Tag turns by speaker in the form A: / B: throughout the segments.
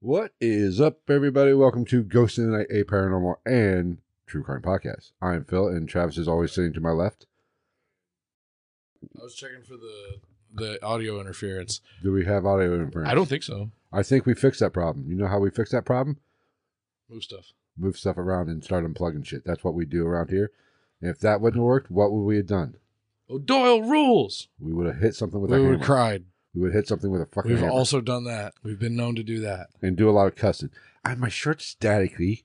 A: What is up, everybody? Welcome to Ghost in the Night, a paranormal and true crime podcast. I am Phil, and Travis is always sitting to my left.
B: I was checking for the the audio interference.
A: Do we have audio interference?
B: I don't think so.
A: I think we fixed that problem. You know how we fix that problem?
B: Move stuff.
A: Move stuff around and start unplugging shit. That's what we do around here. And if that wouldn't have worked, what would we have done?
B: O'Doyle Oh, rules.
A: We would have hit something with a
B: we would
A: hammer.
B: have cried.
A: We would hit something with a fucking
B: We've
A: hammer
B: also done that. We've been known to do that.
A: and do a lot of cussing. I my shirt's staticky.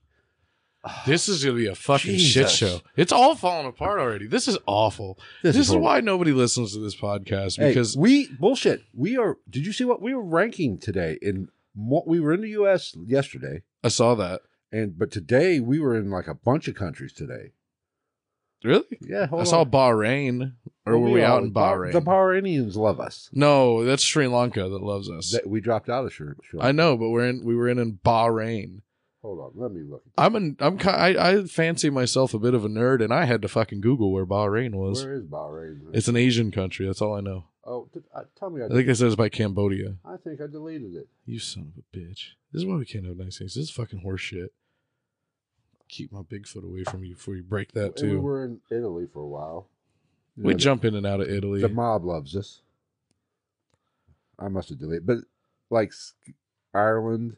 B: This is gonna be a fucking shit
A: Jesus.
B: show. It's all falling apart already. This is awful. This, is,
A: horrible.
B: why nobody listens to this podcast
A: Hey,
B: because
A: we bullshit. We are. Did you see what we were ranking today? In mo- we were in the U.S. yesterday,
B: I saw that.
A: and but today we were in like a bunch of countries today.
B: Really?
A: Yeah, hold
B: I
A: on.
B: saw Bahrain. Or
A: Well,
B: were we out
A: are-
B: in Bahrain?
A: The Bahrainians love us.
B: no, that's Sri Lanka that loves us.
A: That we dropped out of Sri Sri Lanka.
B: I know, but we're in we were in, in Bahrain.
A: Hold on, let me look.
B: I'm an I'm ki- I, I fancy myself a bit of a nerd, and I had to fucking Google where Bahrain was.
A: Where is Bahrain?
B: It's an Asian country. That's all I know.
A: oh, did, uh, tell me. I,
B: I think it says by Cambodia.
A: I think I deleted it.
B: You son of a bitch. This is why we can't have nice things. This is fucking horse shit. Keep my Bigfoot away from you before you break that
A: We
B: too.
A: were in Italy for a while. You
B: We
A: know,
B: jump in and out of Italy.
A: The mob loves us. I must have deleted, but like S- Ireland,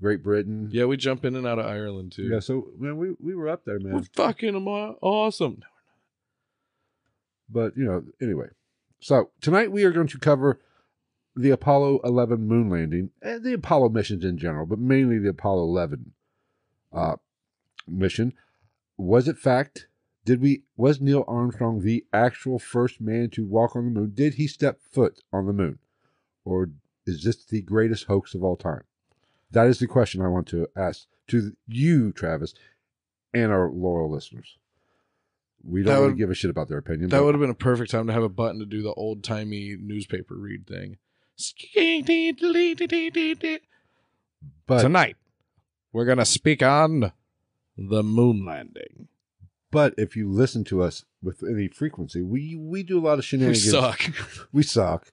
A: Great Britain.
B: Yeah, we jump in and out of Ireland too.
A: Yeah. So man, we we were up there, man.
B: We're fucking ama- awesome.
A: But you know, anyway. So tonight we are going to cover the Apollo 11 moon landing and the Apollo missions in general, but mainly the Apollo 11 uh, mission. Was it fact? Did we was Neil Armstrong the actual first man to walk on the moon? Did he step foot on the moon, or is this the greatest hoax of all time? That is the question I want to ask to you, Travis, and our loyal listeners. We don't
B: That
A: really
B: would-
A: give a shit about their opinion.
B: That
A: but-
B: would have been a perfect time to have a button to do the old timey newspaper read thing.
A: but
B: Tonight, we're going to speak on the moon landing.
A: But if you listen to us with any frequency, we we do a lot of
B: We
A: shenanigans.
B: suck.
A: We suck.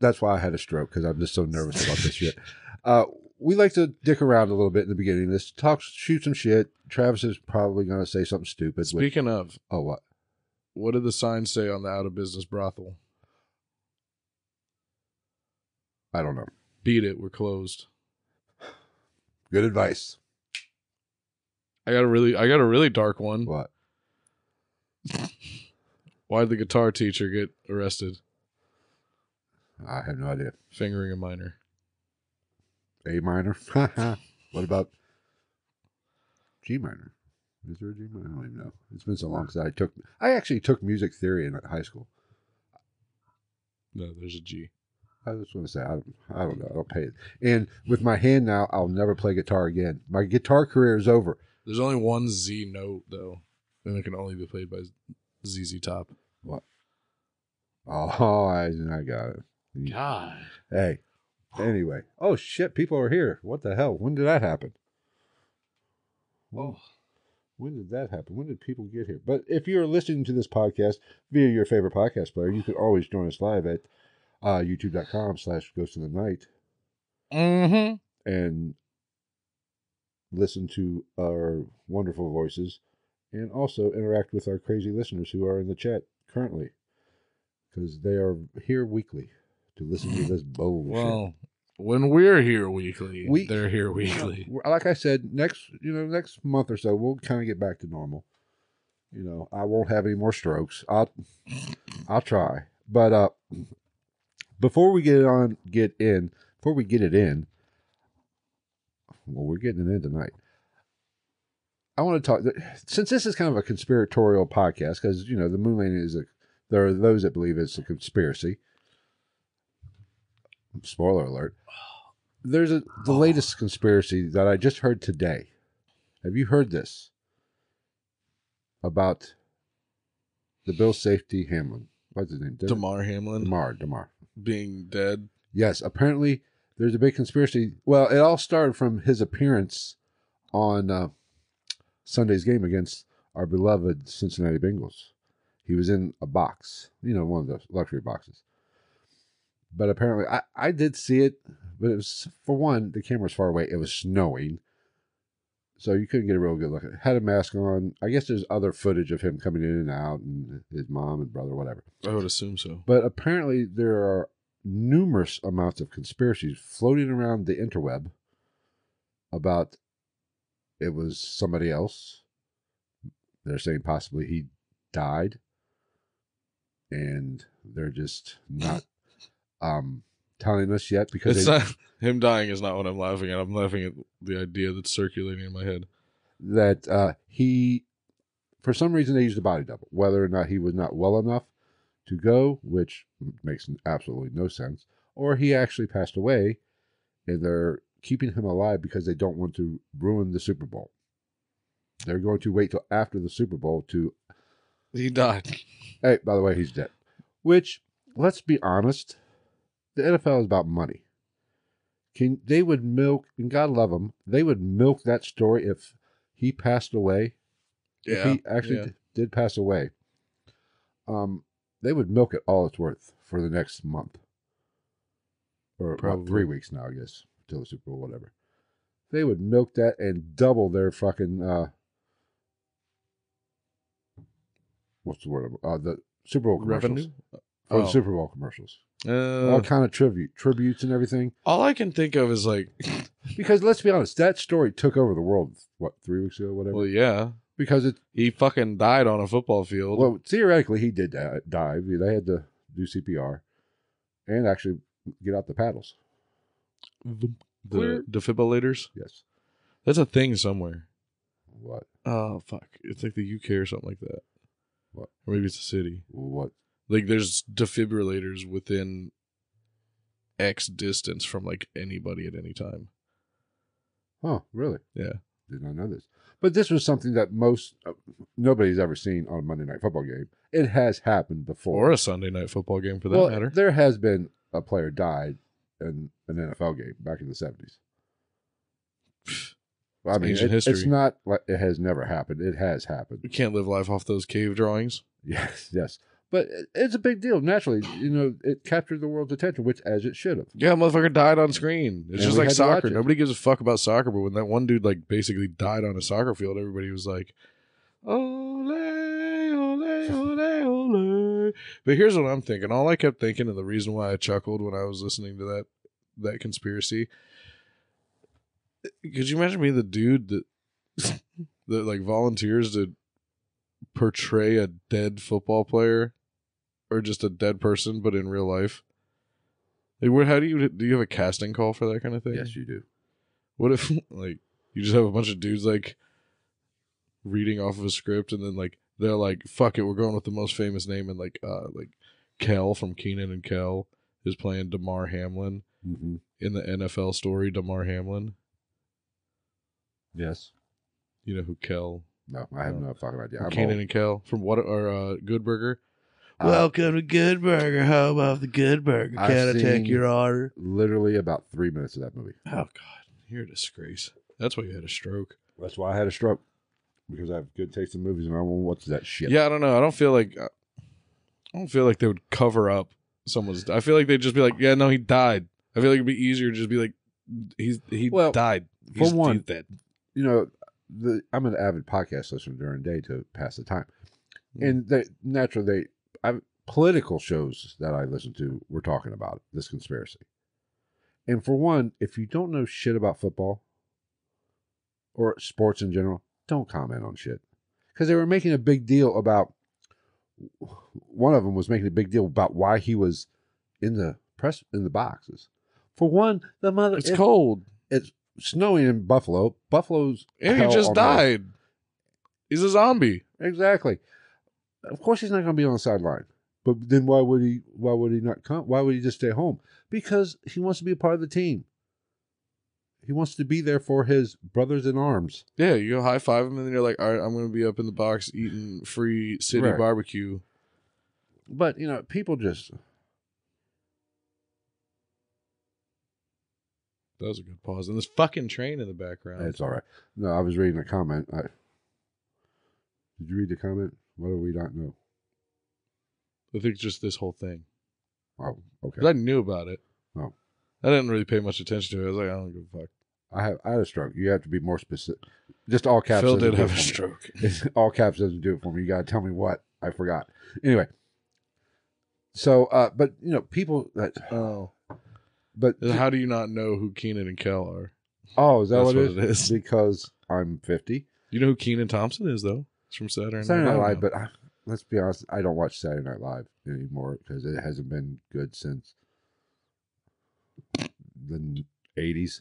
A: That's why I had a stroke because I'm just so nervous about this shit. Uh, we like to dick around a little bit in the beginning. of This talk, shoot some shit. Travis is probably going to say something stupid. which-
B: Speaking of,
A: oh, what?
B: what did the sign say on the out of business brothel?
A: I don't know.
B: Beat it, we're closed.
A: Good advice.
B: I got a really, I got a really dark one.
A: What?
B: Why did the guitar teacher get arrested
A: I have no idea.
B: fingering a minor?
A: A minor. what about G minor? Is there a G minor? I don't even know. It's been so long since I took. I actually took music theory in high school.
B: No, there's a G.
A: I just want to say I don't, I don't know. I don't pay it. And with my hand now, I'll never play guitar again. My guitar career is over.
B: There's only one Z note though, and it can only be played by ZZ Top.
A: Oh, I, I got it.
B: God,
A: Hey, anyway. Oh shit, people are here. What the hell? When did that happen?
B: oh,
A: When did that happen? When did people get here? But if you're listening to this podcast via your favorite podcast player, you can always join us live at uh, youtube.com slash ghost of the night
B: mm-hmm.
A: and listen to our wonderful voices and also interact with our crazy listeners who are in the chat currently because they are here weekly to listen to this bullshit.
B: Well, when we're here weekly,
A: We-
B: they're here
A: You know,
B: weekly.
A: we're- like I said, next you know next month or so we'll kind of get back to normal. You know, I won't have any more strokes. I'll I'll try, but uh, before we get on get in before we get it in. Well, we're getting it in tonight. I want to talk since this is kind of a conspiratorial podcast because you know the moon landing is a there are those that believe it's a conspiracy. Spoiler alert. There's a the latest conspiracy that I just heard today. Have you heard this? About the Bill Safety Hamlin. What's his name?
B: Damar Hamlin
A: Demar. Demar.
B: being dead.
A: Yes, apparently there's a big conspiracy. Well, it all started from his appearance on uh, Sunday's game against our beloved Cincinnati Bengals. He was in a box, you know, one of those luxury boxes. But apparently, I, I did see it, but it was for one, the camera was far away. It was snowing, so you couldn't get a real good look. It had a mask on. I guess there's other footage of him coming in and out, and his mom and brother, whatever.
B: I would assume so.
A: But apparently, there are numerous amounts of conspiracies floating around the interweb about it was somebody else. They're saying possibly he died, and they're just not um, telling us yet because
B: It's
A: they,
B: not him dying is not what I'm laughing at. I'm laughing at the idea that's circulating in my head.
A: that uh, he, for some reason, they used a body double, whether or not he was not well enough to go, which makes absolutely no sense, or he actually passed away, and they're keeping him alive because they don't want to ruin the Super Bowl. They're going to wait till after the Super Bowl to.
B: He died.
A: Hey, by the way, he's dead. Which, let's be honest, the NFL is about money. Can they would milk, and God love them, they would milk that story if he passed away if he actually
B: yeah.
A: d- did pass away, um, they would milk it all it's worth for the next month, or well,
B: Probably.
A: three weeks now, I guess, till the Super Bowl, whatever. They would milk that and double their fucking uh, what's the word? Uh, the Super Bowl commercials.
B: revenue.
A: Oh, the
B: Oh.
A: Super Bowl commercials.
B: Uh,
A: all kind of tribute, tributes and everything.
B: all I can think of is like,
A: Because let's be honest, that story took over the world. What three weeks ago, whatever.
B: well, yeah,
A: because it
B: he fucking died on a football field.
A: Well, theoretically, he did di- dive. They had to do CPR and actually get out the paddles.
B: the
A: Clear.
B: defibrillators.
A: Yes.
B: That's a thing somewhere.
A: What?
B: Oh fuck! It's like the UK or something like that.
A: What?
B: Or maybe it's a city.
A: What?
B: Like there's defibrillators within X distance from like anybody at any time.
A: Oh, really?
B: Yeah.
A: Did not know this. But this was something that most uh, nobody's ever seen on a Monday Night Football game. It has happened before.
B: Or a Sunday night football game for that
A: well,
B: matter.
A: there has been a player died in an NFL game back in the seventies. I mean,
B: ancient
A: it- it's
B: history.
A: not like it has never happened. It has happened.
B: We can't live life off those cave drawings.
A: Yes, yes. But it- it's a big deal. Naturally, you know, it captured the world's attention, which as it should have.
B: Yeah, motherfucker died on screen.
A: And
B: It's just
A: we
B: like
A: had to watch
B: soccer.
A: it.
B: Nobody gives a fuck about soccer, but when that one dude like basically died on a soccer field, everybody was like, "Ole, ole, ole, ole." But here's what I'm thinking. All I kept thinking, and the reason why I chuckled when I was listening to that that conspiracy, could you imagine being the dude that that like volunteers to portray a dead football player or just a dead person, but in real life? Like, what? How do you do? You have a casting call for that kind of thing?
A: Yes, you do.
B: What if like you just have a bunch of dudes like reading off of a script and then like they're like, fuck it, we're going with the most famous name and like uh like Kel from Keenan and Kel is playing Damar Hamlin
A: Mm-hmm.
B: in the NFL story, Damar Hamlin.
A: Yes.
B: You know who Kel
A: No, I have
B: No.
A: no, fucking idea.
B: from
A: I'm
B: Keenan
A: old.
B: and Kel from what or uh Good Burger.
A: Uh,
B: Welcome to Good Burger, home of the Good Burger.
A: I've seen-
B: order?
A: literally about three minutes of that movie.
B: Oh god, you're a disgrace. That's why you had a stroke.
A: That's why I had a stroke because I have good taste in movies and I won't watch that shit.
B: Yeah, I don't know. I don't feel like uh, I don't feel like they would cover up someone's. I feel like they'd just be like, "Yeah, no, he died." I feel like it'd be easier to just be like, "He's he
A: Well,
B: died."
A: for
B: He's
A: one-
B: he's dead.
A: You know, the, I'm an avid podcast listener during the day to pass the time,
B: Mm.
A: and they, naturally, they I, political shows that I listen to were talking about this conspiracy. And for one, if you don't know shit about football or sports in general, don't comment on shit. Because they were making a big deal about, one of them was making a big deal about why he was in the press, in the boxes. For one, the mother,
B: It's
A: it-
B: cold,
A: It's snowing in Buffalo. Buffalo's.
B: and he
A: hell
B: just
A: on earth.
B: died. He's a zombie.
A: Exactly. Of course, he's not going to be on the sideline. But then why would he? Why would he not come? Why would he just stay home? Because he wants to be a part of the team. He wants to be there for his brothers in arms.
B: Yeah, you go high five him, and then you're like, "All right, I'm gonna be up in the box eating free city
A: Right.
B: barbecue."
A: But you know, people just
B: That was a good pause. And this fucking train in the background.
A: it's all right. No, I was reading a comment. I did you read the comment? What do we not know?
B: I think just this whole thing.
A: Oh, okay.
B: 'Cause I knew about it.
A: Oh.
B: I didn't really pay much attention to it. I was like, I don't give a fuck.
A: I have I had a stroke. You have to be more specific. Just all caps.
B: Phil
A: doesn't
B: did
A: do
B: have
A: it
B: a
A: for me.
B: stroke.
A: all caps doesn't do it for me. You gotta tell me what I forgot. Anyway, so uh, but you know people that
B: Oh.
A: but
B: How do you not know who Keenan and Kel are?
A: oh is that
B: That's
A: what,
B: what it is.
A: Because I'm 50.
B: You know who Keenan Thompson is, though? It's from Saturday Night,
A: Saturday Night
B: Live.
A: Live, but I, let's be honest, I don't watch Saturday Night Live anymore because it hasn't been good since the 80s.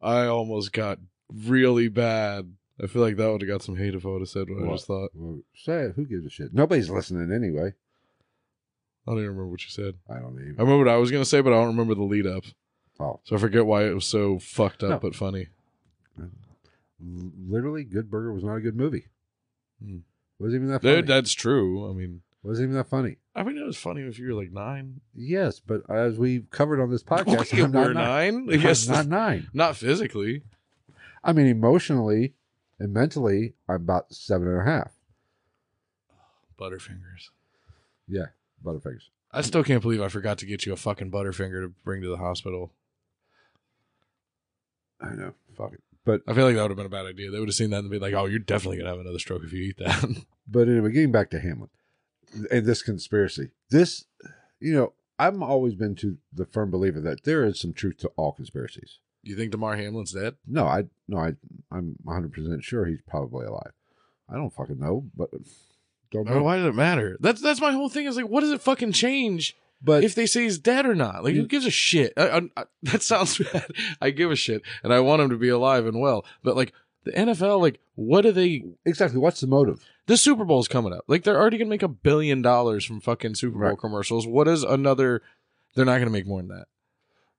B: I almost got really bad. I feel like that would have got some hate if I would have said what, I
A: What?
B: just thought.
A: Well, say it, who gives a shit? Nobody's listening anyway.
B: I don't even remember what you said.
A: I don't even.
B: I remember what I was going to say, but I don't remember the lead up.
A: Oh,
B: So I forget why it was so fucked up
A: No.
B: but funny.
A: L- literally, Good Burger was not a good movie.
B: Hmm.
A: Wasn't even that funny.
B: Dude, that's true. I mean,
A: Wasn't even that funny.
B: I mean, it was funny if you were like nine.
A: Yes, but as we covered on this podcast,
B: you
A: I'm not
B: were
A: nine.
B: nine? I
A: I'm
B: guess
A: not
B: not,
A: nine.
B: physically.
A: I mean, emotionally and mentally, I'm about seven and a half.
B: Butterfingers.
A: Yeah, Butterfingers.
B: I still can't believe I forgot to get you a fucking Butterfinger to bring to the hospital.
A: I know. Fuck it.
B: I feel like that would have been a bad idea. They would have seen that and be like, oh, you're definitely going to have another stroke if you eat that.
A: But anyway, getting back to Hamlet and this conspiracy. This, you know, I've always been to the firm believer that there is some truth to all conspiracies.
B: you think Damar Hamlin's dead?
A: No, I no, I I'm 100 percent sure he's probably alive. I don't fucking know, but don't
B: I mean,
A: know.
B: why does it matter? That's that's my whole thing. Is like, what does it fucking change
A: But
B: if they say he's dead or not? Like, who
A: You-
B: gives a shit? I, I, I- that sounds bad. I give a shit, and I want him to be alive and well. But like the NFL, like, what do they?
A: exactly, what's the motive?
B: The Super Bowl's coming up. Like, they're already gonna make a billion dollars from fucking Super Bowl
A: Right.
B: commercials. What is another? They're not gonna make more than that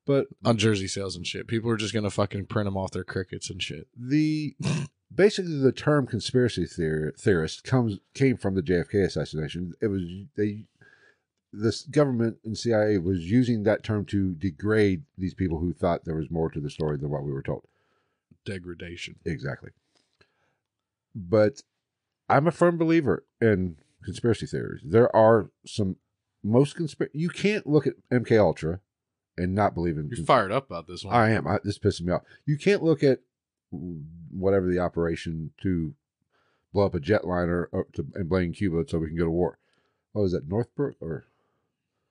A: But
B: on jersey sales and shit. People are just gonna fucking print them off their crickets and shit.
A: the basically the term conspiracy theor- theorist comes came from the JFK assassination. It was they this government and CIA was using that term to degrade these people who thought there was more to the story than what we were told.
B: Degradation.
A: Exactly. But I'm a firm believer in conspiracy theories. There are some most conspiracy. You can't look at MK Ultra and not believe in.
B: You're
A: cons-
B: fired up about this one.
A: Mm-hmm. I am. I, this pisses me off. You can't look at whatever the operation to blow up a jetliner or to, and blame Cuba so we can go to war. What was that, Northbrook or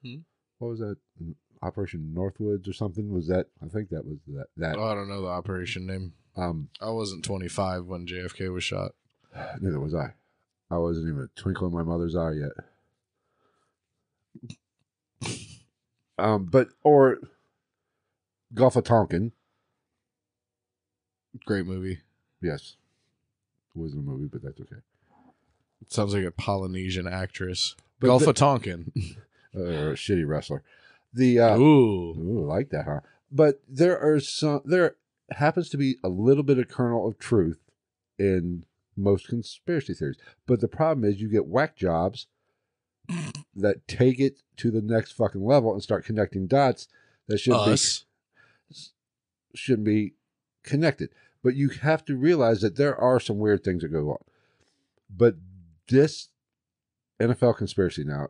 B: Hmm?
A: what was that mm, Operation Northwoods or something? Was that? I think that was that. That
B: Oh, I don't know the operation name.
A: um,
B: I wasn't 25 when JFK was shot.
A: Neither was I. I wasn't even a twinkle in my mother's eye yet. Um, but or Gulf of Tonkin,
B: Great movie.
A: yes, it wasn't a movie, but that's okay.
B: Sounds like a Polynesian actress.
A: But
B: Gulf
A: the-
B: of Tonkin.
A: Uh, or a shitty wrestler. The uh,
B: Ooh.
A: ooh, like that, huh? But there are some. There happens to be a little bit of kernel of truth in most conspiracy theories. But the problem is, you get whack jobs that take it to the next fucking level and start connecting dots that shouldn't be
B: Us.
A: shouldn't be connected. But you have to realize that there are some weird things that go on. But this NFL conspiracy now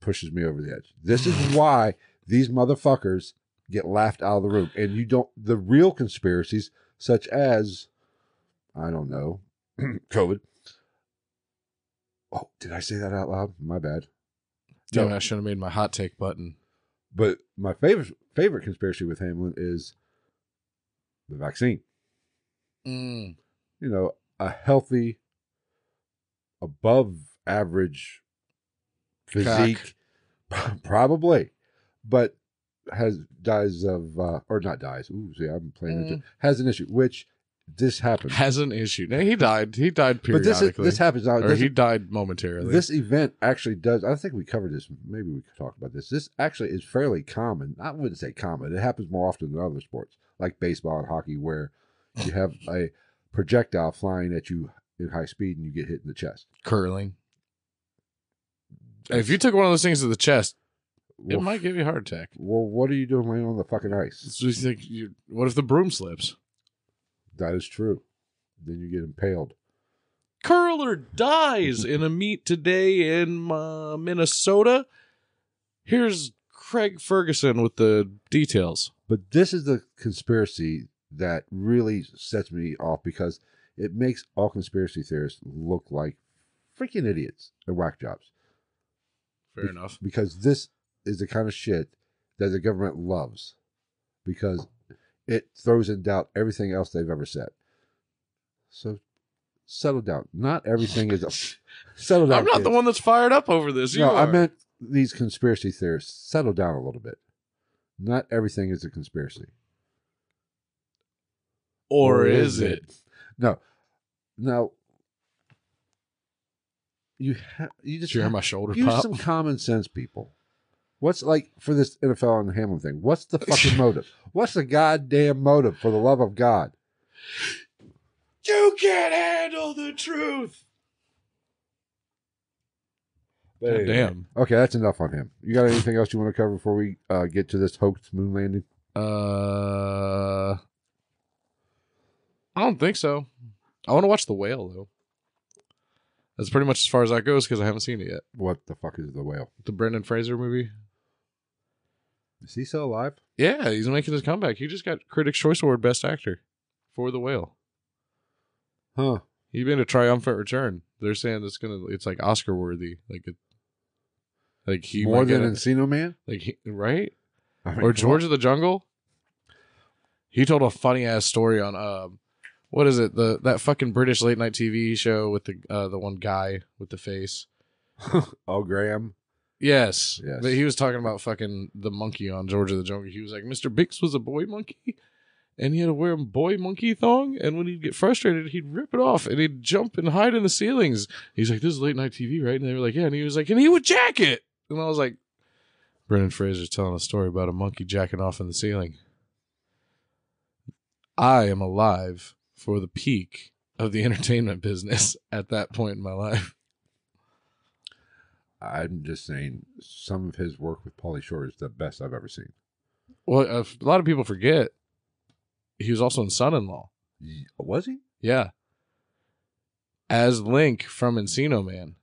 A: pushes me over the edge. This is why these motherfuckers get laughed out of the room. And you don't, the real conspiracies, such as, I don't know, COVID. Oh, did I say that out loud? My bad.
B: Damn,
A: No.
B: I should have made my hot take button.
A: But my favorite favorite conspiracy with Hamlin is the vaccine.
B: Mm.
A: you know, a healthy, above average physique, probably, but has dies of uh, or not dies. Ooh, see, I'm playing it. Has an issue, which this happens.
B: Mm. Has an issue. Now, he died. He died
A: But this
B: periodically.
A: is, this happens now.
B: or
A: This,
B: he died momentarily.
A: this event actually does. I think we covered this. Maybe we could talk about this. This actually is fairly common. I wouldn't say common. It happens more often than other sports, like baseball and hockey, where you have a projectile flying at you in high speed and you get hit in the chest.
B: Curling. If you took one of those things to the chest, it
A: Well,
B: might give you a heart attack.
A: well, what are you doing laying on the fucking ice?
B: It's just like you- what if the broom slips?
A: That is true. Then you get impaled.
B: curler dies in a meet today in uh, Minnesota. Here's Craig Ferguson with the details.
A: But this is the conspiracy that really sets me off because it makes all conspiracy theorists look like freaking idiots and whack jobs.
B: Fair enough.
A: Because this is the kind of shit that the government loves because it throws in doubt everything else they've ever said. So settle down. Not everything is a settle down.
B: I'm not
A: kids.
B: the one that's fired up over this. You
A: No, I
B: are.
A: meant these conspiracy theorists. Settle down a little bit. Not everything is a conspiracy.
B: or is it?
A: No. Now, you ha- you just
B: Did you hear my shoulder
A: use
B: pop?
A: some common sense, people. What's like for this NFL and Hamlin thing? What's the fucking motive? What's the goddamn motive? For the love of God,
B: You can't handle the truth. God damn.
A: Okay, that's enough on him. You got anything else you want to cover before we uh, get to this hoax moon landing?
B: Uh, I don't think so. I want to watch the whale though. That's pretty much as far as that goes because I haven't seen it yet.
A: What the fuck is the whale?
B: The Brendan Fraser movie.
A: Is he still alive?
B: Yeah, he's making his comeback. He just got Critics' Choice Award Best Actor for The Whale.
A: Huh.
B: He made a triumphant return. They're saying it's gonna, it's like Oscar worthy, like it, like he
A: More
B: might get
A: than
B: it.
A: Encino Man?
B: like he, right
A: I mean,
B: or
A: come on.
B: George of the Jungle. He told a funny ass story on um, what is it the that fucking British late night TV show with the uh, the one guy with the face.
A: Oh, Graham.
B: Yes,
A: Yes.
B: But he was talking about fucking the monkey on George of the Jungle. He was like, Mister Bix was a boy monkey, and he had to wear a boy monkey thong. And when he'd get frustrated, he'd rip it off and he'd jump and hide in the ceilings. He's like, "This is late night TV, right?" And they were like, "Yeah." And he was like, "And he would jack it." And I was like, Brendan Fraser's telling a story about a monkey jacking off in the ceiling. I am alive for the peak of the entertainment business at that point in my life.
A: I'm just saying, some of his work with Polly Shore is the best I've ever seen.
B: Well, a f- a lot of people forget he was also in Son in Law.
A: Y- Was he?
B: Yeah. As Link from Encino Man.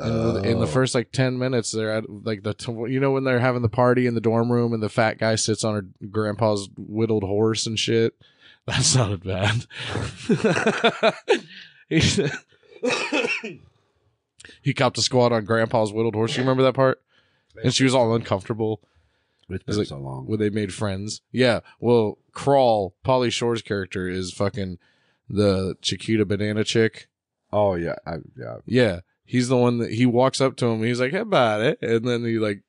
B: In, the, in the
A: Oh.
B: first like 10 minutes, they're at like the, t- you know, when they're having the party in the dorm room and the fat guy sits on her grandpa's whittled horse and shit. That sounded bad. he, he copped a squat on grandpa's whittled horse. You remember that part? And she was all uncomfortable
A: It's been
B: like-
A: so long.
B: where they made friends. Yeah. Well, Crawl, Polly Shore's character is fucking the Chiquita banana chick.
A: oh yeah, I, yeah.
B: Yeah. He's the one that he walks up to him. And he's like, "How about it?" And then he like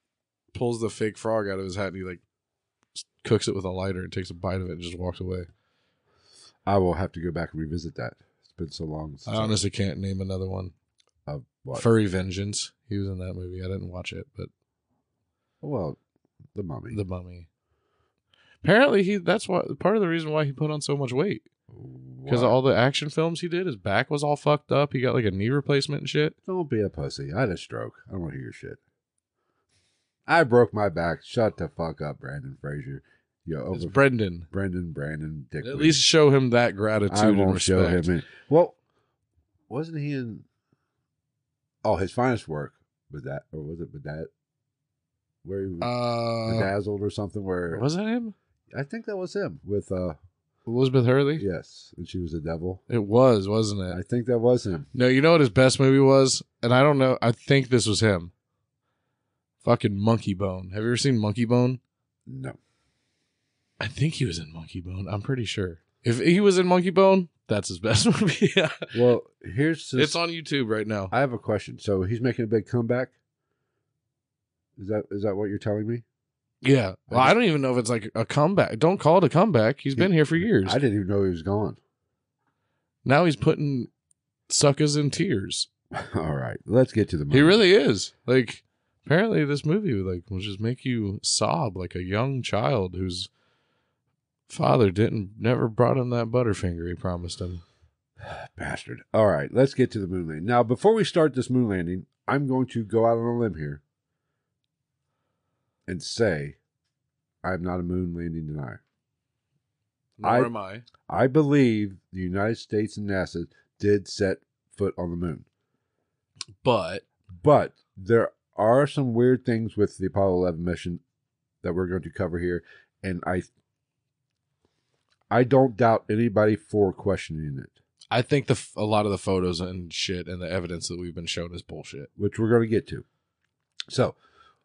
B: pulls the fake frog out of his hat and he like cooks it with a lighter and takes a bite of it and just walks away.
A: I will have to go back and revisit that. It's been so long.
B: I honestly can't name another one.
A: uh, what?
B: Furry Vengeance. He was in that movie. I didn't watch it, but
A: well, the mummy.
B: The Mummy. Apparently, he that's why part of the reason why he put on so much weight. Because
A: Why?
B: all the action films he did, his back was all fucked up. He got like a knee replacement and shit.
A: Don't be a pussy. I had a stroke. I don't want to hear your shit. I broke my back. Shut the fuck up, Brandon Fraser. Yo,
B: It's
A: over
B: Brendan.
A: Brendan, Brandon, Dick.
B: At least show him that gratitude
A: I
B: and
A: won't
B: respect.
A: show him. Any. Well, wasn't he in? Oh, his finest work was that, or was it Bedad? Where he was
B: Uh,
A: bedazzled or something? Where
B: was that him?
A: I think that was him with uh
B: Elizabeth Hurley?
A: yes, and she was a devil.
B: It was, wasn't it?
A: I think that was him.
B: No, you know what his best movie was? And I don't know. I think this was him. Fucking Monkey Bone. Have you ever seen Monkey Bone?
A: No,
B: I think he was in Monkey Bone. I'm pretty sure. If he was in Monkey Bone, that's his best movie.
A: well, here's this,
B: It's on YouTube right now.
A: I have a question. So he's making a big comeback. Is that is that what you're telling me?
B: Yeah. Well, I don't even know if it's like a comeback. Don't call it a comeback. He's been here for years.
A: I didn't even know he was gone.
B: Now he's putting suckers in tears.
A: All right, let's get to the.
B: He really is. Like apparently this movie would like will just make you sob like a young child whose father didn't never brought him that butterfinger he promised him.
A: bastard. All right, let's get to the moon landing. Now, before we start this moon landing, I'm going to go out on a limb here and say I'm not a moon landing denier.
B: Nor
A: I-
B: am I.
A: I believe the United States and NASA did set foot on the moon,
B: But
A: but there are some weird things with the Apollo 11 mission that we're going to cover here, and I I don't doubt anybody for questioning it,
B: I think the f- a lot of the photos and shit and the evidence that we've been shown is bullshit.
A: which we're going to get to. So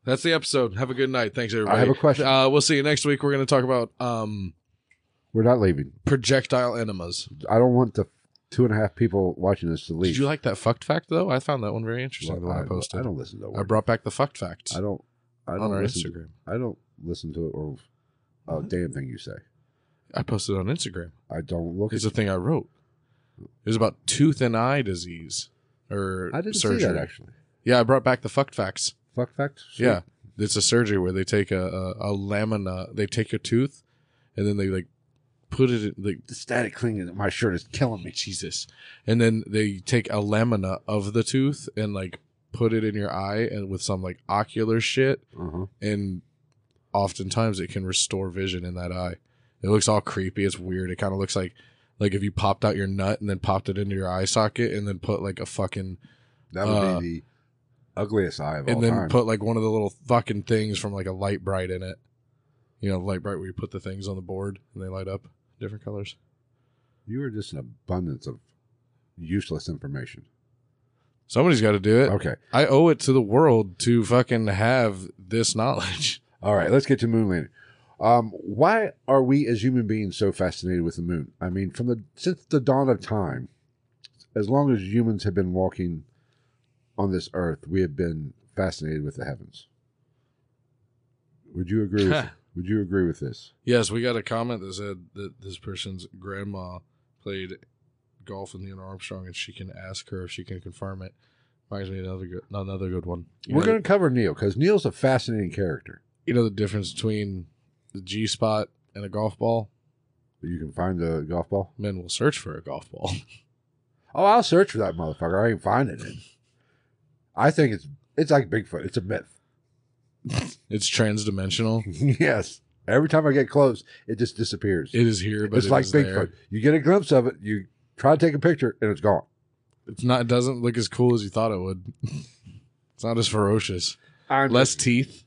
B: That's the episode. Have a good night. Thanks everybody.
A: I have a question.
B: Uh, we'll see you next week. We're going to talk about um,
A: we're not leaving.
B: projectile enemas.
A: I don't want the two and a half people watching this to leave.
B: Did you like that fucked fact though? I found that one very interesting.
A: Well,
B: the one I,
A: I,
B: posted.
A: I don't listen to.
B: I
A: It.
B: brought back the fucked facts
A: I don't. I
B: on
A: don't
B: our
A: listen.
B: Instagram.
A: I don't listen to it or a damn thing you say.
B: I posted it on Instagram.
A: I don't look.
B: It's
A: At,
B: a thing I wrote. It was about tooth and eye disease or
A: I didn't
B: surgery.
A: see that actually.
B: Yeah, I brought back the fucked facts.
A: Fuck facts.
B: Yeah, it's a surgery where they take a, a, a lamina, they take a tooth, and then they like put it in, like
A: The static clinging to my shirt is killing me.
B: Jesus, and then they take a lamina of the tooth and like put it in your eye and with some like ocular shit,
A: Uh-huh.
B: and oftentimes it can restore vision in that eye. It looks all creepy. It's weird. It kind of looks like like if you popped out your nut and then popped it into your eye socket and then put like a fucking
A: That would
B: Uh,
A: be the ugliest eye of all
B: and then
A: time.
B: put like one of the little fucking things from like a light bright in it. You know, light bright where you put the things on the board and they light up different colors.
A: you are just an abundance of useless information.
B: Somebody's got to do it.
A: Okay.
B: I owe it to the world to fucking have this knowledge.
A: All right. Let's get to moon landing. Um, why are we as human beings so fascinated with the moon? I mean, from the since the dawn of time, as long as humans have been walking on this earth, we have been fascinated with the heavens. Would you agree? with, would you agree with this?
B: yes, we got a comment that said that this person's grandma played golf with Neil Armstrong and she can ask her if she can confirm it. Reminds me of another good, another good one. You
A: We're
B: know,
A: going to cover Neil because Neil's a fascinating character.
B: you know the difference between the G spot and a golf ball.
A: You can find the golf ball.
B: Men will search for a golf ball.
A: Oh, I'll search for that motherfucker. I ain't finding it. I think it's it's like Bigfoot. It's a myth.
B: it's transdimensional.
A: yes. Every time I get close, it just disappears.
B: It is here, but
A: it's like Bigfoot.
B: There.
A: You get a glimpse of it, you try to take a picture, and it's gone.
B: It's not. It doesn't look as cool as you thought it would. it's not as ferocious.
A: I'm
B: Less
A: Just,
B: teeth.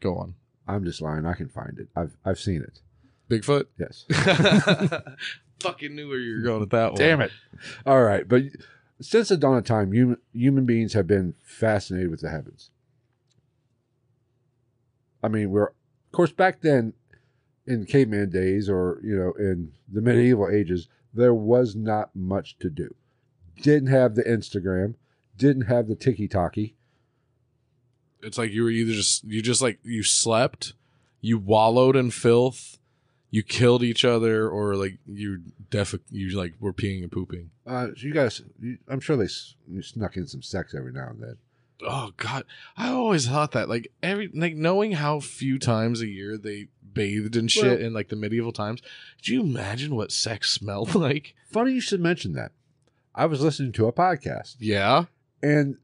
B: Go on,
A: I'm just lying. I can find it. I've I've seen it.
B: Bigfoot.
A: Yes.
B: Fucking knew where you were going with that one.
A: Damn it. All right, but since the dawn of time, human human beings have been fascinated with the heavens. I mean, we're of course back then in caveman days or, you know, in the medieval ages, there was not much to do. Didn't have the Instagram, didn't have the tiki talkie.
B: It's like you were either just you just like you slept, you wallowed in filth, you killed each other, or like you def you like were peeing and pooping.
A: Uh, so you guys, you, I'm sure they s- you snuck in some sex every now and then.
B: oh god i always thought that like every like knowing how few times a year they bathed and shit
A: Well-
B: in like the medieval times do you imagine what sex smelled like
A: Funny you should mention that. I was listening to a podcast
B: yeah
A: and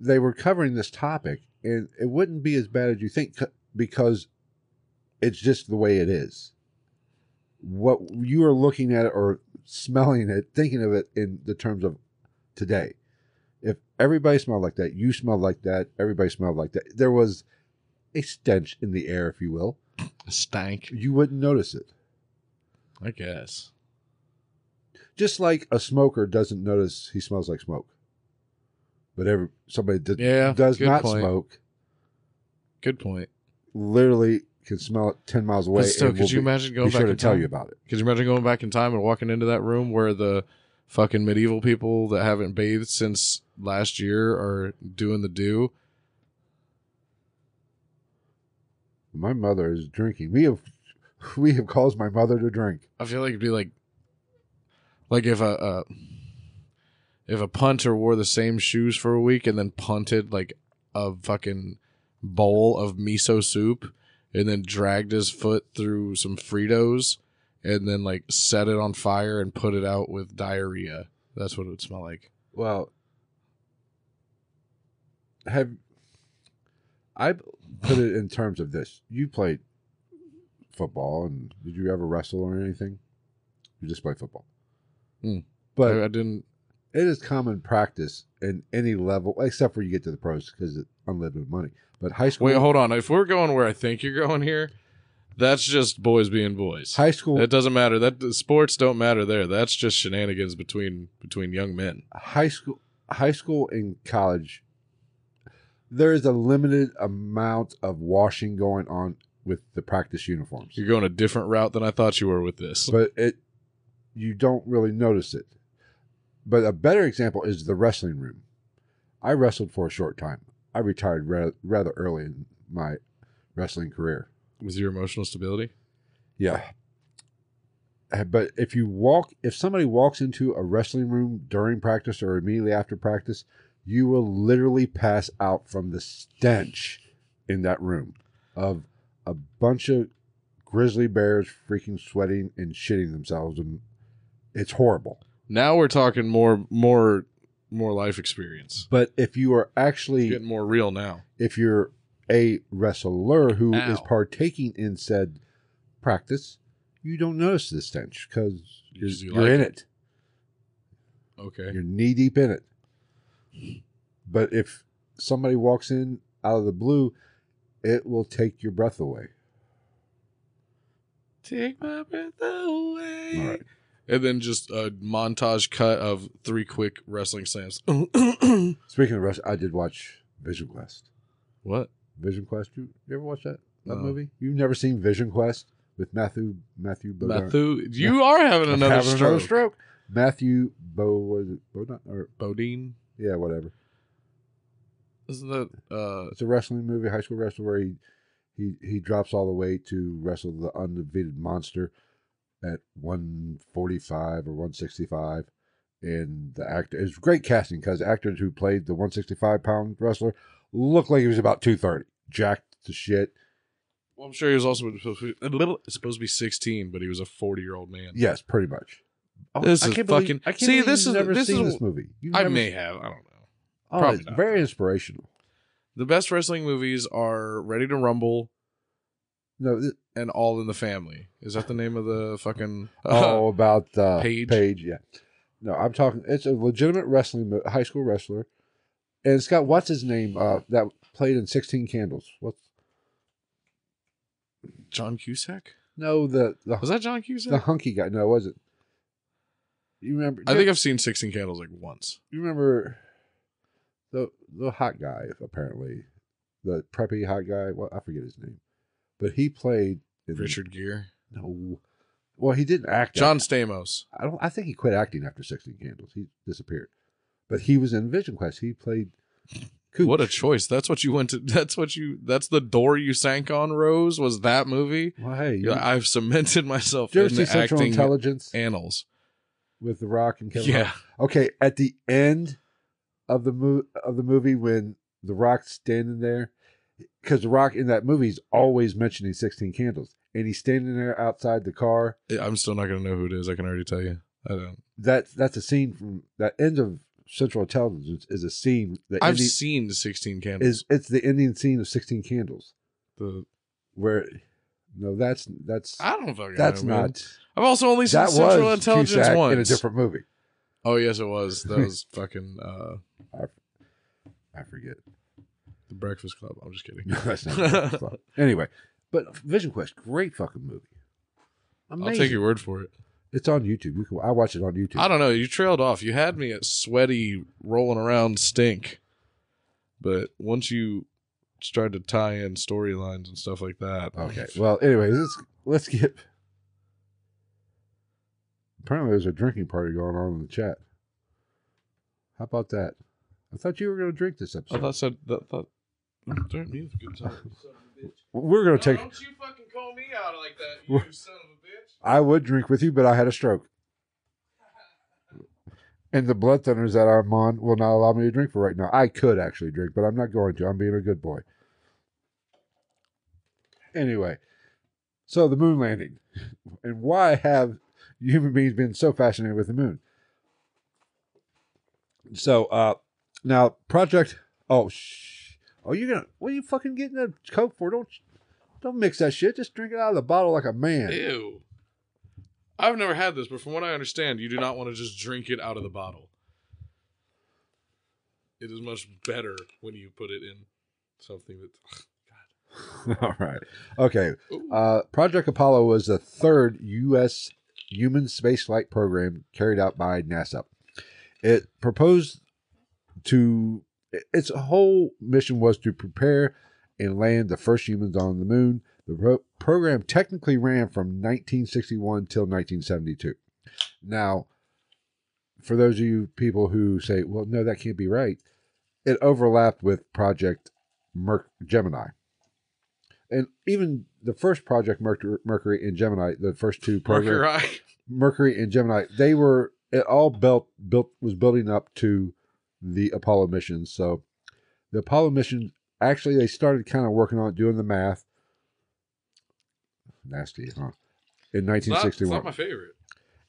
A: they were covering this topic and it wouldn't be as bad as you think c- because it's just the way it is what you are looking at it or smelling it thinking of it in the terms of today if everybody smelled like that you smelled like that everybody smelled like that there was a stench in the air if you will
B: stank
A: you wouldn't notice it
B: i guess
A: just like a smoker doesn't notice he smells like smoke but every somebody that
B: yeah
A: does
B: good
A: not
B: point.
A: smoke
B: good point
A: literally can smell it 10 miles away.
B: but still
A: and
B: could
A: we'll
B: you
A: be,
B: imagine
A: be
B: going back
A: sure to
B: in
A: tell
B: time?
A: you about it.
B: could you imagine going back in time and walking into that room where the fucking medieval people that haven't bathed since last year are doing the do
A: My mother is drinking. We have we have caused my mother to drink.
B: I feel like it'd be like, like if a uh, if a punter wore the same shoes for a week and then punted like a fucking bowl of miso soup and then dragged his foot through some Fritos and then like set it on fire and put it out with diarrhea. That's what it would smell like.
A: Well, have I put it in terms of this? You played football, and did you ever wrestle or anything? You just play football.
B: Hmm.
A: But
B: I, I didn't.
A: It is common practice in any level, except for you get to the pros because it's unlimited money. But high school,
B: Wait, hold on. If we're going where I think you're going here, that's just boys being boys.
A: high school,
B: That doesn't matter. That sports don't matter there. That's just shenanigans between between young men.
A: high school, high school, and college. There is a limited amount of washing going on with the practice uniforms.
B: You're going a different route than I thought you were with this.
A: but it you don't really notice it. But a better example is the wrestling room. I wrestled for a short time. I retired ra- rather early in my wrestling career.
B: With your emotional stability,
A: Yeah. Uh, But if you walk, if somebody walks into a wrestling room during practice or immediately after practice, you will literally pass out from the stench in that room of a bunch of grizzly bears freaking sweating and shitting themselves, and it's horrible.
B: now we're talking more more more life experience.
A: But if you are actually
B: Getting more real now.
A: if you're a wrestler who is
B: Ow.
A: partaking in said practice, you don't notice the stench because
B: You
A: you're,
B: just- you
A: you're
B: like
A: in it.
B: Okay.
A: You're knee deep in it. But if somebody walks in out of the blue, it will take your breath away.
B: Take my breath away.
A: All right.
B: And then just a montage cut of three quick wrestling slams.
A: Speaking of rest, I did watch Vision Quest. uh,
B: what?
A: Vision Quest, you, you ever watch that that
B: No.
A: movie? You've never seen Vision Quest with Matthew Matthew Bowden?
B: Matthew, you are having
A: I'm
B: another,
A: having
B: stroke.
A: another stroke. Matthew Bo was it Bodine or
B: Bodine.
A: yeah, whatever.
B: Isn't that uh
A: It's a wrestling movie, high school wrestler, where he he he drops all the way to wrestle the undefeated monster at 145 or 165. And the actor it's great casting because actors who played the 165 pound wrestler looked like he was about 230, jacked to shit.
B: well I'm sure he was also supposed to be, a little, supposed to be sixteen, but he was a forty year old man.
A: Yes, pretty much. Oh,
B: This
A: I
B: is
A: can't believe-
B: fucking-
A: I can't
B: see,
A: believe
B: this
A: you've
B: is-
A: never
B: this
A: seen
B: is-
A: this movie. You've
B: I
A: never-
B: may have, I don't know.
A: Oh,
B: probably
A: it's
B: not.
A: very inspirational.
B: The best wrestling movies are Ready to Rumble
A: No, th-
B: and All in the Family. Is that the name of the fucking
A: oh, about uh,
B: Paige?
A: Page, yeah. No, I'm talking. It's a legitimate wrestling mo- high school wrestler, and it's got what's his name uh, that played in Sixteen Candles. What's
B: John Cusack?
A: no the
B: Was
A: the,
B: that John
A: the
B: Cusack?
A: hunky guy? No, was it? You remember?
B: I think I've seen Sixteen Candles like once.
A: you remember the the hot guy apparently, the preppy hot guy. Well, I forget his name, but he played in,
B: Richard Gere.
A: No, well, he didn't act.
B: John Stamos.
A: I don't. I think he quit acting after Sixteen Candles. He disappeared, but he was in Vision Quest. He played. Cooch.
B: What a choice. That's what you went to that's what you that's the door you sank on, Rose, was that movie?
A: well, hey, you,
B: You're like, I've cemented myself
A: did you ever
B: in
A: see
B: the
A: Central
B: acting
A: Intelligence
B: annals.
A: with The Rock and Kevin?
B: Yeah.
A: Hart? Okay, at the end of the mo- of the movie, when The Rock's standing there, because The Rock in that movie is always mentioning Sixteen Candles, and he's standing there outside the car.
B: I'm still not gonna know who it is, I can already tell you. I don't
A: That that's a scene from that end of Central Intelligence is a scene that
B: I've
A: ending-
B: seen Sixteen Candles.
A: is it's the ending scene of Sixteen Candles.
B: the
A: where no that's that's
B: I don't fucking
A: that's
B: know, man.
A: not
B: I've also only seen
A: that
B: Central
A: was
B: Intelligence
A: Cusack
B: once.
A: in a different movie
B: oh yes, it was. That was fucking uh,
A: i forget
B: the Breakfast Club. I'm just kidding.
A: no that's not what I thought. anyway but vision quest great fucking movie amazing
B: I'll take your word for it.
A: it's on youtube you can, i watch it on youtube
B: I don't know. You trailed off. You had me at sweaty, rolling around stink. But once you started to tie in storylines and stuff like that,
A: okay well anyways let's let's get apparently there's a drinking party going on in the chat how about that i thought you were going to drink this
B: I
A: episode
B: thought said that thought. Don't me a good time.
A: we're going to take
B: you fucking call me out like that,
A: you
B: son of a bitch.
A: I would drink with you, but I had a stroke. And the blood thinners that I'm on will not allow me to drink for right now. I could actually drink, but I'm not going to. I'm being a good boy. Anyway, so the moon landing. And why have human beings been so fascinated with the moon? So, uh, now, Project. Oh, shh. Oh, you're gonna. What are you fucking getting a Coke for? Don't. Don't mix that shit. Just drink it out of the bottle like a man.
B: Ew. I've never had this, but from what I understand, you do not want to just drink it out of the bottle. It is much better when you put it in something that.
A: All right. Okay.
B: Ooh.
A: Uh, Project Apollo was the third U.S. human spaceflight program carried out by NASA. It proposed to its whole mission was to prepare and land the first humans on the moon. The pro- program technically ran from 1961 till 1972. Now, for those of you people who say, "Well, no, that can't be right," it overlapped with Project Merc- Gemini and even the first project Mercury, Mercury and Gemini, the first two programs,
B: Mercury.
A: Mercury and Gemini, they were it all built built was building up to the Apollo missions. So the Apollo missions actually they started kind of working on it, doing the math. Nasty, huh? In
B: It's not, it's
A: 1961,
B: not my favorite.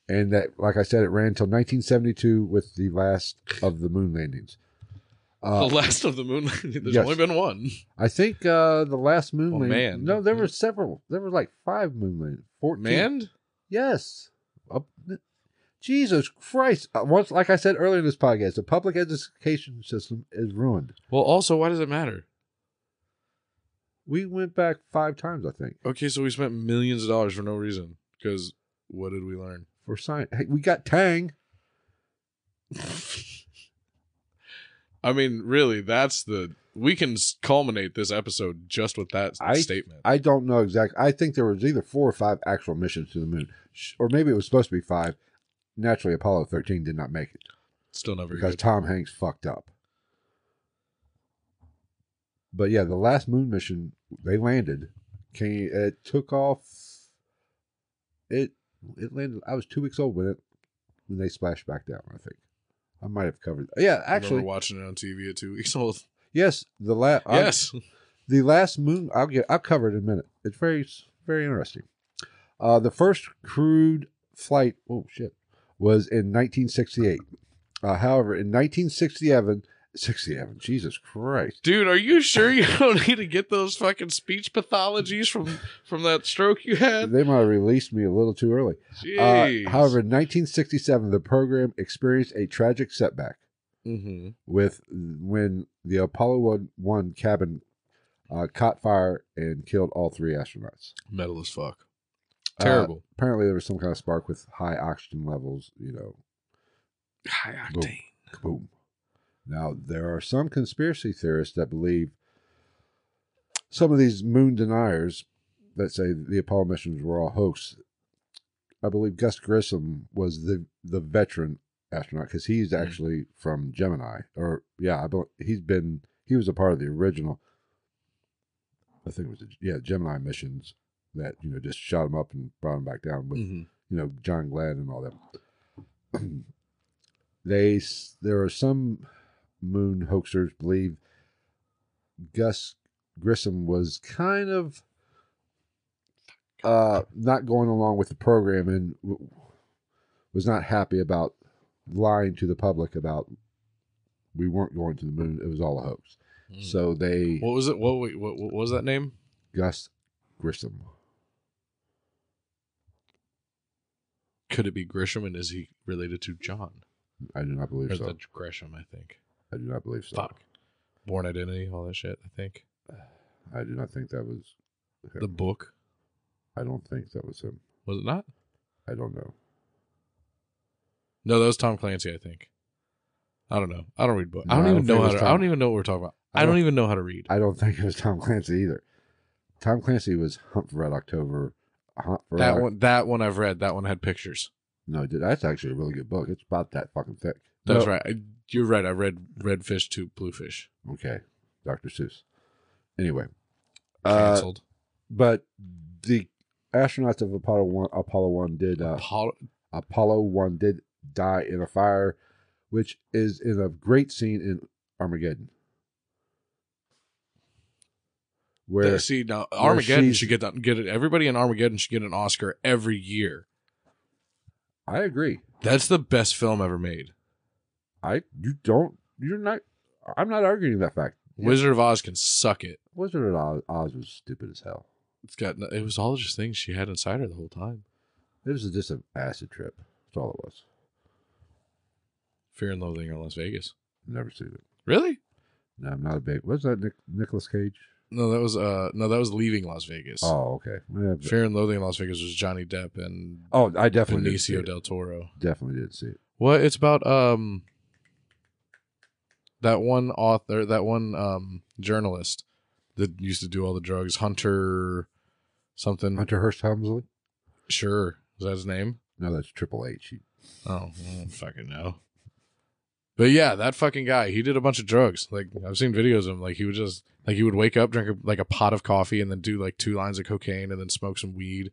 A: and that, like I said, it ran until 1972 with the last of the moon landings. Uh,
B: the last of the moon. There's
A: yes.
B: only been one.
A: I think uh, the last moon
B: Oh,
A: landing.
B: man.
A: No, there were several. There were like five moon landings. 14.
B: Man,
A: Yes. Up- Jesus Christ. Uh, Once, like I said earlier in this podcast, the public education system is ruined.
B: Well, also, why does it matter?
A: We went back five times, I think,
B: Okay, so we spent millions of dollars for no reason. Because what did we learn?
A: for science. Hey, we got Tang.
B: I mean, really, that's the we can s- culminate this episode just with that
A: I-
B: statement.
A: I don't know exactly. I think there was either four or five actual missions to the moon, Sh- or maybe it was supposed to be five. Naturally, Apollo 13 did not make it
B: Still not very
A: because
B: good.
A: Tom Hanks fucked up. But yeah, the last moon mission they landed, came, it took off. It it landed. I was two weeks old when it when they splashed back down. I think I might have covered. Yeah,
B: I remember
A: actually,
B: watching it on TV at two weeks old.
A: yes. The last
B: yes,
A: the last moon I'll get I'll cover it in a minute. It's very very interesting. Uh, the first crewed flight oh shit was in 1968. Uh, however, in 1967, 67, Jesus Christ.
B: dude, are you sure you don't need to get those fucking speech pathologies from from that stroke you had?
A: They might have released me a little too early.
B: Jeez.
A: Uh, however, in 1967, the program experienced a tragic setback
B: hmm
A: with when the Apollo 1, 1 cabin uh, caught fire and killed all three astronauts.
B: metal as fuck,
A: Uh,
B: terrible,
A: apparently there was some kind of spark with high oxygen levels, you know,
B: high octane.
A: kaboom. Now, there are some conspiracy theorists that believe some of these moon deniers that say the Apollo missions were all hoax. I believe Gus Grissom was the, the veteran astronaut because he's
B: Mhm.
A: actually from Gemini, or yeah, I believe he's been he was a part of the original. I think it was the, yeah Gemini missions that you know just shot him up and brought him back down with
B: Mhm.
A: you know John Glenn and all them. they s- there are some moon hoaxers believe Gus Grissom was kind of uh, not going along with the program and w- was not happy about lying to the public about we weren't going to the moon. It was all a hoax.
B: Mm.
A: So they
B: what was it? What, wait, what what was that name?
A: Gus Grissom.
B: Could it be Grisham? And is he related to John?
A: I do not
B: Or
A: believe
B: is
A: so.
B: that Gresham? I think.
A: I do not believe so.
B: Fuck. Born Identity, all that shit. I think
A: I do not think that was. him.
B: the book
A: I don't think that was him.
B: was it not?
A: I don't know.
B: No, that was Tom Clancy. I think. I don't know. I don't read books. I don't
A: No, I don't
B: even
A: think
B: know
A: it was
B: how to. I
A: Tom.
B: don't even know what we're talking about. I
A: I
B: don't,
A: don't-
B: even know how to read.
A: I don't think it was Tom Clancy either. Tom Clancy was Hunt for Red October. Hunt for
B: that
A: Red
B: one. That one I've read. That one had pictures.
A: No, dude, that's actually a really good book. It's about that fucking thick.
B: That's
A: No,
B: right. I, you're right. I read Red Fish to Blue Fish.
A: Okay, Dr. Seuss. Anyway, uh,
B: Cancelled.
A: but the astronauts of Apollo One, Apollo One did uh,
B: Apollo-
A: Apollo One did die in a fire, which is in a great scene in Armageddon, where
B: see now
A: where
B: Armageddon
A: she's-
B: should get that. Get it. Everybody in Armageddon should get an Oscar every year.
A: I agree.
B: That's the best film ever made.
A: I you don't you're not I'm not arguing that fact.
B: Wizard of Oz can suck it.
A: Wizard of Oz, Oz was stupid as hell.
B: It's got. no- It was all just things she had inside her the whole time.
A: It was just an acid trip. That's all it was.
B: Fear and Loathing in Las Vegas.
A: Never seen it.
B: Really?
A: No, I'm not a big. What's that? Nick, Nicholas Cage.
B: No, that was uh no, that was leaving Las Vegas.
A: Oh, okay. Yeah, but-
B: Fear and Loathing in Las Vegas was Johnny Depp and
A: oh, I definitely did see
B: Benicio
A: it.
B: del Toro.
A: Definitely did see it.
B: What it's about um that one author that one um journalist that used to do all the drugs, Hunter something.
A: Hunter Hearst Helmsley.
B: Sure. Is that his name?
A: No, that's Triple H. He-
B: Oh, I don't fucking know. But yeah, that fucking guy, he did a bunch of drugs. Like I've seen videos of him. Like he would just like he would wake up, drink a, like a pot of coffee, and then do like two lines of cocaine, and then smoke some weed,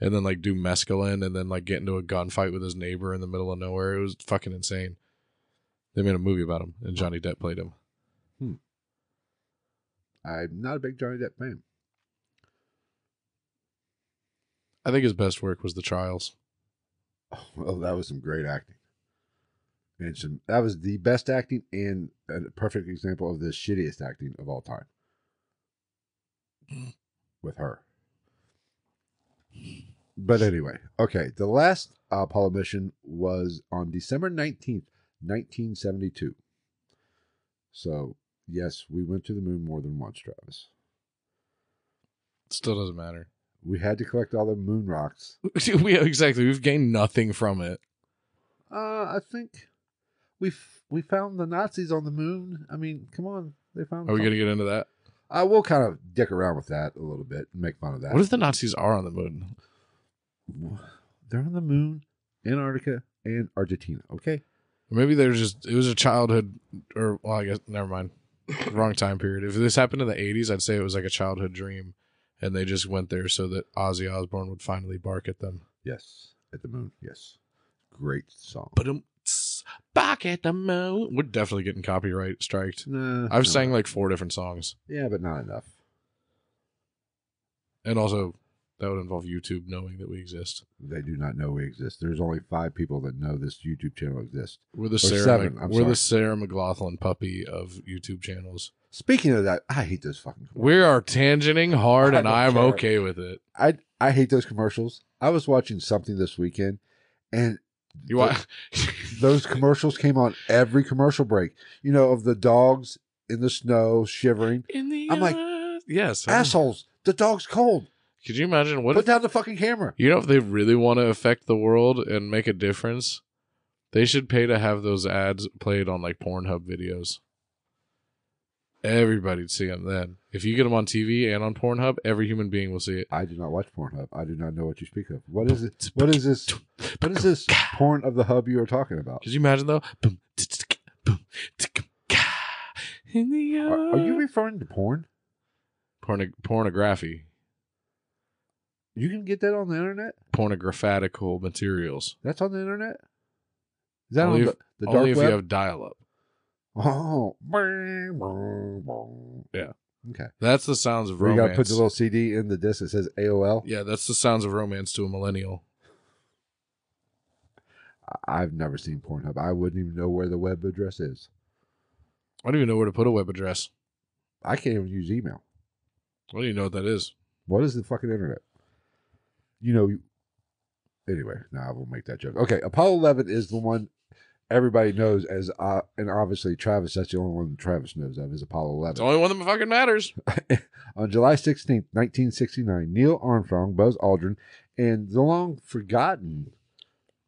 B: and then like do mescaline, and then like get into a gunfight with his neighbor in the middle of nowhere. It was fucking insane. They made a movie about him, and Johnny Depp played him.
A: I'm not a big Johnny Depp fan.
B: I think his best work was The Trials.
A: Oh, that was some great acting. And some that was the best acting and a perfect example of the shittiest acting of all time. With her. But anyway, okay. The last uh, Apollo mission was on December 19th, 1972. So, yes, we went to the moon more than once, Travis.
B: Still doesn't matter.
A: We had to collect all the moon rocks
B: we exactly. We've gained nothing from it.
A: Uh, I think we f- we found the Nazis on the moon. I mean, come on, they found.
B: Are we
A: something.
B: gonna get into that?
A: I will kind of dick around with that a little bit and make fun of that.
B: What if the Nazis are on the moon?
A: They're on the moon, Antarctica, and Argentina. Okay,
B: Maybe they're just it was a childhood or well, I guess never mind. Wrong time period. If this happened in the eighties, I'd say it was like a childhood dream and they just went there so that Ozzy Osbourne would finally bark at them.
A: yes, at the moon. Yes, great song.
B: But um bark at the moon. We're definitely getting copyright striked.
A: nah,
B: I've
A: no.
B: sang like four different songs.
A: yeah, but not enough.
B: And also that would involve YouTube knowing that we exist.
A: They do not know we exist. There's only five people that know this YouTube channel exists.
B: We're the Sarah
A: seven,
B: Mc-
A: I'm
B: we're
A: sorry.
B: the Sarah McLaughlin puppy of YouTube channels.
A: Speaking of that, I hate those fucking.
B: We are tangenting hard
A: I
B: and
A: don't
B: I'm
A: care.
B: okay with it.
A: I I hate those commercials. I was watching something this weekend, and the-
B: You want
A: those commercials came on every commercial break. You know, of the dogs in the snow shivering.
B: In the
A: I'm like,
B: eyes- yes. I-
A: Assholes, the dog's cold.
B: Could you imagine what
A: Put
B: if,
A: down the fucking camera.
B: you know if they really want to affect the world and make a difference? They should pay to have those ads played on like Pornhub videos. Everybody'd see them then. If you get them on TV and on Pornhub, every human being will see it.
A: I do not watch Pornhub. I do not know what you speak of. What is it? What is this? What is this porn of the hub you are talking about?
B: Could you imagine though? Boom, tick, boom, tick, In the
A: Are, are you
B: eye-
A: referring to porn?
B: Porno- pornography,
A: You can get that on the internet.
B: pornographatical materials?
A: That's on the internet. Is that
B: Only
A: on
B: if-
A: the, the dark
B: Only if
A: web?
B: you have dial-up.
A: oh, Bang, bang, bang.
B: Yeah.
A: Okay.
B: That's the sounds of
A: We got
B: romance.
A: to put the little CD in the disc that says AOL.
B: Yeah, that's the sounds of romance to a millennial.
A: I- I've never seen Pornhub. I wouldn't even know where the web address is.
B: I don't even know where to put a web address.
A: I can't even use email.
B: I don't even know what that is.
A: What is the fucking internet? You know. You... Anyway, now I will make that joke. Okay, Apollo Eleven is the one everybody knows as, uh, and obviously Travis. That's the only one Travis knows of is Apollo
B: It's
A: Eleven.
B: the only one that fucking matters.
A: On July 16th, 1969, Neil Armstrong, Buzz Aldrin, and the long forgotten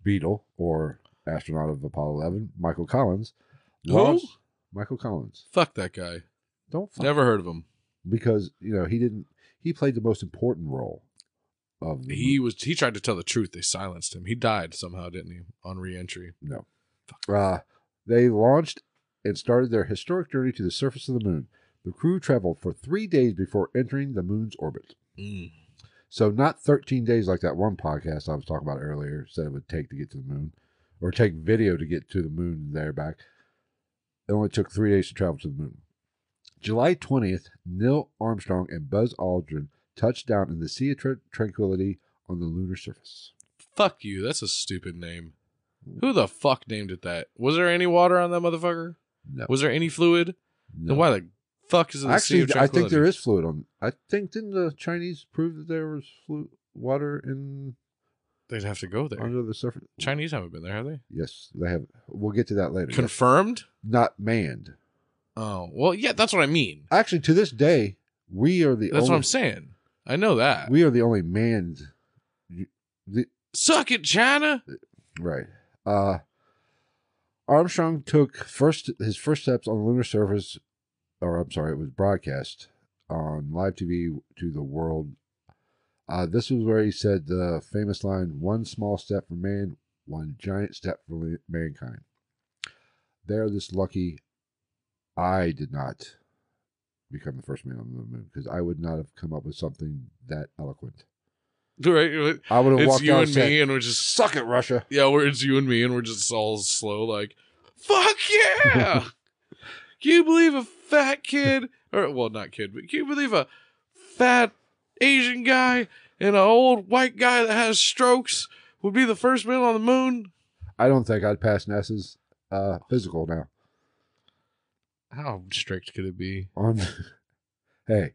A: Beatle or astronaut of Apollo 11, Michael Collins.
B: Who?
A: launched- Michael Collins.
B: Fuck that guy.
A: Don't fuck
B: Never heard of him.
A: because you know he didn't. He played the most important role of the
B: He was he tried to tell the truth. They silenced him. He died somehow, didn't he? On re-entry.
A: No. Uh, they launched and started their historic journey to the surface of the moon. The crew traveled for three days before entering the moon's orbit.
B: Mm.
A: So, not 13 days like that one podcast I was talking about earlier said it would take to get to the moon or take video to get to the moon and there back. It only took three days to travel to the moon. July 20th, Neil Armstrong and Buzz Aldrin touched down in the Sea of Tran- Tranquility on the lunar surface.
B: Fuck you. That's a stupid name. Who the fuck named it that? Was there any water on that motherfucker?
A: No.
B: Was there any fluid?
A: no.
B: Then why the fuck is it the
A: Actually,
B: sea of
A: I think
B: tranquility?
A: there is fluid on. I think didn't the Chinese prove that there was flu water in
B: They'd have to go there.
A: under the surface?
B: Chinese haven't been there, have they?
A: Yes, they have. We'll get to that later.
B: Confirmed.
A: Not manned.
B: Oh well, yeah, that's what I mean.
A: Actually, to this day, we are the
B: That's what
A: only
B: I'm saying. I know that.
A: we are the only manned
B: Suck it, China.
A: Right. Uh, Armstrong took first his first steps on the lunar surface, or I'm sorry, it was broadcast on live TV to the world. Uh, this was where he said the famous line: "One small step for man, one giant step for li- mankind." They're this lucky. I did not become the first man on the moon because I would not have come up with something that eloquent.
B: Right?
A: I would have
B: It's
A: walked
B: you
A: out
B: and
A: and said,
B: me, and we're just
A: "Suck it, Russia."
B: Yeah, where it's you and me, and we're just all slow, like, fuck yeah! can you believe a fat kid, or, well, not kid, but can you believe a fat Asian guy and an old white guy that has strokes would be the first man on the moon?
A: I don't think I'd pass NASA's uh, physical now.
B: How strict could it be?
A: On hey,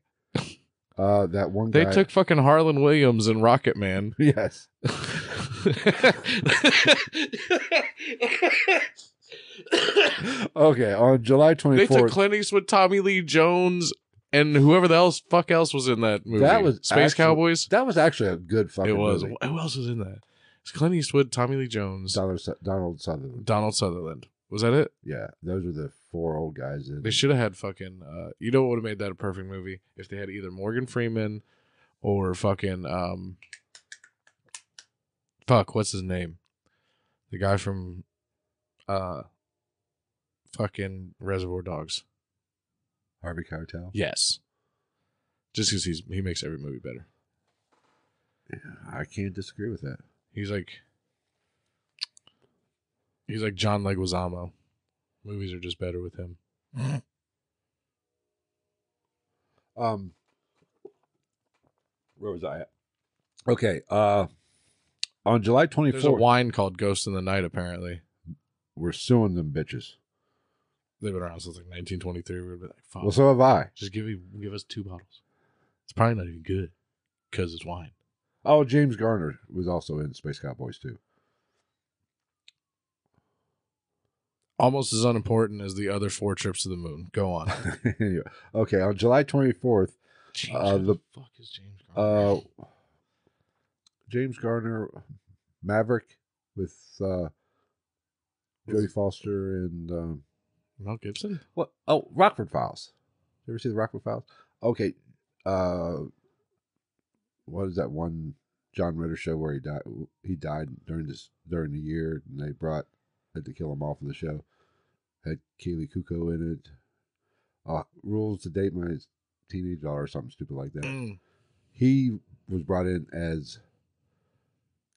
A: uh, that one guy.
B: They took fucking Harlan Williams and Rocket Man.
A: yes. Okay, on July twenty
B: They took
A: fourth.
B: Clint Eastwood, Tommy Lee Jones, and whoever the else fuck else was in that movie.
A: That was
B: Space
A: actual-
B: Cowboys.
A: That was actually a good fucking.
B: It was.
A: movie.
B: Who else was in that? It's Clint Eastwood, Tommy Lee Jones,
A: Donald, Su- Donald Sutherland.
B: Donald Sutherland. Was that it?
A: Yeah, those were the four old guys. In,
B: They should have had fucking. Uh, you know what would have made that a perfect movie if they had either Morgan Freeman or fucking um. Fuck, what's his name? The guy from, uh, fucking Reservoir Dogs.
A: Harvey Keitel.
B: Yes. Just because he's he makes every movie better.
A: I can't disagree with that.
B: He's like he's like John Leguizamo. Movies are just better with him.
A: Um, where was I at? Okay, uh, on July twenty
B: There's a
A: fourth,
B: wine called Ghost in the Night. Apparently,
A: we're suing them bitches.
B: they've been around since like 1923. We'd be like, fuck.
A: Well, so have I.
B: just give me give us two bottles. It's probably not even good because it's wine.
A: Oh, James Garner was also in Space Cowboys too.
B: Almost as unimportant as the other four trips to the moon. Go on.
A: Anyway, okay, on July 24th,
B: James,
A: Uh,
B: who
A: the-
B: fuck is James? Garner?
A: uh, James Garner, Maverick, with uh, Jodie Foster and um,
B: Mel Gibson.
A: what? Oh, Rockford Files. You ever see the Rockford Files? Okay, uh, what is that one John Ritter show where he died? He died during this during the year, and they brought had to kill him off of the show. Had Kaylee Kuko in it. Uh, rules to date my teenage daughter or something stupid like that.
B: Mm.
A: He was brought in as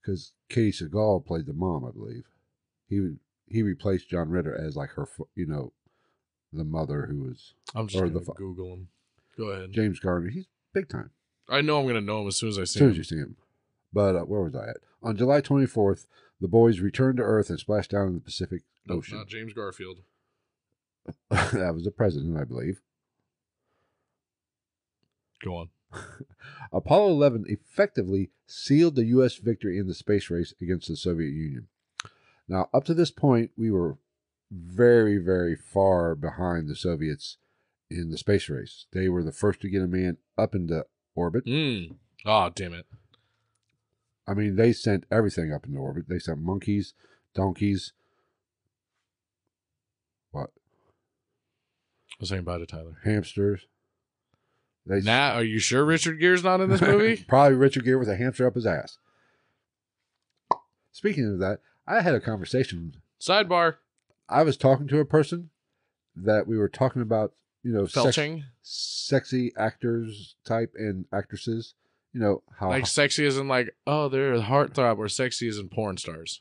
A: because Katie Seagal played the mom, I believe. He he replaced John Ritter as like her, fa- you know, the mother who was
B: I'm just
A: or
B: gonna
A: the fu-
B: Google him. Go ahead.
A: James Garner. He's big time.
B: I know I'm gonna know him as soon as I
A: As
B: see
A: soon
B: him.
A: as you see him. But uh, where was I at? On July 24th, the boys returned to Earth and splashed down in the Pacific
B: Nope,
A: Ocean.
B: not James Garfield.
A: that was the president, I believe.
B: Go on.
A: Apollo 11 effectively sealed the U.S. victory in the space race against the Soviet Union. Now, up to this point, we were very, very far behind the Soviets in the space race. They were the first to get a man up into orbit.
B: Mm. Ah, damn it.
A: I mean, they sent everything up into orbit. They sent monkeys, donkeys. What?
B: I was saying bye to Tyler.
A: hamsters. They
B: Now, are you sure Richard Gere's not in this movie?
A: probably Richard Gere with a hamster up his ass. Speaking of that, I had a conversation.
B: Sidebar.
A: I was talking to a person that we were talking about, you know, sex-
B: Felching.
A: sexy actors type and actresses. You know how
B: Like sexy isn't like, oh, they're a heartthrob, or sexy isn't porn stars.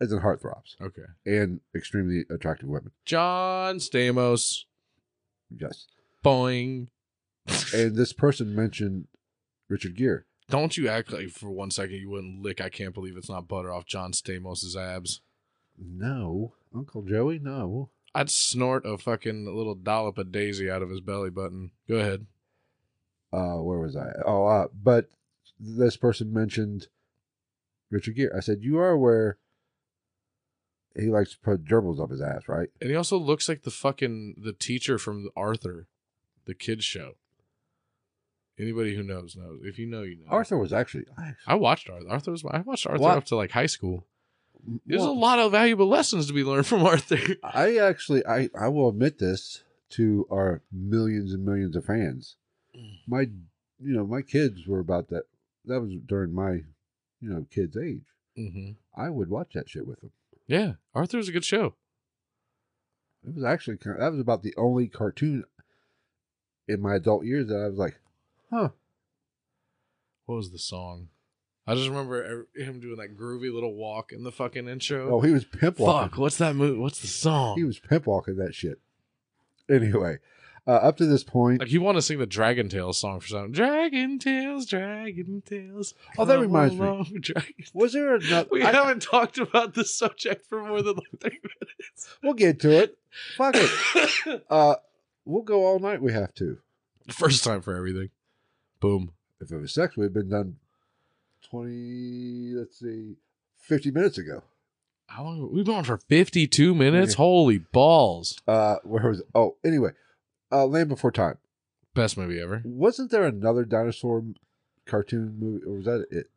A: as in heartthrobs
B: Okay.
A: and extremely attractive women.
B: John Stamos.
A: Yes,
B: Boing.
A: and this person mentioned Richard Gere.
B: Don't you act like for one second you wouldn't lick I can't believe it's not butter off John Stamos' abs.
A: No, Uncle Joey, no.
B: I'd snort a fucking little dollop of daisy out of his belly button. Go ahead.
A: uh where was I? Oh, uh, but this person mentioned Richard Gere. I said, "You are aware he likes to put gerbils up his ass, right?
B: And he also looks like the fucking the teacher from Arthur, the kids show. Anybody who knows knows. If you know, you know.
A: Arthur was actually. I,
B: I watched Arthur. Arthur was. I watched Arthur
A: What?
B: up to like high school. There's
A: well,
B: a lot of valuable lessons to be learned from Arthur.
A: I actually, I, I will admit this to our millions and millions of fans.
B: Mm.
A: My, you know, my kids were about that. That was during my, you know, kids' age.
B: hmm
A: I would watch that shit with them.
B: Yeah, Arthur was a good show.
A: It was actually kind that was about the only cartoon in my adult years that I was like, huh,
B: What was the song? I just remember e- him doing that groovy little walk in the fucking intro.
A: oh, he was pimp walking.
B: Fuck! What's that move? What's the song?
A: He was pimp walking that shit. Anyway, uh, up to this point,
B: like you want to sing the Dragon Tales song for something. Dragon Tales, Dragon Tales.
A: Oh, that reminds me.
B: me. Dragon.
A: was there another?
B: We
A: I-
B: haven't talked about this subject for more than like three
A: we'll get to it. Fuck it.
B: minutes.
A: Uh, we'll go all night. We have to.
B: First time for everything. Boom.
A: If it was sex, we'd been done twenty. Let's see, fifty minutes ago.
B: How long? We've been on for fifty-two minutes. Holy balls!
A: Uh, where was? Oh, anyway, uh, Land Before Time.
B: Best movie ever.
A: Wasn't there another dinosaur cartoon movie, or was that it?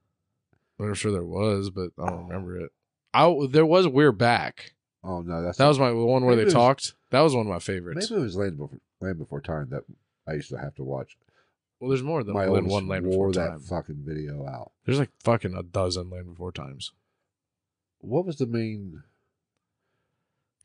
B: I'm sure there was, but I don't remember it. I there was We're Back.
A: Oh no, that's
B: That was my the one where
A: Maybe
B: they
A: it was-
B: talked. That was one of my favorites.
A: maybe it was Land Before Land Before Time that I used to have to watch.
B: well, there's more than,
A: My
B: than
A: oldest
B: one Land
A: wore
B: Before
A: that
B: Time.
A: fucking video out.
B: There's like fucking a dozen Land Before Times.
A: What was the main?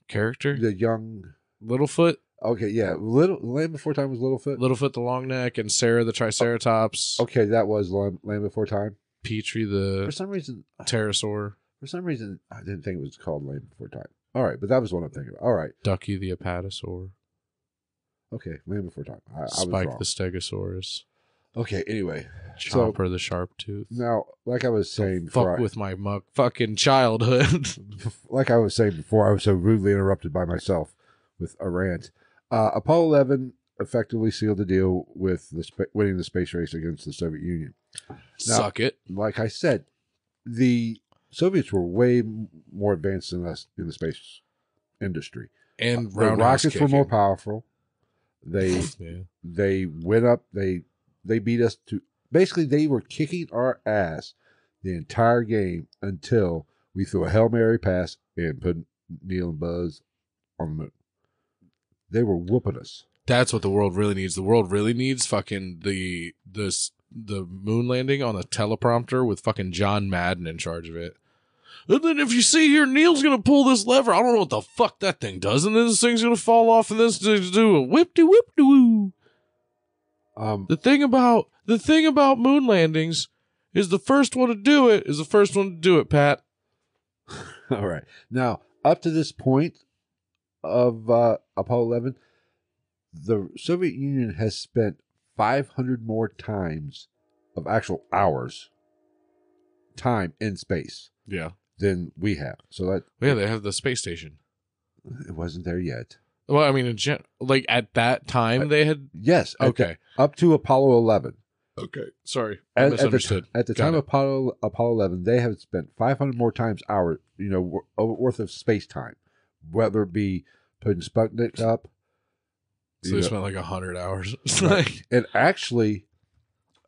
B: Character
A: The young.
B: Littlefoot,
A: Okay, yeah, little Land Before Time was Littlefoot.
B: Littlefoot the Long Neck, and Sarah the Triceratops.
A: Oh, Okay, that was Land Land Before Time.
B: Petrie
A: For
B: the
A: some reason,
B: Pterosaur,
A: For some reason, I didn't think it was called Land Before Time. All right, but that was what I'm thinking about. All right,
B: Ducky the Apatosaur,
A: okay, Land Before Time. I, I was
B: Spike
A: wrong.
B: the Stegosaurus,
A: Okay, anyway, So-
B: Chomper the Sharp Tooth.
A: now like I was saying
B: Fuck
A: before, I,
B: with my muck fucking childhood.
A: like I was saying before, I was so rudely interrupted by myself with a rant. Uh, Apollo 11 effectively sealed the deal with the sp- winning the space race against the Soviet Union.
B: Suck it.
A: Like I said, the Soviets were way m- more advanced than us in the space industry.
B: And
A: The
B: roundhouse
A: rockets were more
B: kicking.
A: powerful. They
B: Yeah.
A: they went up they they beat us to basically they were kicking our ass the entire game until we threw a hail mary pass and put neil and buzz on the moon they were whooping us
B: That's what the world really needs. The world really needs fucking the this the moon landing on a teleprompter with fucking John Madden in charge of it. And then if you see here, Neil's gonna pull this lever. I don't know what the fuck that thing does, and then this thing's gonna fall off, and this thing's do a whip de whip de woo.
A: um
B: The thing about the thing about moon landings is the first one to do it is the first one to do it. Pat,
A: all right now up to this point of uh, apollo 11 the soviet union has spent 500 more times of actual hours time in space
B: yeah,
A: than we have so that
B: yeah, they have the space station.
A: it wasn't there yet
B: Well, I mean, in gen- like at that time they had
A: Yes. at
B: okay,
A: the- up to Apollo 11.
B: okay, sorry, I
A: At, at the,
B: misunderstood.
A: t- at the
B: Got
A: time
B: it.
A: of Apollo, Apollo 11, they have spent 500 more times hour, you know, wor- uh, worth of space time, whether it be putting Sputnik up.
B: So
A: you
B: they
A: know,
B: spent like a hundred hours. It's
A: Right.
B: like
A: and actually,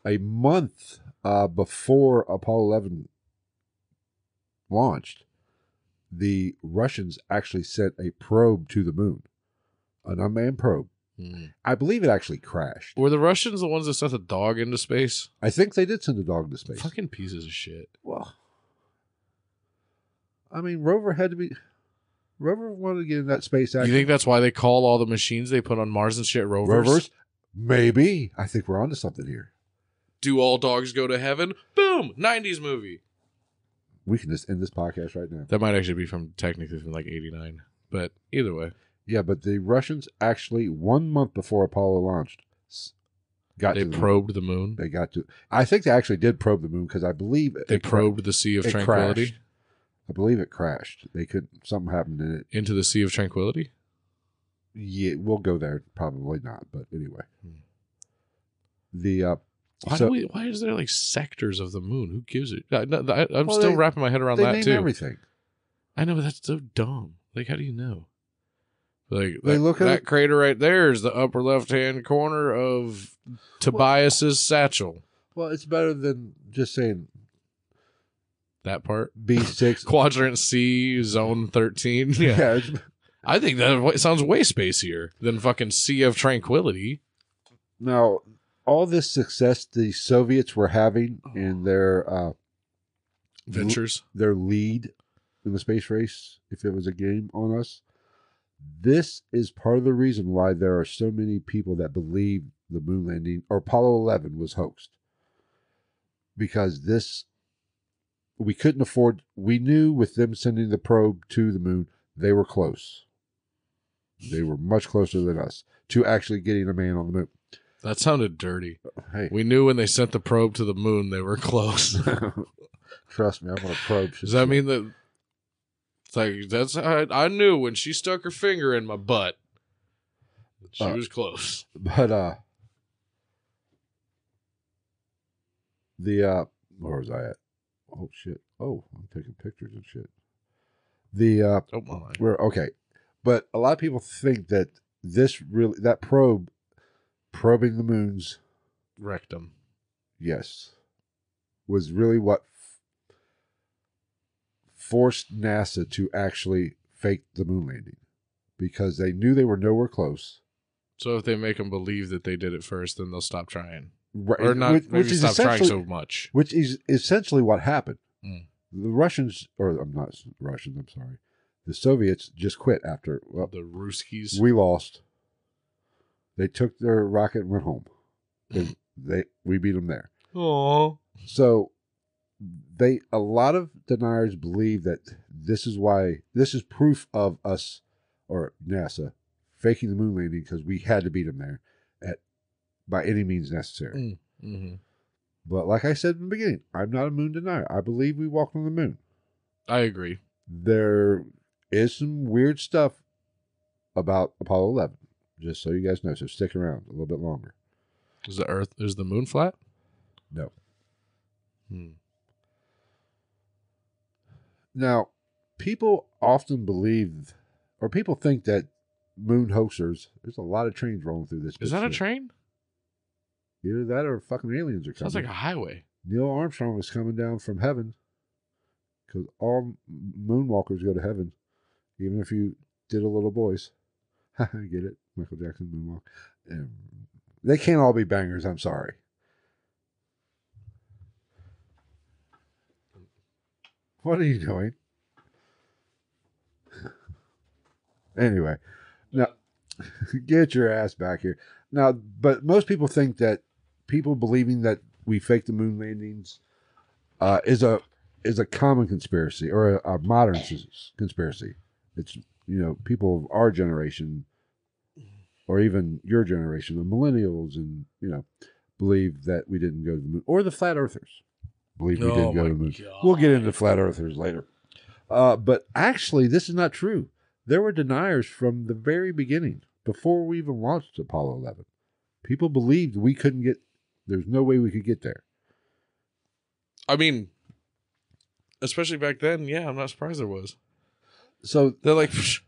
A: a month uh, before Apollo 11 launched, the Russians actually sent a probe to the moon, an unmanned probe. I believe it actually crashed.
B: were the Russians the ones that sent the dog into space?
A: I think they did send a dog to space.
B: Fucking pieces of shit.
A: Well, I mean, Rover had to be. Rover wanted to get in that space
B: You
A: action.
B: think that's why they call all the machines they put on Mars and shit rovers?
A: Rovers? Maybe. I think we're onto something here.
B: Do all dogs go to heaven? Boom! Nineties movie.
A: We can just end this podcast right now.
B: That might actually be from technically from like eighty nine, but either way,
A: Yeah, but the Russians actually one month before Apollo launched, s- got
B: they
A: to the-
B: probed the moon.
A: they got to. I think they actually did probe the moon because I believe it,
B: They
A: it cra-
B: probed the Sea of
A: it
B: Tranquility
A: crashed. I believe it crashed. They could something happened in it.
B: into the Sea of Tranquility.
A: Yeah, we'll go there. Probably not, but anyway.
B: Hmm.
A: The uh,
B: Why
A: So-
B: do we? Why is there like sectors of the moon? Who gives it? I, no, I, I'm
A: Well,
B: still
A: they-
B: wrapping my head around
A: they
B: that
A: name
B: too.
A: everything.
B: I know, but that's so dumb. Like, how do you know? Like
A: They
B: that,
A: look at
B: that
A: it-
B: crater right there is the upper left hand corner of Tobias's satchel.
A: Well, it's better than just saying
B: That part,
A: B6.
B: quadrant C, zone thirteen. Yeah,
A: it's,
B: I think that wa- sounds way spacier than fucking Sea of Tranquility.
A: now, all this success the Soviets were having
B: Oh.
A: in their uh,
B: Ventures.
A: their lead in the space race, if it was a game on us, this is part of the reason why there are so many people that believe the moon landing or Apollo 11 was hoaxed. Because this, we couldn't afford, we knew with them sending the probe to the moon, they were close. They were much closer than us to actually getting a man on the moon.
B: That sounded dirty.
A: Hey,
B: We knew when they sent the probe to the moon they were close.
A: trust me, I'm going to probe.
B: Does that mean that? It's like that's I, I knew when she stuck her finger in my butt. She
A: Uh,
B: was close.
A: but uh the uh where was i at oh shit oh i'm taking pictures and shit the uh
B: Oh my!
A: we're okay but a lot of people think that this really that probe probing the moons
B: Rectum.
A: yes was really what f- forced nasa to actually fake the moon landing because they knew they were nowhere close
B: So if they make them believe that they did it first, then they'll stop trying,
A: right
B: or not
A: which-
B: maybe
A: which is
B: stop trying
A: essentially-
B: so much.
A: which is essentially what happened.
B: Mm.
A: The Russians, or I'm not Russians, I'm sorry, the Soviets just quit after well,
B: The Ruskies.
A: we lost. They took their rocket and went home.
B: Mm.
A: They, they we beat them there.
B: Aw.
A: So they a lot of deniers believe that this is why this is proof of us or NASA faking the moon landing because we had to beat them there at by any means necessary.
B: Mm, mhm.
A: But like I said in the beginning, I'm not a moon denier. I believe we walked on the moon.
B: I agree.
A: There is some weird stuff about Apollo 11, just so you guys know. So stick around a little bit longer.
B: Is the Earth? Is the Moon flat?
A: No.
B: Hmm.
A: Now, people often believe, or people think that moon hoaxers, there's a lot of trains rolling through this.
B: Is that a
A: bitch.
B: train?
A: Either that or fucking aliens are coming.
B: Sounds like a highway.
A: Neil Armstrong is coming down from heaven because all m- moonwalkers go to heaven, even if you did a little boys. I get it, Michael Jackson moonwalk. Um, they can't all be bangers. I'm sorry. What are you doing? anyway, now get your ass back here. Now, but most people think that people believing that we faked the moon landings uh, is a is a common conspiracy or a, a modern s- conspiracy. It's you know people of our generation or even your generation, the millennials, and you know believe that we didn't go to the moon or the flat earthers believe we
B: Oh
A: didn't go
B: my
A: to the moon.
B: God.
A: We'll get into flat earthers later. Uh, but actually, this is not true. There were deniers from the very beginning, before we even launched Apollo 11. People believed we couldn't get, there's no way we could get there.
B: I mean, especially back then. Yeah, I'm not surprised there was.
A: So,
B: They're like, "Psh,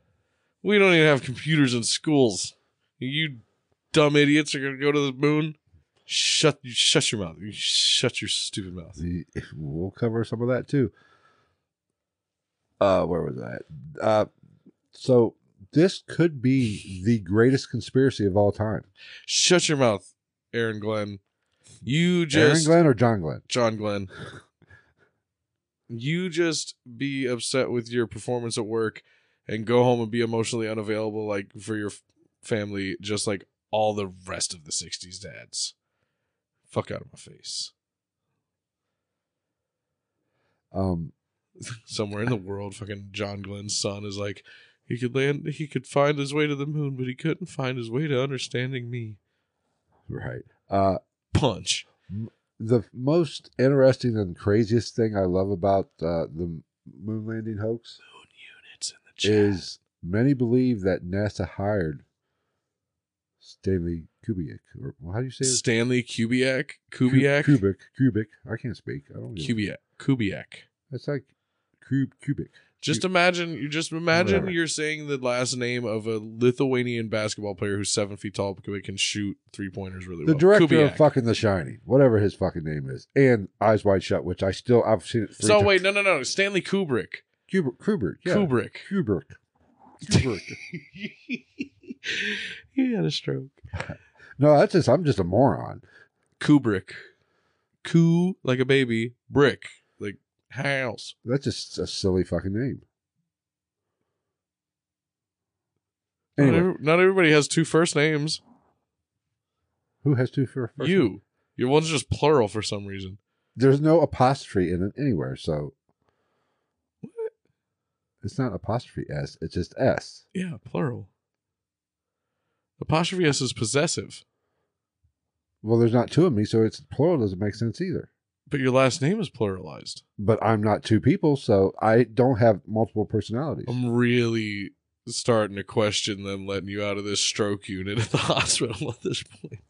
B: we don't even have computers in schools. You dumb idiots are gonna go to the moon. Shut you shut your mouth. You shut your stupid mouth.
A: the, we'll cover some of that too. Uh, where was that? Uh, so, this could be the greatest conspiracy of all time.
B: Shut your mouth, Aaron Glenn. You
A: Aaron
B: just
A: Glenn or John Glenn?
B: John Glenn. You just be upset with your performance at work and go home and be emotionally unavailable like for your f- family just like all the rest of the 60s dads. Fuck out of my face.
A: Um,
B: somewhere in the world fucking john glenn's son is like he could land he could find his way to the moon but he couldn't find his way to understanding me
A: right. Uh,
B: punch
A: the most interesting and craziest thing I love about uh, the moon landing hoax
B: moon units in the chat
A: is many believe that NASA hired Stanley Kubiak, or well, how do you say it?
B: stanley kubiak
A: Ku-
B: kubiak
A: Kubick, Kubick. I can't speak. I don't. Even,
B: kubiak kubiak
A: it's like Cube Cubic.
B: Just imagine you just imagine
A: Whatever.
B: you're saying the last name of a Lithuanian basketball player who's seven feet tall because he can shoot three pointers really
A: The
B: well.
A: director of
B: Kubiak.
A: fucking The Shining, whatever his fucking name is, and Eyes Wide Shut, which I still I've seen it. Three
B: so
A: times.
B: wait, no, no, no, Stanley Kubrick.
A: Kubrick, Kubrick, yeah.
B: Kubrick.
A: Kubrick, Kubrick.
B: he had a stroke.
A: no, that's just I'm just a moron.
B: Kubrick. Coo like a baby. Brick like house.
A: That's just a silly fucking name.
B: Not
A: Anyway,
B: every- not everybody has two first names.
A: who has two for first
B: you. Your one's just plural for some reason.
A: There's no apostrophe in it anywhere, so it's not apostrophe s. It's just s.
B: Yeah, plural. Apostrophe S is possessive,
A: Well, there's not two of me, so it's plural doesn't make sense either.
B: but your last name is pluralized.
A: But I'm not two people, so I don't have multiple personalities.
B: I'm really starting to question them letting you out of this stroke unit at the hospital at this point.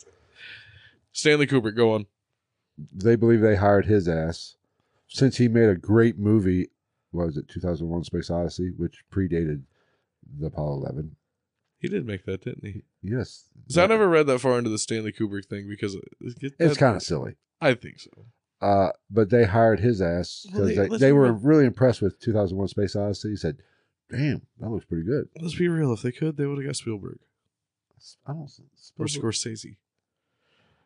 B: Stanley Kubrick, go on.
A: they believe they hired his ass since he made a great movie. What was it, 2001: Space Odyssey, which predated the Apollo 11?
B: He did make that, didn't he?
A: Yes,
B: 'Cause I never read that far into the Stanley Kubrick thing because it, it-
A: It's
B: that-
A: kind of silly.
B: I think so.
A: Uh, but they hired his ass
B: Well,
A: because
B: they-
A: they,
B: let's
A: they were
B: remember-
A: really impressed with 2001: Space Odyssey. He said, "Damn, that looks pretty good."
B: Let's be real. If they could, they would have got Spielberg
A: I don't.
B: or
A: Mm-hmm.
B: Scorsese.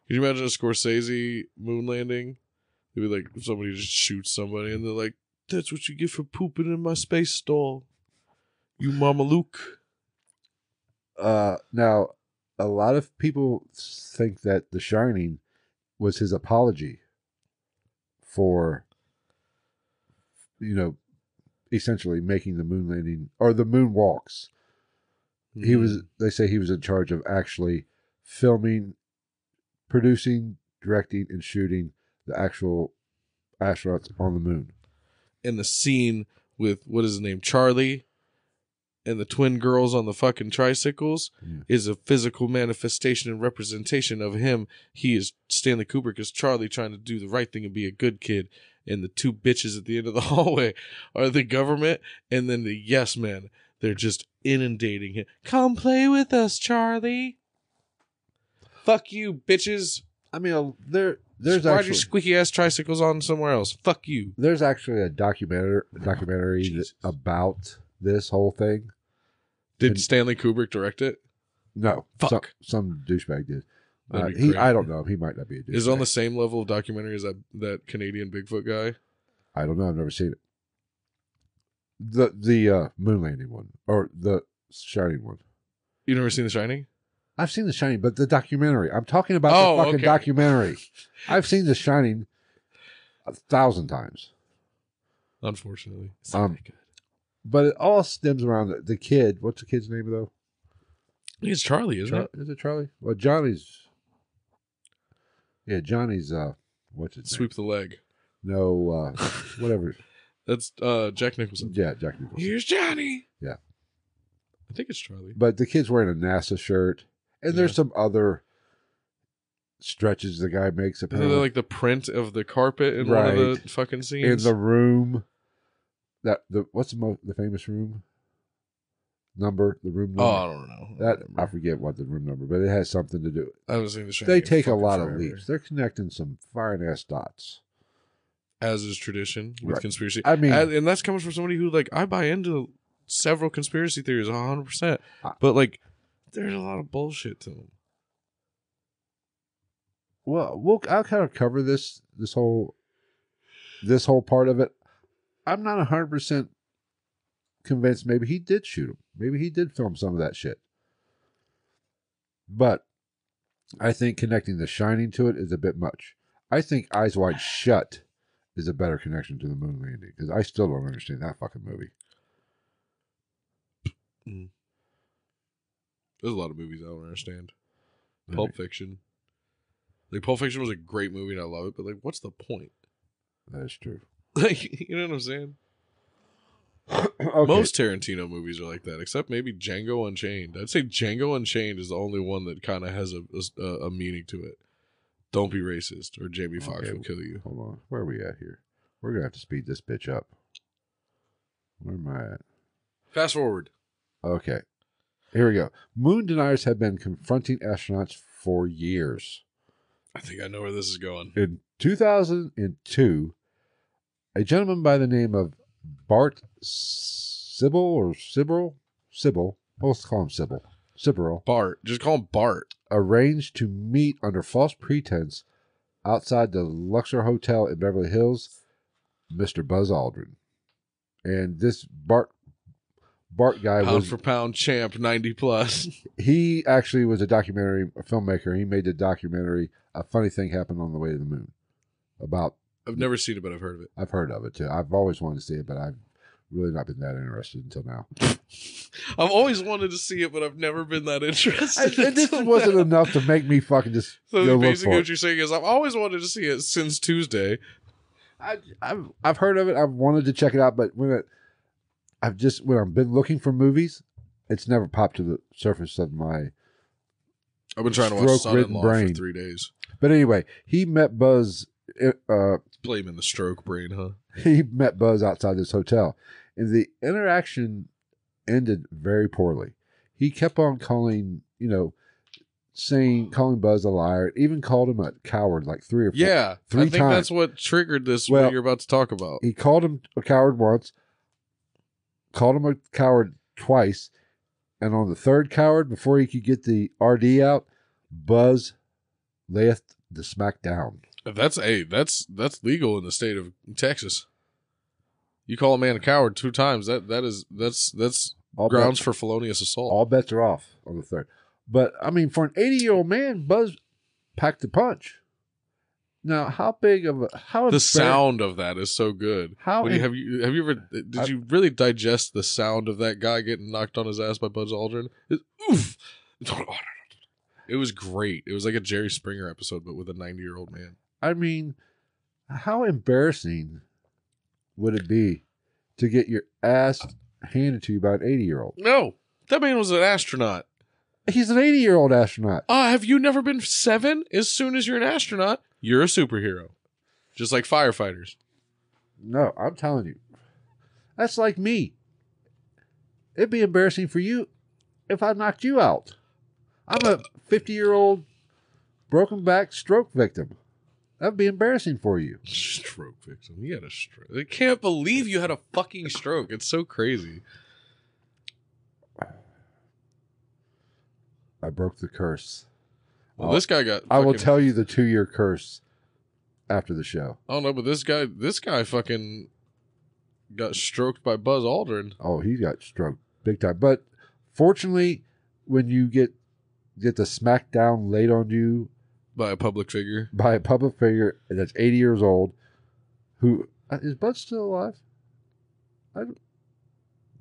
B: Could you imagine a Scorsese moon landing? They'd be like, somebody just shoots somebody, and they're like, "That's what you get for pooping in my space stall, you mama Luke."
A: Uh, now, a lot of people think that The Shining was his apology for, you know, essentially making the moon landing or the moon walks. He was. They say he was in charge of actually filming, producing, directing, and shooting the actual astronauts on the moon.
B: in the scene with what is his name, Charlie, and the twin girls on the fucking tricycles
A: Yeah.
B: is a physical manifestation and representation of him. He is Stanley Kubrick is Charlie trying to do the right thing and be a good kid. And the two bitches at the end of the hallway are the government and then the yes men. They're just inundating him. Come play with us, Charlie. Fuck you, bitches.
A: I mean, there there's
B: Ride
A: actually
B: your squeaky ass tricycles on somewhere else. Fuck you.
A: there's actually a documentary documentary that-
B: Jesus.
A: about this whole thing.
B: Did
A: And-
B: Stanley Kubrick direct it?
A: No,
B: Fuck.
A: some, some douchebag did.
B: That'd
A: Uh,
B: be
A: he,
B: great.
A: I don't know. He might not be a douchebag.
B: is on the same level of documentary as that, that Canadian Bigfoot guy.
A: I don't know. I've never seen it. The the uh, moon landing one or the shining one.
B: You never seen The Shining?
A: I've seen the shining, but the documentary. I'm talking about
B: Oh,
A: the fucking
B: okay.
A: documentary. I've seen the shining a thousand times.
B: Unfortunately, it's
A: Um,
B: not that good.
A: But it all stems around the, the kid. What's the kid's name though?
B: I think it's Charlie, isn't
A: Char-
B: it?
A: is it Charlie? Well, Johnny's. Yeah, Johnny's. Uh, what's his
B: Sweep the leg.
A: name? No, uh, whatever.
B: That's uh, Jack Nicholson.
A: yeah, Jack Nicholson.
B: Here's Johnny.
A: Yeah.
B: I think it's Charlie.
A: But the kid's wearing a NASA shirt, and there's
B: Yeah.
A: some other stretches the guy makes
B: Isn't there
A: apparently
B: like the print of the carpet in one of the
A: Uh, Right.
B: fucking
A: in
B: scenes?
A: the room. That the what's the most the famous room number? The room number.
B: oh, I don't know.
A: that
B: I don't
A: I
B: remember.
A: forget what the room number, but it has something to do.
B: I haven't seen The Shining.
A: They
B: in
A: take a
B: fucking
A: lot
B: forever.
A: of leaps. They're connecting some fine ass dots.
B: as is tradition with
A: Right.
B: conspiracy.
A: I mean,
B: and, and that's coming from somebody who like I buy into several conspiracy theories 100%.
A: I-
B: But like there's a lot of bullshit to them.
A: well we'll i'll kind of cover this this whole this whole part of it i'm not 100% convinced maybe he did shoot him maybe he did film some of that shit but i think connecting the shining to it is a bit much i think eyes wide shut is a better connection to the moon landing because i still don't understand that fucking movie
B: There's a lot of movies I don't understand.
A: Right.
B: Pulp Fiction. Like Pulp Fiction was a great movie and I love it, but like what's the point?
A: that is true
B: Like you know what I'm saying?
A: okay.
B: Most Tarantino movies are like that, except maybe Django Unchained. I'd say Django Unchained is the only one that kind of has a, a a meaning to it. Don't be racist, or Jamie Foxx
A: Okay.
B: will kill you.
A: hold on where are we at here we're gonna have to speed this bitch up Where am I at?
B: Fast forward.
A: Okay. Here we go. Moon deniers have been confronting astronauts for years.
B: I think I know where this is going.
A: In 2002, a gentleman by the name of Bart Sybil or Sybil? Sybil. Let's call him Sybil. Sybil
B: Bart. Just call him Bart.
A: arranged to meet under false pretense outside the Luxor Hotel in Beverly Hills, Mr. Buzz Aldrin. And this Bart Bart guy
B: pound
A: was
B: for pound champ, 90 plus.
A: he actually was a documentary filmmaker. He made the documentary A Funny Thing Happened on the Way to the Moon. About
B: I've never seen it, but I've heard of it.
A: I've heard of it too. I've always wanted to see it, but I've really not been that interested until now.
B: I've always wanted to see it, but I've never been that interested.
A: And- and this
B: until
A: wasn't
B: now.
A: enough to make me fucking just go
B: So
A: look
B: basically,
A: for
B: what
A: it.
B: you're saying is I've always wanted to see it since Tuesday.
A: I, I've I've heard of it. I've wanted to check it out, but when it, I've just when I've been looking for movies, it's never popped to the surface of my
B: I've been trying to watch Son
A: Stroke-ridden
B: in Law
A: brain.
B: for three days.
A: But anyway, he met Buzz. Uh,
B: Blaming the stroke brain, huh?
A: he met Buzz outside this hotel, and the interaction ended very poorly. He kept on calling, you know, saying calling Buzz a liar. Even called him a coward like three or four.
B: Yeah,
A: Three
B: I think
A: times.
B: that's what triggered this.
A: Well-
B: what you're about to talk about.
A: He called him a coward once, called him a coward twice, and on the third coward, before he could get the RD out, Buzz layeth the smack down.
B: That's hey, that's that's legal in the state of Texas. You call a man a coward two times. That that is that's that's
A: All bets-
B: grounds for felonious assault.
A: all bets are off on the third. But I mean, for an 80 year old man, Buzz packed the punch. Now, how big of a how
B: the
A: embar-
B: sound of that is so good.
A: How
B: When you-
A: em-
B: have you have you ever did
A: Oh, I-
B: you really digest the sound of that guy getting knocked on his ass by Buzz Aldrin? It, oof. It was great. It was like a Jerry Springer episode, but with a ninety-year-old man.
A: I mean, how embarrassing would it be to get your ass handed to you by an 80 year old?
B: No, that man was an astronaut.
A: He's an 80 year old astronaut.
B: Ah, have you never been seven? As soon as you're an astronaut, you're a superhero, just like firefighters.
A: No, I'm telling you, that's like me. It'd be embarrassing for you if I knocked you out. I'm a 50 year old broken back stroke victim. That'd be embarrassing for you.
B: Stroke victim. You had a stroke. I can't believe you had a fucking stroke. It's so crazy.
A: I broke the curse.
B: Well,
A: I'll-
B: this guy got.
A: I will
B: fucking-
A: tell you the two year curse after the show.
B: I don't know, but this guy, this guy fucking got stroked by Buzz Aldrin.
A: Oh, he got stroked big time. But fortunately, when you get get the smackdown laid on you
B: by a public figure.
A: by a public figure that's 80 years old who uh, is bud still alive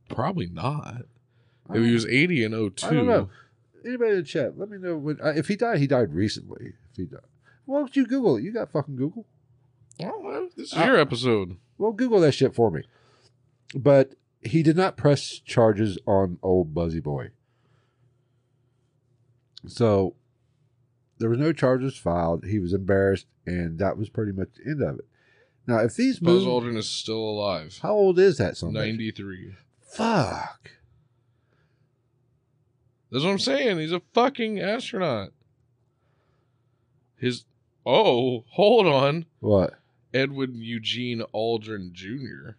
B: Probably not.
A: I
B: If he
A: don't-
B: was 80 in 02.
A: I don't know. anybody in the chat let me know when uh, if he died he died recently if he died why don't you google it you got fucking google
B: Well, well, this is
A: Uh,
B: your episode.
A: well google that shit for me but he did not press charges on old buzzy boy so there was no charges filed he was embarrassed and that was pretty much the end of it now if these
B: Buzz
A: moon-
B: Aldrin is still alive.
A: how old is that something
B: 93.
A: fuck
B: That's what I'm saying. He's a fucking astronaut. His. Oh, hold on.
A: what
B: Edwin Eugene Aldrin Jr.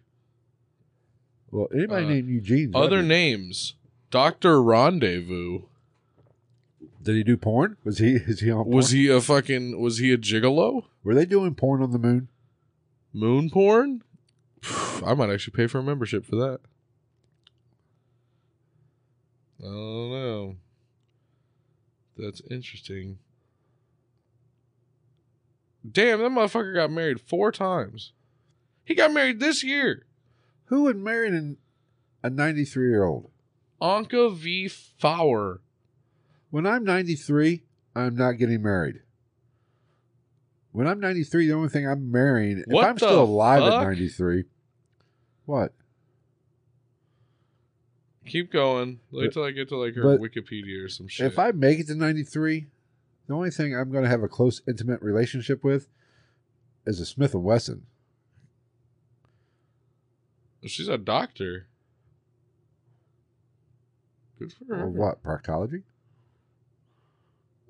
A: Well, anybody
B: Uh,
A: named Eugene.
B: Other names Dr. Rendezvous.
A: did he do porn? Was he is he on? Porn?
B: Was he a fucking. Was he a gigolo?
A: Were they doing porn on the moon?
B: Moon porn? Phew, I might actually pay for a membership for that. I don't know. That's interesting. Damn, that motherfucker got married four times. He got married this year.
A: Who would marry an, a ninety three year old?
B: Anka V. Fowler.
A: When I'm ninety three, I'm not getting married. When I'm ninety three, the only thing I'm marrying,
B: What
A: if I'm
B: the
A: still alive at
B: fuck?
A: ninety three, what?
B: Keep going. Wait till I get to like her
A: But-
B: Wikipedia or some shit.
A: If I make it to ninety three, the only thing I'm going to have a close, intimate relationship with is a Smith and Wesson.
B: She's a doctor. Good for her.
A: Or what? Proctology?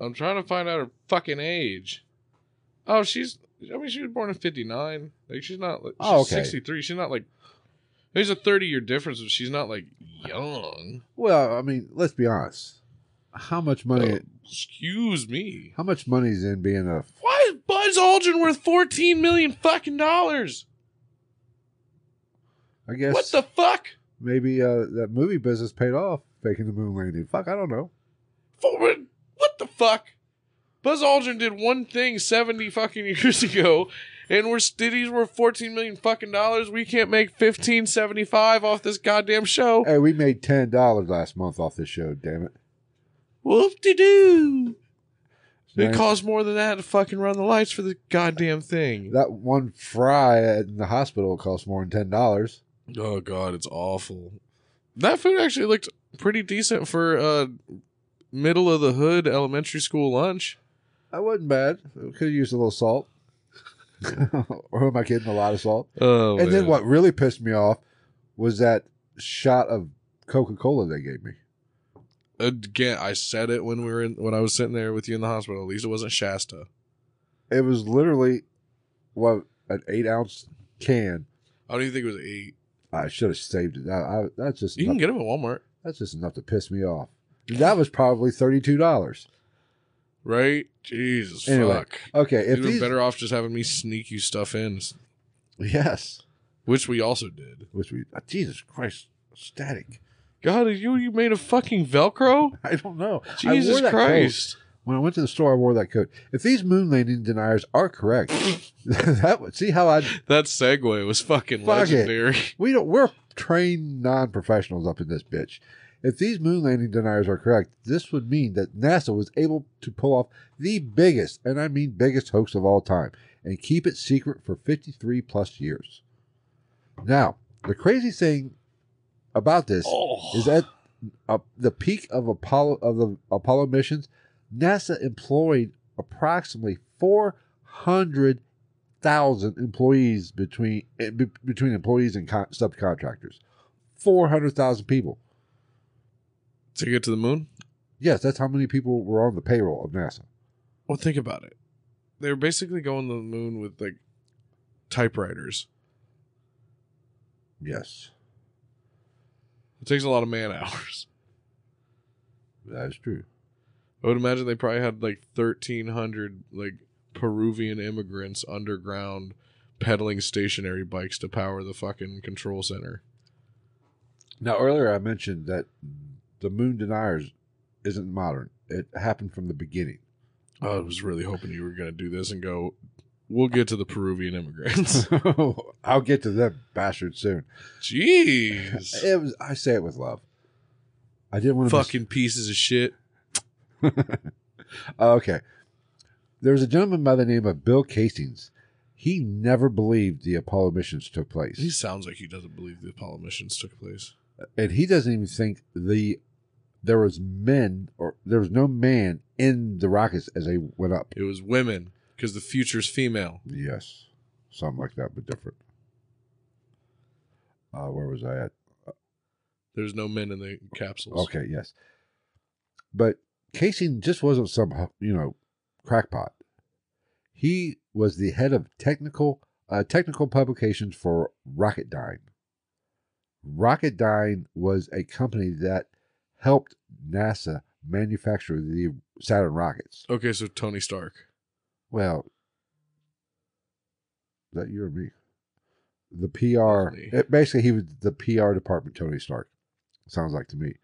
B: I'm trying to find out her fucking age. Oh, she's. I mean, she was born in '59. Like, she's not. Like, she's
A: Oh, okay.
B: 63. She's not like. There's a 30 year difference, but she's not like young.
A: Well, I mean, let's be honest. How much money?
B: Oh. Excuse me.
A: How much money is in being a?
B: Why is Buzz Aldrin worth 14 million fucking dollars?
A: I guess
B: What the fuck?
A: maybe uh, that movie business paid off faking the moon landing. Fuck, I don't know.
B: Forward. What the fuck? Buzz Aldrin did one thing 70 fucking years ago, and we're stitties worth 14 million fucking dollars. We can't make 15.75 off this goddamn show.
A: Hey, we made ten dollars last month off this show. Damn it!
B: Whoop de doo. It
A: Man,
B: costs more than that to fucking run the lights for the goddamn thing.
A: that one fry in the hospital cost more than ten dollars.
B: Oh god, it's awful. That food actually looked pretty decent for uh middle of the hood elementary school lunch.
A: That wasn't bad. Could have used a little salt. or am I kidding? A lot of salt.
B: Oh,
A: and then
B: man.
A: what really pissed me off was that shot of Coca Cola they gave me.
B: Again, I said it when we were in when I was sitting there with you in the hospital. At least it wasn't Shasta.
A: It was literally what an eight ounce can.
B: I don't even think it was eight.
A: I should have saved it. I, I, that's just
B: You
A: enough,
B: can get them at Walmart,
A: that's just enough to piss me off. That was probably thirty two dollars.
B: right? Jesus
A: Anyway,
B: fuck.
A: Okay, if
B: You'd been
A: these,
B: better off just having me sneak you stuff in,
A: yes,
B: which we also did.
A: which we uh, Jesus Christ, static.
B: God, you you made a fucking Velcro?
A: I don't know. I wore
B: Jesus
A: that coat.
B: Christ.
A: When I went to the store, I wore that coat. If these moon landing deniers are correct, that would see how I
B: That segue was fucking
A: Fuck it.
B: legendary.
A: We don't. We're trained non-professionals up in this bitch. If these moon landing deniers are correct, this would mean that NASA was able to pull off the biggest, and I mean biggest, hoax of all time, and keep it secret for 53 plus years. Now, the crazy thing about this
B: Oh.
A: is at uh, the peak of Apollo of the Apollo missions, NASA employed approximately 400,000 employees between eh, be, between employees and con- subcontractors. 400,000 people.
B: to get to the moon?
A: Yes, that's how many people were on the payroll of NASA.
B: Well, think about it. They were basically going to the moon with like typewriters.
A: Yes,
B: It takes a lot of man hours.
A: that is true.
B: I would imagine they probably had like thirteen hundred like Peruvian immigrants underground pedaling stationary bikes to power the fucking control center.
A: Now, earlier I mentioned that the moon deniers isn't modern. It happened from the beginning.
B: I was really hoping you were gonna do this and go. We'll get to the Peruvian immigrants.
A: I'll get to them bastards soon.
B: Jeez,
A: It was. I say it with love. I didn't want to.
B: fucking pieces of shit.
A: Oh, okay. There was a gentleman by the name of Bill Casings. He never believed the Apollo missions took place,
B: He sounds like he doesn't believe the Apollo missions took place.
A: and he doesn't even think the there was men or there was no man in the rockets as they went up.
B: It was women because the future's female.
A: Yes, something like that, but different. Uh, where was I at?
B: There's no men in the capsules.
A: Okay, yes. But Casing just wasn't some, you know, crackpot. He was the head of technical uh, technical publications for Rocketdyne. Rocketdyne was a company that helped NASA manufacture the Saturn rockets.
B: Okay, so Tony Stark.
A: Well, is that you or me? The PR.
B: me.
A: It, basically, he was the PR department, Tony Stark. Sounds like to me.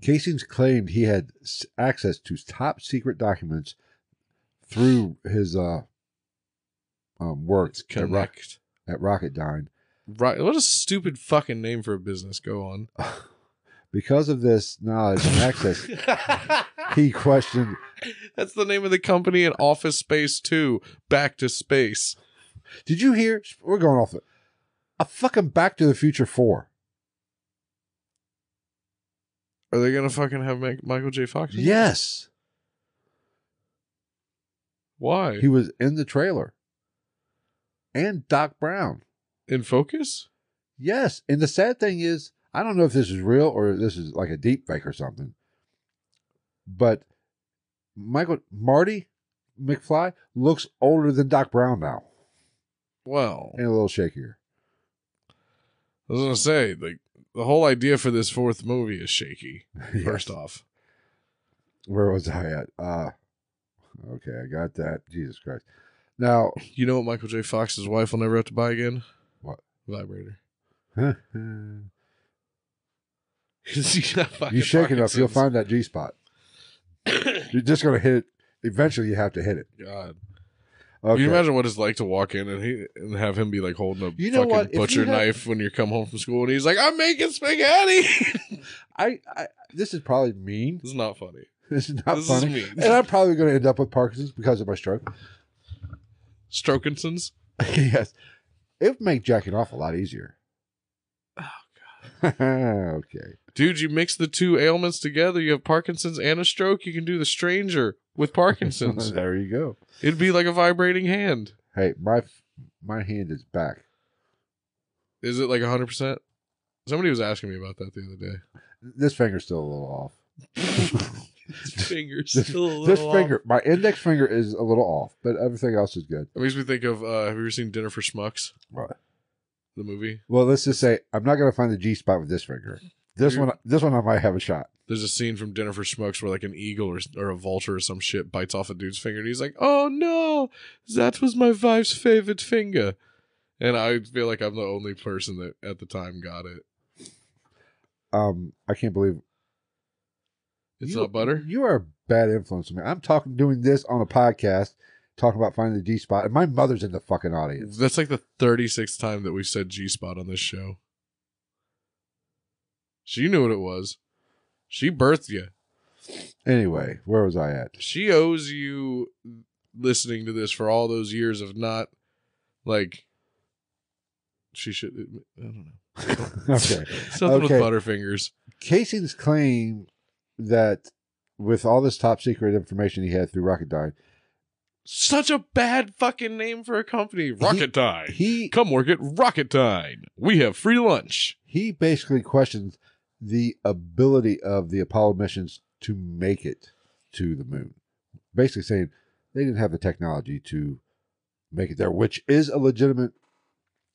A: Casings claimed he had s- access to top secret documents through his uh, um, work
B: It's
A: at, Rock,
B: connect.
A: at Rocketdyne.
B: Right. What a stupid fucking name for a business. Go on.
A: Because of this knowledge and access, he questioned.
B: That's the name of the company in Office Space 2. Back to space.
A: Did you hear? We're going off it. A fucking Back to the Future 4.
B: Are they gonna fucking have Ma- Michael J. Fox? in it?
A: Yes.
B: Why?
A: He was in the trailer. And Doc Brown.
B: in focus?
A: Yes. And the sad thing is, I don't know if this is real or if this is like a deep fake or something. But Michael Marty McFly looks older than Doc Brown now
B: Well,
A: and a little shakier.
B: I was gonna say like the whole idea for this fourth movie is shaky. First off,
A: Where was I at? Uh okay, I got that. Jesus Christ. Now
B: you know what Michael J. Fox's wife will never have to buy again?
A: What?
B: vibrator?
A: you
B: He's got fucking
A: shake it up, you'll
B: Parkinson's.
A: find that G spot. You're just gonna hit it. Eventually you have to hit it.
B: God,
A: Okay.
B: you imagine what it's like to walk in and he and have him be like holding a
A: You know
B: fucking
A: what? If you
B: butcher
A: had-
B: knife when you come home from school, and he's like, "I'm making spaghetti."
A: I, I this is probably mean.
B: this is not funny.
A: This is not
B: this
A: funny.
B: is mean.
A: And I'm probably gonna end up with Parkinson's because of my stroke.
B: Strokinson's.
A: yes. It would make jacking off a lot easier.
B: Oh,
A: god. okay.
B: Dude, you mix the two ailments together. You have Parkinson's and a stroke. You can do the stranger with Parkinson's.
A: there you go.
B: It'd be like a vibrating hand.
A: Hey, my my hand is back.
B: Is it like 100%? Somebody was asking me about that the other day.
A: This finger's still a little off.
B: His finger's still a little
A: this
B: off.
A: finger, my index finger is a little off, but everything else is good.
B: It makes me think of uh, have you ever seen Dinner for Schmucks,
A: Right.
B: the movie?
A: Well, let's just say I'm not going to find the G spot with this finger. This
B: You're-
A: one, this one, I might have a shot.
B: There's a scene from Dinner for Schmucks where like an eagle or, or a vulture or some shit bites off a dude's finger and he's like, oh no, that was my wife's favorite finger. And I feel like I'm the only person that at the time got it.
A: Um, I can't believe
B: It's
A: You-
B: not butter?
A: You are a bad influence on me. I'm talking, doing this on a podcast, talking about finding the G spot, and my mother's in the fucking audience.
B: That's like the 36th time that we've said G spot on this show. She knew what it was. She birthed you.
A: Anyway, where was I at?
B: She owes you listening to this for all those years of not like she should I don't know.
A: okay.
B: Something
A: Okay.
B: with butterfingers.
A: Casey's claim that with all this top secret information he had through Rocketdyne,
B: Such a bad fucking name for a company. Rocketdyne.
A: he
B: Come work at Rocketdyne. We have free lunch.
A: he basically questions the ability of the Apollo missions to make it to the moon. Basically saying they didn't have the technology to make it there, which is a legitimate.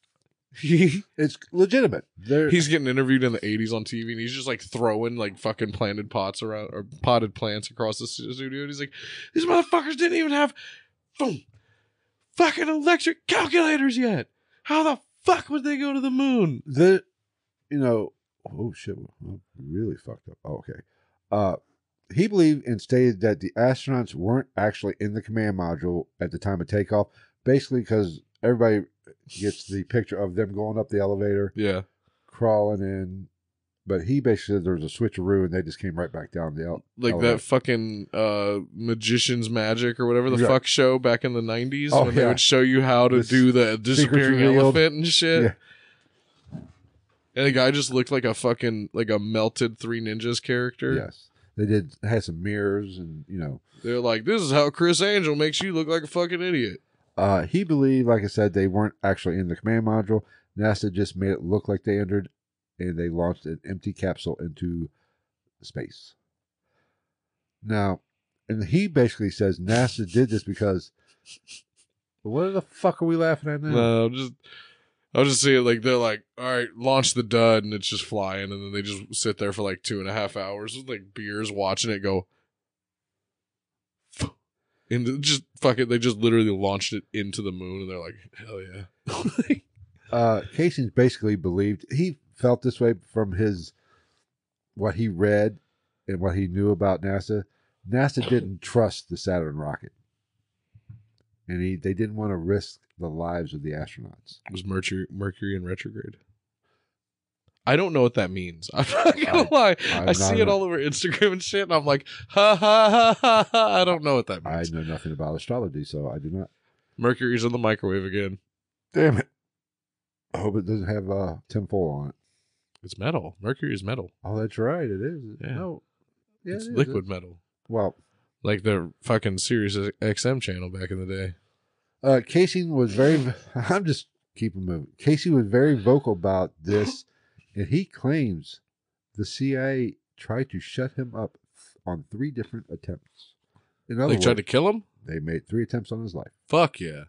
A: it's legitimate. There,
B: He's getting interviewed in the 80s on TV and he's just like throwing like fucking planted pots around or potted plants across the stu- studio. And he's like, these motherfuckers didn't even have boom, fucking electric calculators yet. How the fuck would they go to the moon?
A: the, you know, oh shit, I'm really fucked up. Oh, okay, uh, he believed and stated that the astronauts weren't actually in the command module at the time of takeoff, basically because everybody gets the picture of them going up the elevator
B: Yeah.
A: crawling in. But he basically said there was a switcheroo and they just came right back down the out.
B: Like
A: Oh, yeah.
B: that fucking uh, magician's magic or whatever the
A: Yeah.
B: fuck show back in the 90s
A: Oh,
B: when they
A: yeah.
B: would show you how to
A: The
B: do the disappearing
A: revealed.
B: elephant and shit.
A: Yeah.
B: And the guy just looked like a fucking like a melted Three Ninjas character.
A: Yes. They did had some mirrors and you know.
B: They're like, this is how Chris Angel makes you look like a fucking idiot.
A: Uh he believed, like I said, they weren't actually in the command module. NASA just made it look like they entered and they launched an empty capsule into space. Now and he basically says NASA did this because what the fuck are we laughing at now?
B: No, I'm just I'll just see it like they're like, all right, launch the dud, and it's just flying, and then they just sit there for like two and a half hours with like beers watching it go. And it just fuck it, they just literally launched it into the moon, and they're like, hell yeah.
A: uh Casey basically believed he felt this way from his what he read and what he knew about NASA. NASA didn't trust the Saturn rocket. And he they didn't want to risk the lives of the astronauts.
B: was Mercury Mercury in retrograde. I don't know what that means. I'm not gonna lie.
A: I'm
B: i
A: not
B: see it
A: gonna-
B: all over Instagram and shit, and I'm like, ha ha ha ha ha. I don't know what that
A: I
B: means.
A: know nothing about astrology, so I do not
B: Mercury's in the microwave again.
A: Damn it. I hope it doesn't have uh tinfoil on it.
B: It's metal. Mercury is metal.
A: Oh, that's right, it is.
B: Yeah.
A: No. Yeah,
B: it's
A: it is.
B: liquid metal,
A: Well,
B: like the fucking Sirius XM channel back in the day.
A: uh, Casey was very. I'm just keeping moving. Casey was very vocal about this and he claims the CIA tried to shut him up th- on three different attempts. In other
B: They
A: words,
B: tried to kill him?
A: they made three attempts on his life.
B: Fuck yeah.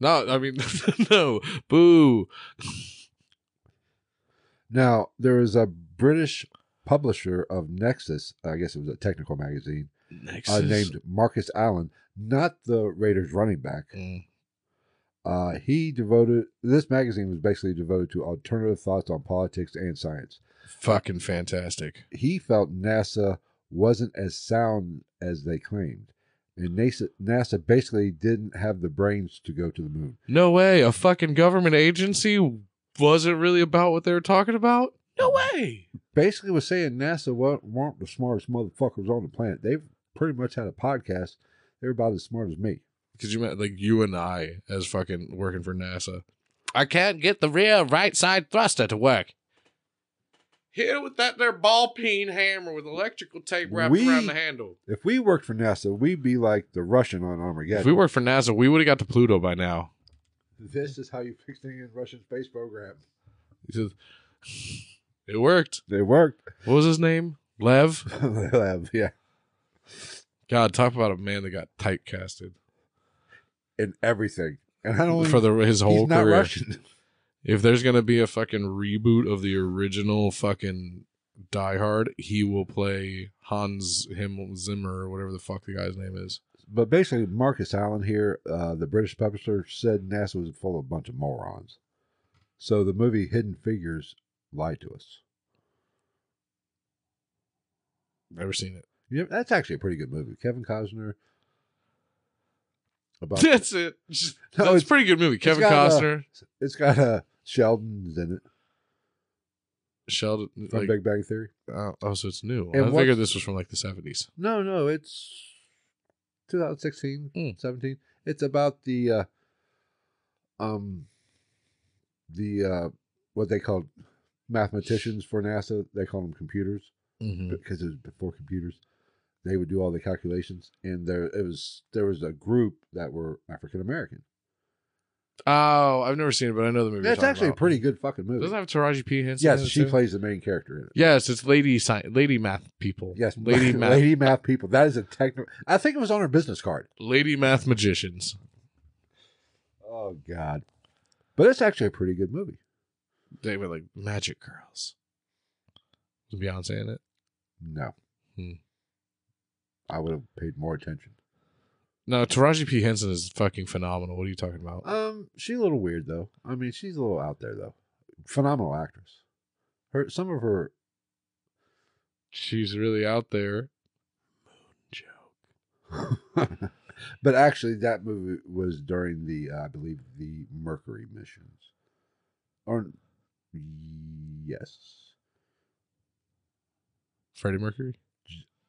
B: No, I mean, no. Boo.
A: Now, there is a British publisher of Nexus, I guess it was a technical magazine,
B: Next.
A: uh,
B: is-
A: named Marcus Allen, not the Raiders running back.
B: Mm.
A: Uh, he devoted, this magazine was basically devoted to alternative thoughts on politics and science.
B: Fucking fantastic.
A: He felt NASA wasn't as sound as they claimed. And NASA, NASA basically didn't have the brains to go to the moon.
B: No way. A fucking government agency wasn't really about what they were talking about? No way.
A: basically was saying NASA wa- weren't the smartest motherfuckers on the planet. They've pretty much had a podcast. They're about as smart as me.
B: Because you meant like you and I as fucking working for NASA. I can't get the rear right side thruster to work. Hit it with that there ball peen hammer with electrical tape wrapped
A: We-
B: around the handle.
A: If we worked for NASA, we'd be like the Russian on
B: If
A: Armageddon.
B: we worked for NASA, we would have got to Pluto by now.
A: this is how you fix the in Russian space program.
B: He says, it worked.
A: They worked.
B: What was his name? Lev?
A: yeah.
B: God, talk about a man that got typecasted
A: In everything. And I don't
B: for the, his
A: he's
B: whole
A: not
B: career.
A: Russian.
B: If there's gonna be a fucking reboot of the original fucking Die Hard, he will play Hans Himmel Zimmer or whatever the fuck the guy's name is.
A: But basically, Marcus Allen here, uh, the British publisher, said NASA was full of a bunch of morons. So the movie Hidden Figures lied to us.
B: Never seen it.
A: Yeah, that's actually a pretty good movie. Kevin Costner. About
B: That's it.
A: No,
B: That's
A: it's-
B: a pretty good movie. Kevin
A: got, uh,
B: Costner,
A: it's got uh, Sheldon's in it
B: Sheldon.
A: from
B: Like,
A: Big Bang Theory.
B: oh, oh, so it's new.
A: And
B: I
A: what-
B: figured this was from like the seventies.
A: No, no, it's 2016,
B: Mm.
A: 17. It's about the uh, um the uh what they called mathematicians for NASA. They called them computers
B: Mm-hmm.
A: because it was before computers. They would do all the calculations, and there it was there was a group that were African American.
B: Oh, I've never seen it, but I know the movie. you're
A: That's
B: talking
A: actually a
B: about.
A: pretty good fucking movie.
B: Doesn't it have Taraji P Henson. in
A: Yes,
B: it
A: she
B: too?
A: plays the main character in it.
B: Yes, it's lady sci- lady math people.
A: Yes,
B: lady math lady.
A: lady math people. That is a technical. I think it was on her business card.
B: math magicians.
A: Oh God, but it's actually a pretty good movie.
B: They were like magic girls. Was Beyonce in it?
A: No,
B: Hmm.
A: I would have paid more attention.
B: No, Taraji P Henson is fucking phenomenal. What are you talking about?
A: Um, she's a little weird though. I mean, she's a little out there though. Phenomenal actress. Her some of her
B: She's really out there.
A: but actually, that movie was during the, uh, I believe, the Mercury missions. Or, yes,
B: Freddie Mercury.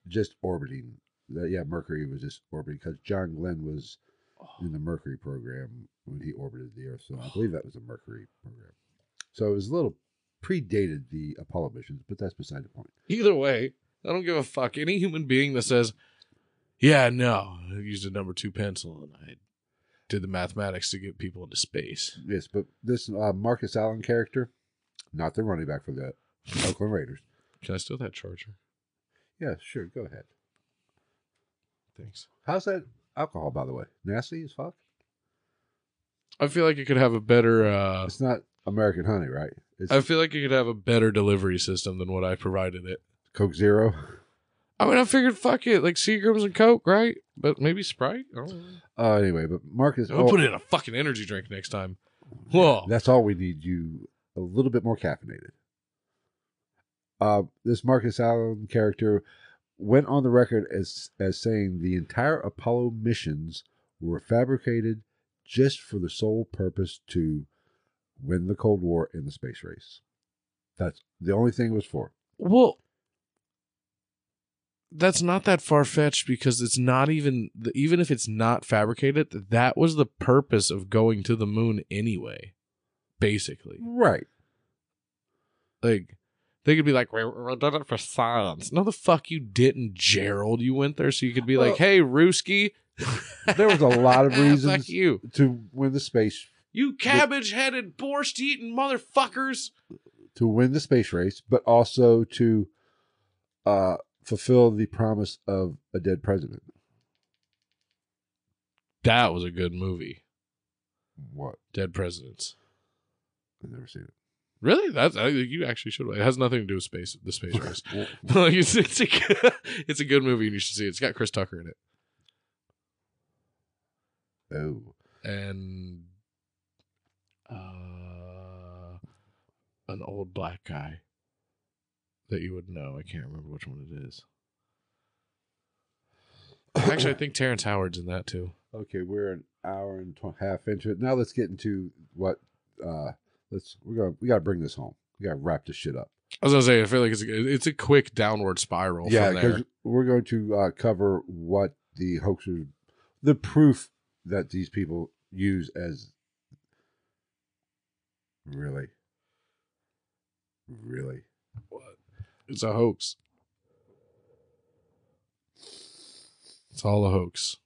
A: just orbiting. The- Yeah, Mercury was just orbiting because John Glenn was in the Mercury program when he orbited the Earth. So I believe that was a Mercury program. So it was a little predated the Apollo missions, but that's beside the point.
B: Either way, I don't give a fuck. Any human being that says, "Yeah, no, I used a number two pencil and I did the mathematics to get people into space."
A: Yes, but this uh, Marcus Allen character, not the running back for the Oakland Raiders.
B: Can I steal that charger?
A: Yeah, sure, go ahead.
B: Thanks.
A: How's that alcohol, by the way? Nasty as fuck.
B: I feel like it could have a better. Uh,
A: It's not American honey, right? It's
B: I feel like it could have a better delivery system than what I provided it.
A: Coke Zero.
B: I mean, I figured, fuck it, like Seagrams and Coke, right? But maybe Sprite. I don't know.
A: Oh, anyway, but Marcus,
B: I'll
A: oh,
B: put it in a fucking energy drink next time. Whoa.
A: that's all we need. You a little bit more caffeinated. Uh, this Marcus Allen character went on the record as as saying the entire Apollo missions were fabricated just for the sole purpose to win the Cold War in the space race. That's the only thing it was for.
B: Well, that's not that far fetched because it's not even even if it's not fabricated, that was the purpose of going to the moon anyway. Basically,
A: Right.
B: like they could be like, we, we did it for science. No, the fuck you didn't, Gerald. You went there so you could be
A: Well-
B: like, hey, Ruski.
A: There was a lot of
B: Fuck
A: reasons.
B: you,
A: To win the space
B: you cabbage headed, borscht eating motherfuckers.
A: to win the space race, but also to uh, fulfill the promise of a dead president.
B: That was a good movie.
A: What?
B: Dead Presidents.
A: I've never seen it.
B: Really? That's I, think you actually should. It has nothing to do with space. The space race.
A: Well,
B: Like, it's, it's, a, good- it's a good movie and you should see it. It's got Chris Tucker in it
A: oh,
B: and uh, an old black guy that you would know. I can't remember which one it is. Actually, I think Terrence Howard's in that too.
A: Oh. okay, we're an hour and tw- half into it. Now let's get into what. Uh, let's we're gonna we gotta bring this home. We gotta wrap this shit up.
B: I was gonna say I feel like it's a, it's a quick downward spiral.
A: yeah,
B: from there.
A: because we're going to uh, cover what the hoaxers, the proof that these people use as really, really.
B: It's a hoax. It's all a hoax.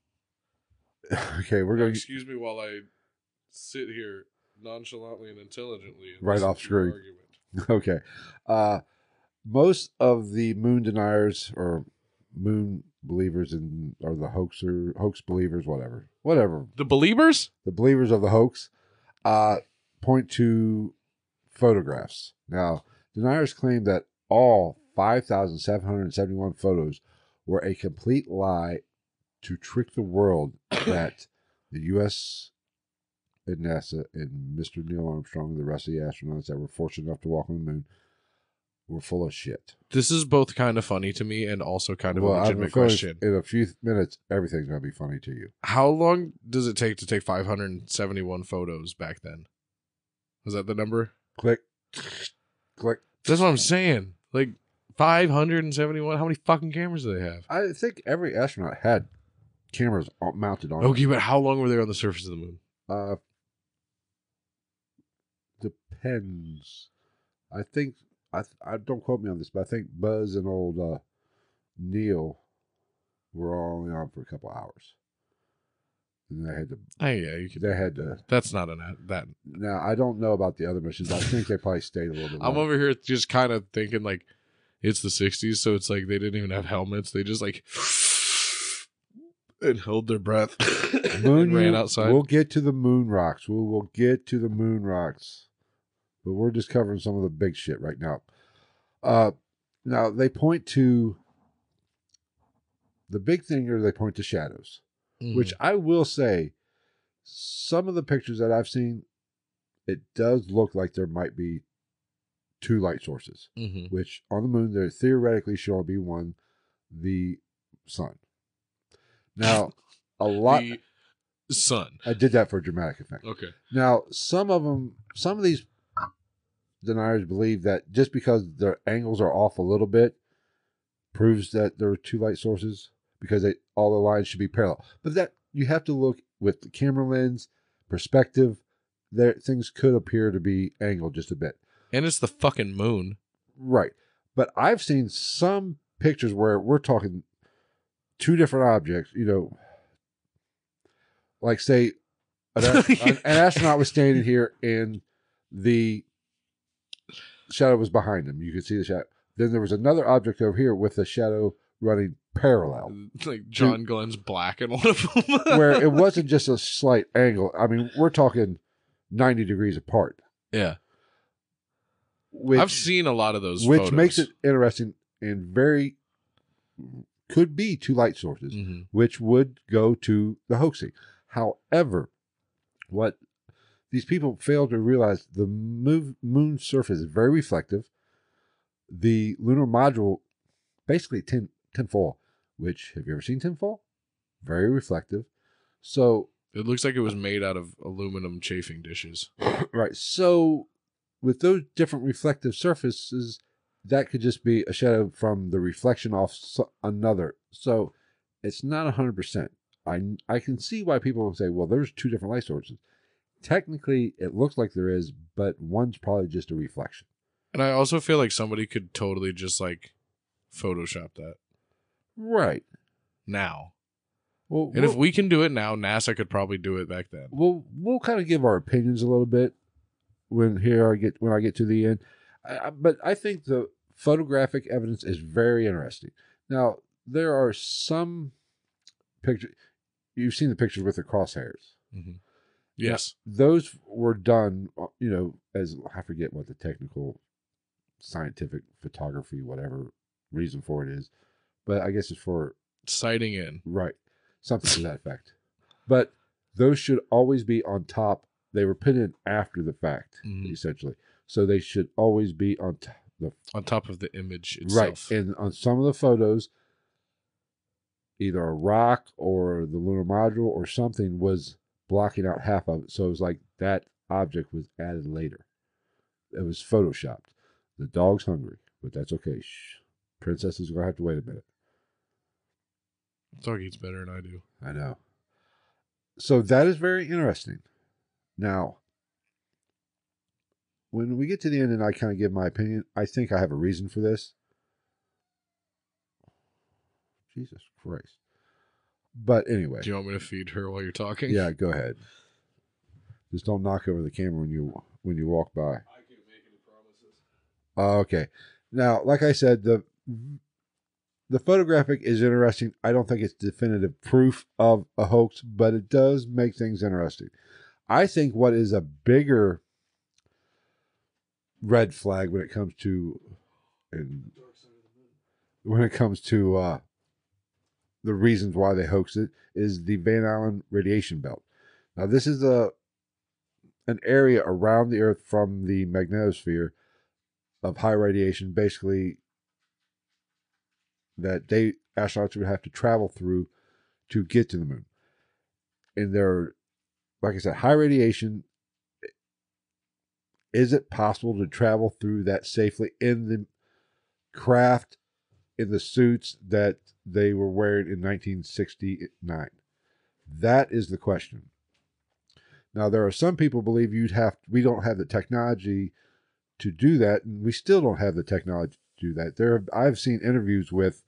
A: Okay, we're going.
B: Excuse me while I sit here nonchalantly and intelligently.
A: Right listen off to your screen. Okay, uh, most of the moon deniers or moon believers in or the hoaxer hoax believers, whatever, whatever
B: The believers?
A: the believers of the hoax uh, point to photographs. Now, deniers claim that all 5,771 photos were a complete lie to trick the world that the U.S. and NASA and Mr. Neil Armstrong and the rest of the astronauts that were fortunate enough to walk on the moon were full of shit.
B: This is both kind of funny to me and also kind of
A: Well,
B: a
A: I'm
B: legitimate
A: afraid
B: question.
A: In a few minutes, everything's going to be funny to you.
B: How long does it take to take 571 photos back then? Was that the number?
A: Click, click.
B: That's what I'm saying. Like 571. How many fucking cameras do they have?
A: I think every astronaut had cameras on- mounted on.
B: Okay, but how long were they on the surface of the moon?
A: Uh, depends. I think I th- I don't quote me on this, but I think Buzz and old uh, Neil were only on for a couple hours, and they had to
B: Oh, yeah, you could.
A: they had to.
B: That's not an that
A: Now I don't know about the other missions. I think they probably stayed a little bit.
B: I'm
A: longer.
B: over here just kind of thinking like it's the 60s, so it's like they didn't even have helmets. They just like and held their breath and ran
A: you-
B: outside.
A: We'll get to the moon rocks. We'll we'll get to the moon rocks. But we're just covering some of the big shit right now. Uh now they point to the big thing here they point to shadows,
B: Mm.
A: which I will say some of the pictures that I've seen, it does look like there might be two light sources,
B: Mhm.
A: which on the moon there theoretically should only be one, the sun. Now a lot
B: The sun.
A: I did that for dramatic effect.
B: Okay.
A: Now, some of them, some of these deniers believe that just because their angles are off a little bit proves that there are two light sources because they, all the lines should be parallel. But that you have to look with the camera lens perspective. There, things could appear to be angled just a bit,
B: And it's the fucking moon.
A: right? But I've seen some pictures where we're talking two different objects. You know, like say an, ast- an- an astronaut was standing here and the shadow was behind him. You could see the shadow. Then there was another object over here with the shadow running parallel,
B: Like John Glenn's black and one of them.
A: where it wasn't just a slight angle. I mean, we're talking 90 degrees apart.
B: Yeah.
A: Which,
B: I've seen a lot of those
A: which
B: photos.
A: makes it interesting and very could be two light sources.
B: Mhm.
A: which would go to the hoaxing. However, what these people fail to realize the move, moon surface is very reflective. The lunar module, basically tin, tinfoil, which have you ever seen tinfoil? Very reflective. So,
B: It looks like it was made out of aluminum chafing dishes.
A: right. So, with those different reflective surfaces, that could just be a shadow from the reflection off so- another. So, it's not 100%. I, I can see why people would say, well, there's two different light sources. Technically, it looks like there is, but one's probably just a reflection.
B: And I also feel like somebody could totally just like Photoshop that
A: Right.
B: now.
A: Well,
B: And
A: we'll,
B: if we can do it now, NASA could probably do it back then.
A: we'll, we'll kind of give our opinions a little bit when here I get when I get to the end. I, I- but I think the photographic evidence is very interesting. Now there are some pictures. You've seen the pictures with the crosshairs.
B: Yes.
A: Those were done, uh, you know, as I forget what the technical, scientific photography, whatever reason for it is, but I guess it's for
B: Sighting in.
A: Right. Something to that effect. But those should always be on top. They were put in after the fact,
B: Mhm.
A: essentially. So they should always be on top. The,
B: On top of the image
A: right.
B: itself.
A: And on some of the photos, either a rock or the lunar module or something was blocking out half of it. So it was like that object was added later. It was photoshopped. The dog's hungry, but that's okay. Shh. Princess is going to have to wait a minute.
B: Dog eats better than I do.
A: I know. So that is very interesting. Now, when we get to the end and I kind of give my opinion, I think I have a reason for this. Jesus Christ. But anyway,
B: Do you want me to feed her while you're talking?
A: yeah, go ahead. Just don't knock over the camera when you when you walk by.
B: I can make any promises.
A: Uh, okay. Now, like I said, the the photographic is interesting. I don't think it's definitive proof of a hoax, but it does make things interesting. I think what is a bigger red flag when it comes to and when it comes to uh, the reasons why they hoaxed it is the Van Allen radiation belt. Now, this is a an area around the Earth from the magnetosphere of high radiation, basically that they astronauts would have to travel through to get to the moon. And there, are, like I said, high radiation. Is it possible to travel through that safely in the craft, in the suits that they were wearing in 1969? That is the question. Now there are some people believe you'd have we don't have the technology to do that, and we still don't have the technology to do that. There, I've seen interviews with,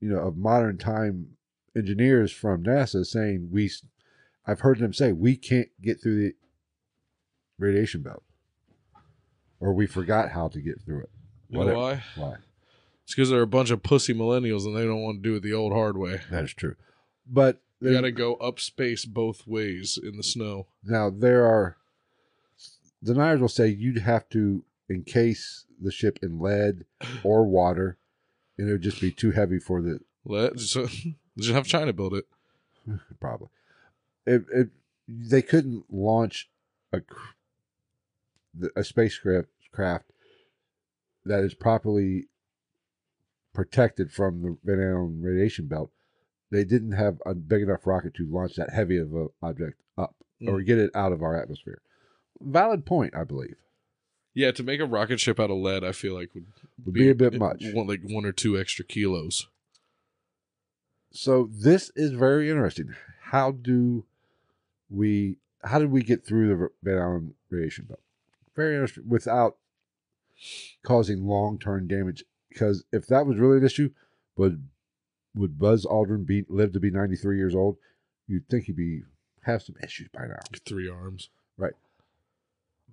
A: you know, of modern time engineers from NASA saying we, s- I've heard them say we can't get through the radiation belt, or we forgot how to get through it.
B: You
A: Whatever.
B: know why?
A: Why?
B: It's because they're a bunch of pussy millennials and they don't want to do it the old hard way.
A: That is true, but
B: You
A: there-
B: got to go up space both ways in the snow.
A: Now there are deniers will say you'd have to encase the ship in lead or water, and it would just be too heavy for the
B: Let just, just have China build it.
A: probably. It, it they couldn't launch a cr- the- a spacecraft craft that is properly protected from the Van Allen radiation belt. They didn't have a big enough rocket to launch that heavy of an object up or get it out of our atmosphere. Valid point, I believe.
B: Yeah, to make a rocket ship out of lead, I feel like would
A: Would be a bit much.
B: Want like one or two extra kilos.
A: so this is very interesting. How do we how did we get through the Van Allen radiation belt? Very interesting without causing long term damage. Because if that was really an issue, would would Buzz Aldrin be live to be ninety three years old? You'd think he'd be have some issues by now.
B: Three arms.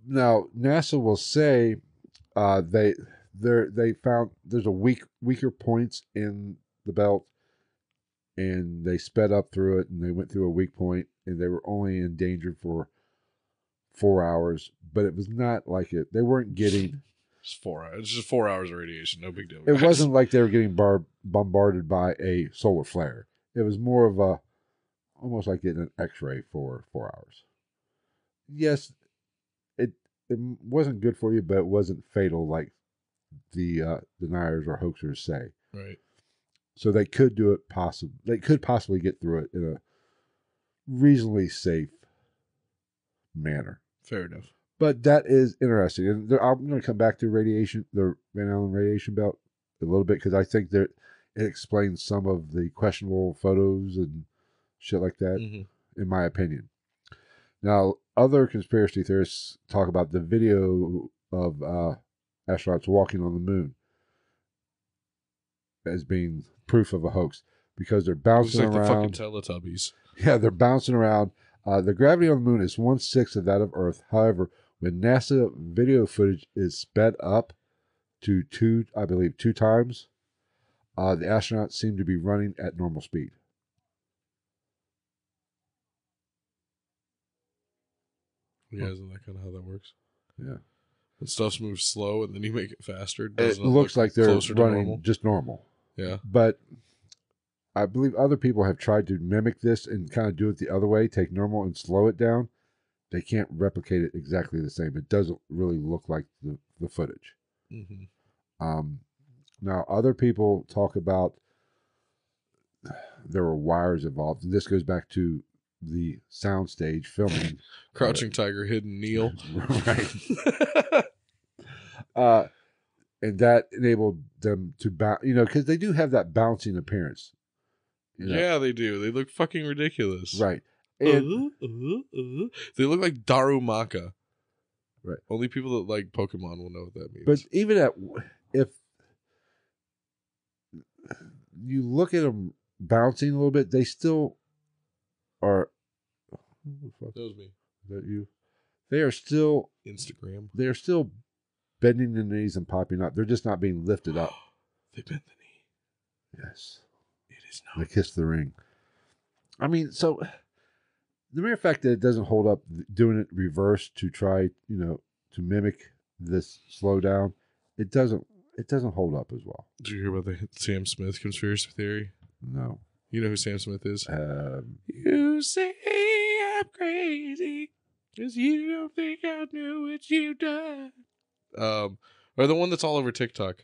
A: Now NASA will say uh, they they they found there's a weak weaker points in the belt, and they sped up through it and they went through a weak point and they were only in danger for four hours, but it was not like it. They weren't getting.
B: It's four hours. It's just four hours of radiation. No big deal.
A: It
B: guys.
A: wasn't like they were getting bar- bombarded by a solar flare. It was more of a almost like getting an X-ray for four hours. Yes, it it wasn't good for you, but it wasn't fatal like the uh, deniers or hoaxers say.
B: right.
A: So they could do it possible. They could possibly get through it in a reasonably safe manner.
B: Fair enough.
A: But that is interesting, and there, I'm going to come back to radiation, the Van Allen radiation belt, a little bit because I think that it explains some of the questionable photos and shit like that
B: Mhm.
A: in my opinion. Now, other conspiracy theorists talk about the video of uh, astronauts walking on the moon as being proof of a hoax because they're
B: Looks
A: bouncing
B: like the fucking
A: around.
B: Teletubbies.
A: yeah, they're bouncing around. Uh, the gravity on the moon is one sixth of that of Earth. However, When NASA video footage is sped up to two, I believe, two times, uh, the astronauts seem to be running at normal speed.
B: Yeah, isn't that kind of how that works?
A: Yeah.
B: When stuff moves slow and then you make it faster,
A: It
B: doesn't
A: looks
B: look
A: like they're
B: closer to
A: running
B: normal?
A: just normal.
B: Yeah.
A: but I believe other people have tried to mimic this and kind of do it the other way, take normal and slow it down. They can't replicate it exactly the same. It doesn't really look like the, the footage.
B: hmm
A: Um, now, other people talk about there were wires involved, and this goes back to the soundstage filming.
B: Crouching Tiger, Hidden Neil.
A: right. Uh, and that enabled them to bounce, you know, because they do have that bouncing appearance. you know.
B: Yeah, they do. They look fucking ridiculous.
A: Right. And,
B: Uh, uh, uh. They look like Darumaka.
A: Right.
B: Only people that like Pokemon will know what that means.
A: But even at if you look at them bouncing a little bit, they still are. Who the fuck
B: that was me.
A: is that you? They are still
B: Instagram.
A: they are still bending the knees and popping up. They're just not being lifted up.
B: they bent the knee.
A: Yes,
B: It is
A: they
B: not.
A: kiss the ring. I mean, so the mere fact that it doesn't hold up doing it reverse to try, you know, to mimic this slowdown, it doesn't it doesn't hold up as well.
B: Did you hear about the Sam Smith conspiracy theory?
A: No.
B: You know who Sam Smith is?
A: Um,
B: You say I'm crazy because you don't think I knew what you done. Um, or the one that's all over TikTok.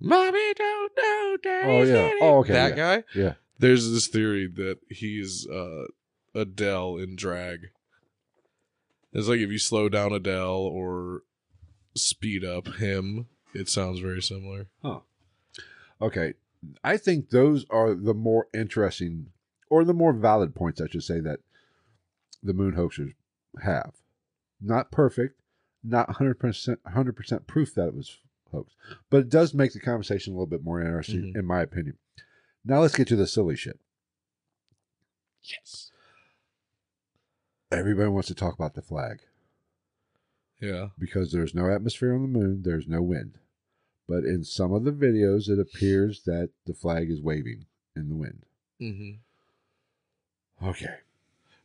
B: Mommy don't know daddy.
A: Oh, yeah. Oh, okay,
B: That guy.
A: yeah.
B: There's this theory that he's uh, Adele in drag. It's like if you slow down Adele or speed up him, it sounds very similar.
A: Okay. I think those are the more interesting or the more valid points, I should say, that the moon hoaxers have. Not perfect, not 100%, 100% proof that it was hoax, but it does make the conversation a little bit more interesting,
B: Mhm.
A: in my opinion. Now let's get to the silly shit.
B: Yes.
A: Everybody wants to talk about the flag.
B: Yeah.
A: because there's no atmosphere on the moon, there's no wind. But in some of the videos, it appears that the flag is waving in the wind.
B: Mm-hmm.
A: Okay.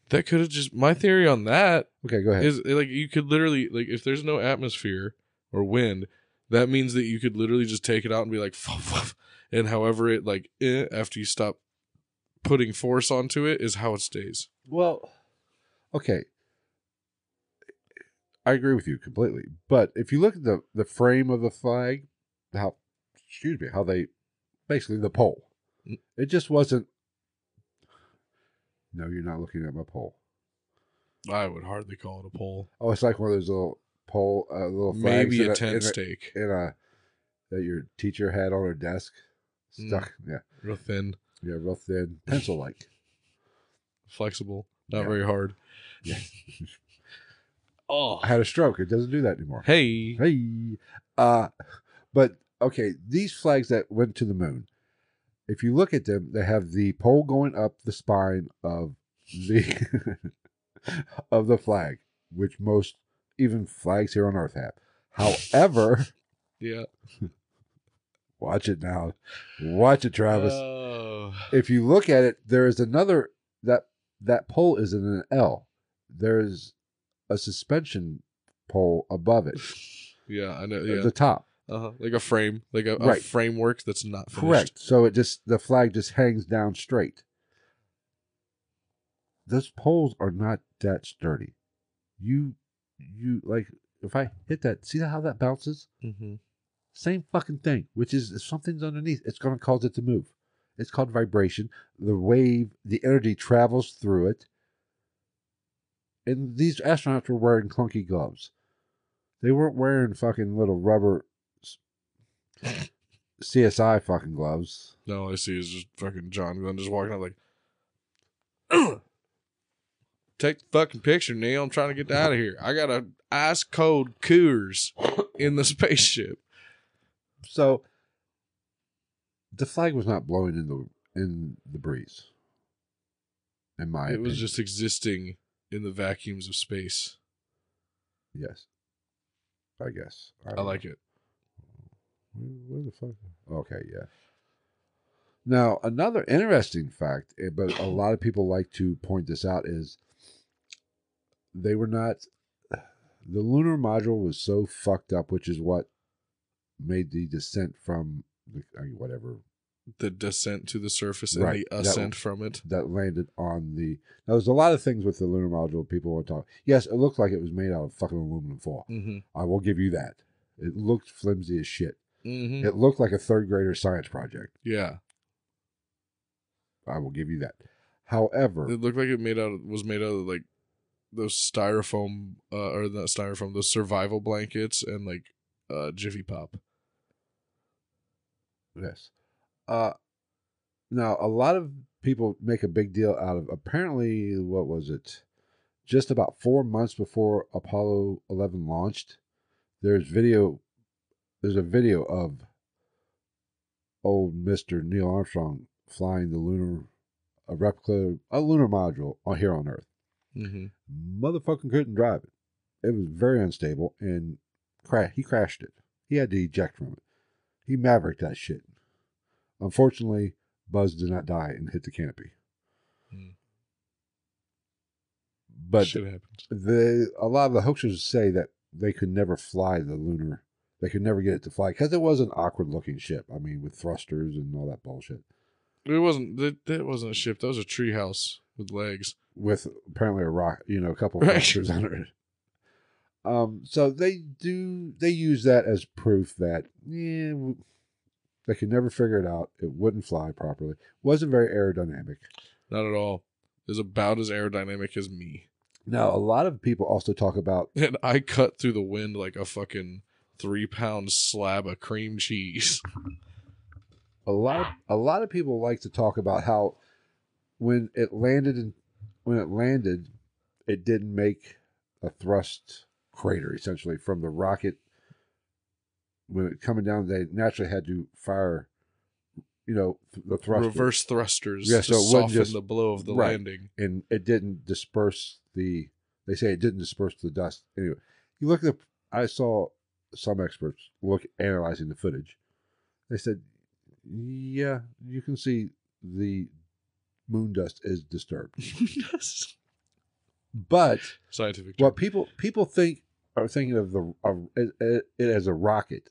B: That could have just my theory on that
A: Okay, go ahead.
B: is like you could literally like if there's no atmosphere or wind, that means that you could literally just take it out and be like, "Fuff, fuff," and however it like eh, after you stop putting force onto it is how it stays.
A: well, okay. I agree with you completely. But if you look at the, the frame of the flag, how, excuse me, how they basically the pole,
B: Mm.
A: it just wasn't. No, you're not looking at my pole.
B: I would hardly call it a pole.
A: Oh, it's like one of those little pole, uh, little flags
B: Maybe
A: in
B: a
A: in
B: tent stake,
A: in a that your teacher had on her desk
B: Mm.
A: stuck yeah
B: real thin,
A: yeah real thin pencil like
B: flexible, not
A: Yeah.
B: very hard.
A: Yeah.
B: oh,
A: i had a stroke it doesn't do that anymore
B: hey,
A: hey uh but okay these flags that went to the moon if you look at them they have the pole going up the spine of the of the flag which most even flags here on earth have however
B: yeah,
A: watch it now watch it travis
B: Oh.
A: if you look at it, there is another that that pole is in an L. There's a suspension pole above it
B: yeah, I know.
A: at
B: Oh, Yeah,
A: Uh, the top.
B: uh-huh. like a frame, like a, a
A: Right.
B: framework that's not finished.
A: Correct. So it just the flag just hangs down straight. Those poles are not that sturdy. You you like if I hit that, see how that bounces?
B: Mm-hmm.
A: Same fucking thing, which is if something's underneath, it's going to cause it to move. It's called vibration. The wave, the energy travels through it. And these astronauts were wearing clunky gloves. They weren't wearing fucking little rubber s- CSI fucking gloves.
B: Now all I see is just fucking John Glenn just walking out like, take the fucking picture, Neil. I'm trying to get out of here. I got a ice cold Coors in the spaceship.
A: So the flag was not blowing in the in the breeze. In my
B: it was
A: opinion.
B: just existing in the vacuums of space.
A: yes. I guess.
B: I like it.
A: Where the fuck? Okay, yeah. Now, another interesting fact, eh, but a lot of people like to point this out, is they were not. The lunar module was so fucked up, which is what made the descent from the, I mean, whatever
B: The descent to the surface and
A: Right,
B: the
A: that one.
B: ascent from it.
A: that landed on the. Now, there's a lot of things with the lunar module people want to talk. Yes, it looked like it was made out of fucking aluminum foil.
B: Mm-hmm.
A: I will give you that. It looked flimsy as shit.
B: Mm-hmm.
A: It looked like a third grader science project.
B: yeah,
A: I will give you that. However,
B: it looked like it made out of, was made out of like those styrofoam uh, or not styrofoam, those survival blankets and like uh, Jiffy Pop.
A: Yes. Uh, now, a lot of people make a big deal out of apparently, what was it? Just about four months before Apollo 11 launched, there's video. There's a video of old Mr. Neil Armstrong flying the lunar, a replica, a lunar module on here on Earth.
B: Mm-hmm.
A: Motherfucking couldn't drive it. It was very unstable and cra- he crashed it. He had to eject from it. He mavericked that shit. Unfortunately, Buzz did not die and hit the canopy.
B: Hmm.
A: But
B: shit happens.
A: the a lot of the hoaxers say that they could never fly the lunar. They could never get it to fly because it was an awkward looking ship. I mean, with thrusters and all that bullshit.
B: It wasn't that, that wasn't a ship. That was a treehouse with legs.
A: with apparently a rock, you know, a couple of
B: Right.
A: pictures under it. Um, so they do they use that as proof that yeah, w- they could never figure it out. It wouldn't fly properly. wasn't very aerodynamic.
B: Not at all. Is about as aerodynamic as me,
A: Now a lot of people also talk about
B: and I cut through the wind like a fucking three pound slab of cream cheese.
A: a lot of, a lot of people like to talk about how when it landed in when it landed it didn't make a thrust crater essentially from the rocket when it coming down they naturally had to fire you know th- the thrust
B: Reverse thrusters
A: Yeah,
B: to
A: so it wouldn't
B: soften
A: just-
B: the blow of the
A: Right.
B: landing.
A: and it didn't disperse the they say it didn't disperse the dust anyway you look at the i saw some experts look analyzing the footage they said yeah you can see the moon dust is disturbed but
B: Scientific.
A: what people people think are thinking of the of it, it, it as a rocket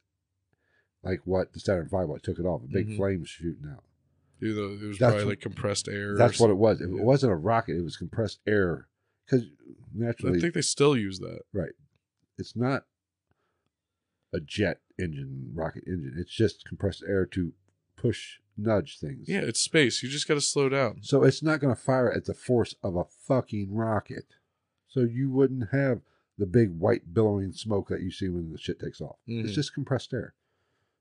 A: like what the saturn v was took it off a big
B: Mhm.
A: flame shooting out
B: Dude, though, it was
A: That's
B: probably
A: what-
B: like compressed air. or
A: that's what it was it
B: Yeah.
A: wasn't a rocket it was compressed air because naturally
B: something. I think they still use that.
A: it's not a jet engine, rocket engine. It's just compressed air to push, nudge things.
B: Yeah, it's space. You just got to slow down.
A: So it's not going to fire at the force of a fucking rocket. So you wouldn't have the big white billowing smoke that you see when the shit takes off.
B: Mhm.
A: It's just compressed air.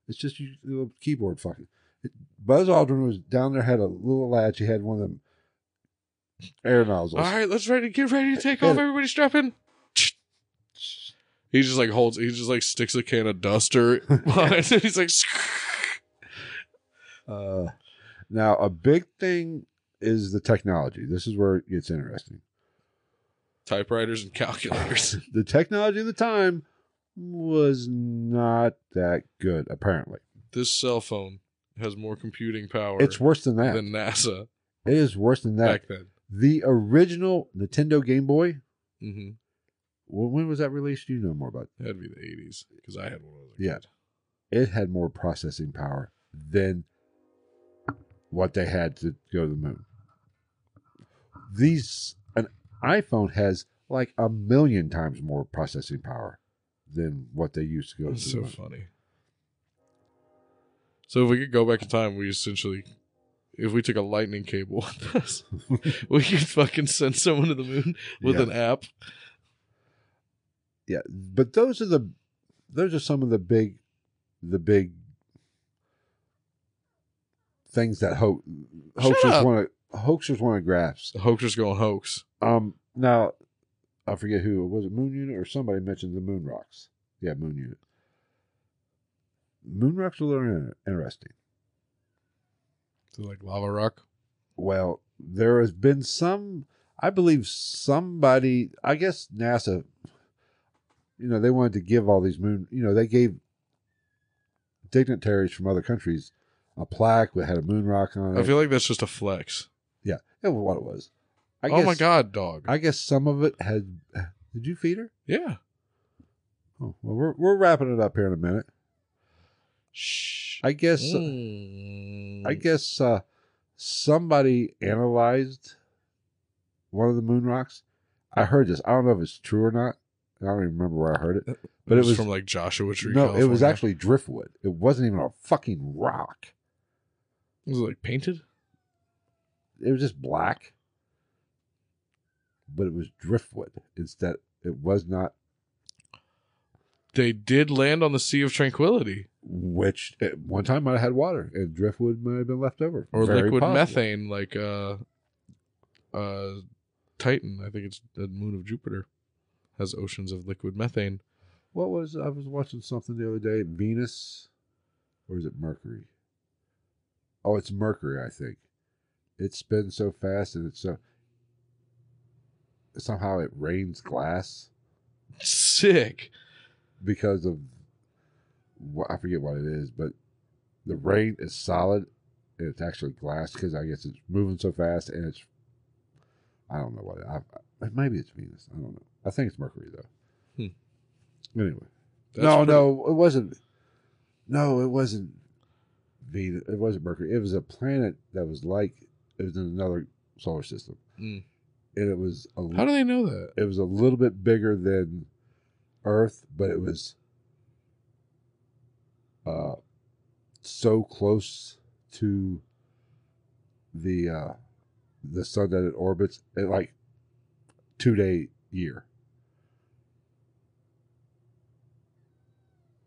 A: It's just you little keyboard fucking. It, Buzz Aldrin was down there, had a little latch. He had one of them air nozzles.
B: All right, let's ready. Get ready to take off. Everybody, strap in. He just like holds. He just like sticks a can of duster. behind it. He's like,
A: Uh, now, a big thing is the technology. This is where it gets interesting.
B: typewriters and calculators.
A: The technology of the time was not that good, apparently.
B: This cell phone has more computing power.
A: It's worse than that.
B: than NASA
A: it is worse than that.
B: back then.
A: The original Nintendo Game Boy,
B: hmm
A: wh- when was that released? You know more about it.
B: That'd be the '80s because I had one. When I was a
A: Yeah.
B: kid.
A: It had more processing power than what they had to go to the moon. These, an iPhone has like a million times more processing power than what they used to go to
B: That's
A: the
B: so
A: moon.
B: funny. So if we could go back in time, we essentially, if we took a lightning cable with us, we could fucking send someone to the moon with
A: Yeah.
B: an app.
A: yeah but those are the those are some of the big the big things that ho-
B: Shut
A: hoaxers
B: up.
A: want to hoaxers want to grasp
B: The hoaxers going hoax.
A: um now i forget who was it moon unit or somebody mentioned the moon rocks yeah moon unit moon rocks are a little inter- interesting
B: So like lava rock.
A: well there has been some i believe somebody i guess nasa you know, they wanted to give all these moon, you know, they gave dignitaries from other countries a plaque that had a moon rock on it.
B: I feel like that's just a flex.
A: It was what it was. I
B: oh my god, dog.
A: I guess some of it had. Did you feed her?
B: yeah.
A: Oh, well, we're we're wrapping it up here in a minute.
B: Shh.
A: I guess. uh,
B: Mm.
A: I guess uh, somebody analyzed one of the moon rocks. I heard this. I don't know if it's true or not. I don't even remember where I heard it. But it was
B: from like Joshua Tree.
A: no, it was
B: California.
A: actually driftwood. It wasn't even a fucking rock.
B: Was it like painted?
A: It was just black, but it was driftwood instead. It was not
B: They did land on the Sea of Tranquility
A: which at one time might have had water and driftwood might have been left over
B: or
A: Very
B: liquid
A: possible.
B: methane, like uh, uh, Titan. I think it's the moon of Jupiter has oceans of liquid methane.
A: What was I was watching something the other day? Venus, or is it Mercury? Oh, it's Mercury. I think it spins so fast and it's so somehow it rains glass
B: Sick.
A: because of what I forget what it is, but the rain is solid and it's actually glass because I guess it's moving so fast and it's I don't know what it, I, I- maybe it's Venus. I don't know. I think it's Mercury though. Anyway,
B: That's
A: no,
B: pretty-
A: no, it wasn't. No, it wasn't Venus. It wasn't Mercury. It was a planet that was like it was in another solar system,
B: Mm.
A: and it was a
B: How do they know that?
A: it was a little bit bigger than Earth, but it was uh, so close to the uh, the sun that it orbits at like two day year.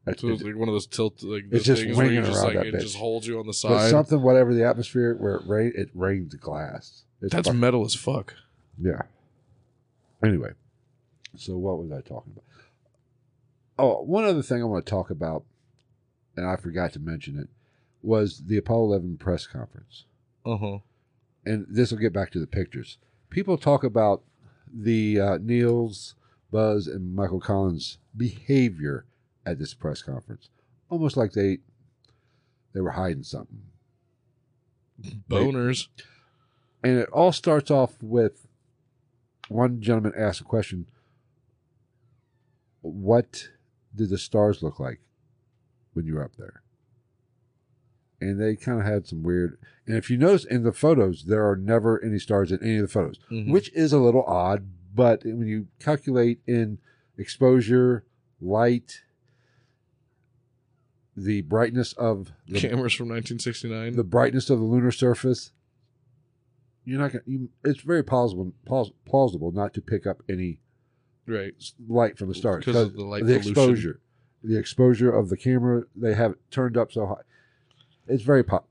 A: It-
B: So it's
A: it-
B: like one of those tilt like
A: It's
B: those
A: just
B: things where you
A: winging
B: just
A: around
B: like
A: that
B: it
A: bitch.
B: just holds you on the
A: but
B: side.
A: something, whatever the atmosphere where it rain, it rains glass. It's
B: That's
A: fucking-
B: metal as fuck.
A: Yeah. Anyway, so what was I talking about? Oh, one other thing I want to talk about, and I forgot to mention it, was the Apollo 11 press conference.
B: Uh
A: Uh-huh.
B: huh.
A: And this will get back to the pictures. People talk about the uh, Niels, Buzz, and Michael Collins behavior at this press conference, almost like they they were hiding something.
B: Boners.
A: and it all starts off with one gentleman asks a question what did the stars look like when you were up there and they kind of had some weird and if you notice in the photos there are never any stars in any of the photos
B: Mhm.
A: which is a little odd but when you calculate in exposure light the brightness of the
B: cameras from 1969.
A: the brightness of the lunar surface, you're not gonna. You, it's very plausible, plaus- plausible not to pick up any
B: right.
A: s- light from the stars
B: Because of the light pollution.
A: exposure, the exposure of the camera they have turned up so high. It's very pop,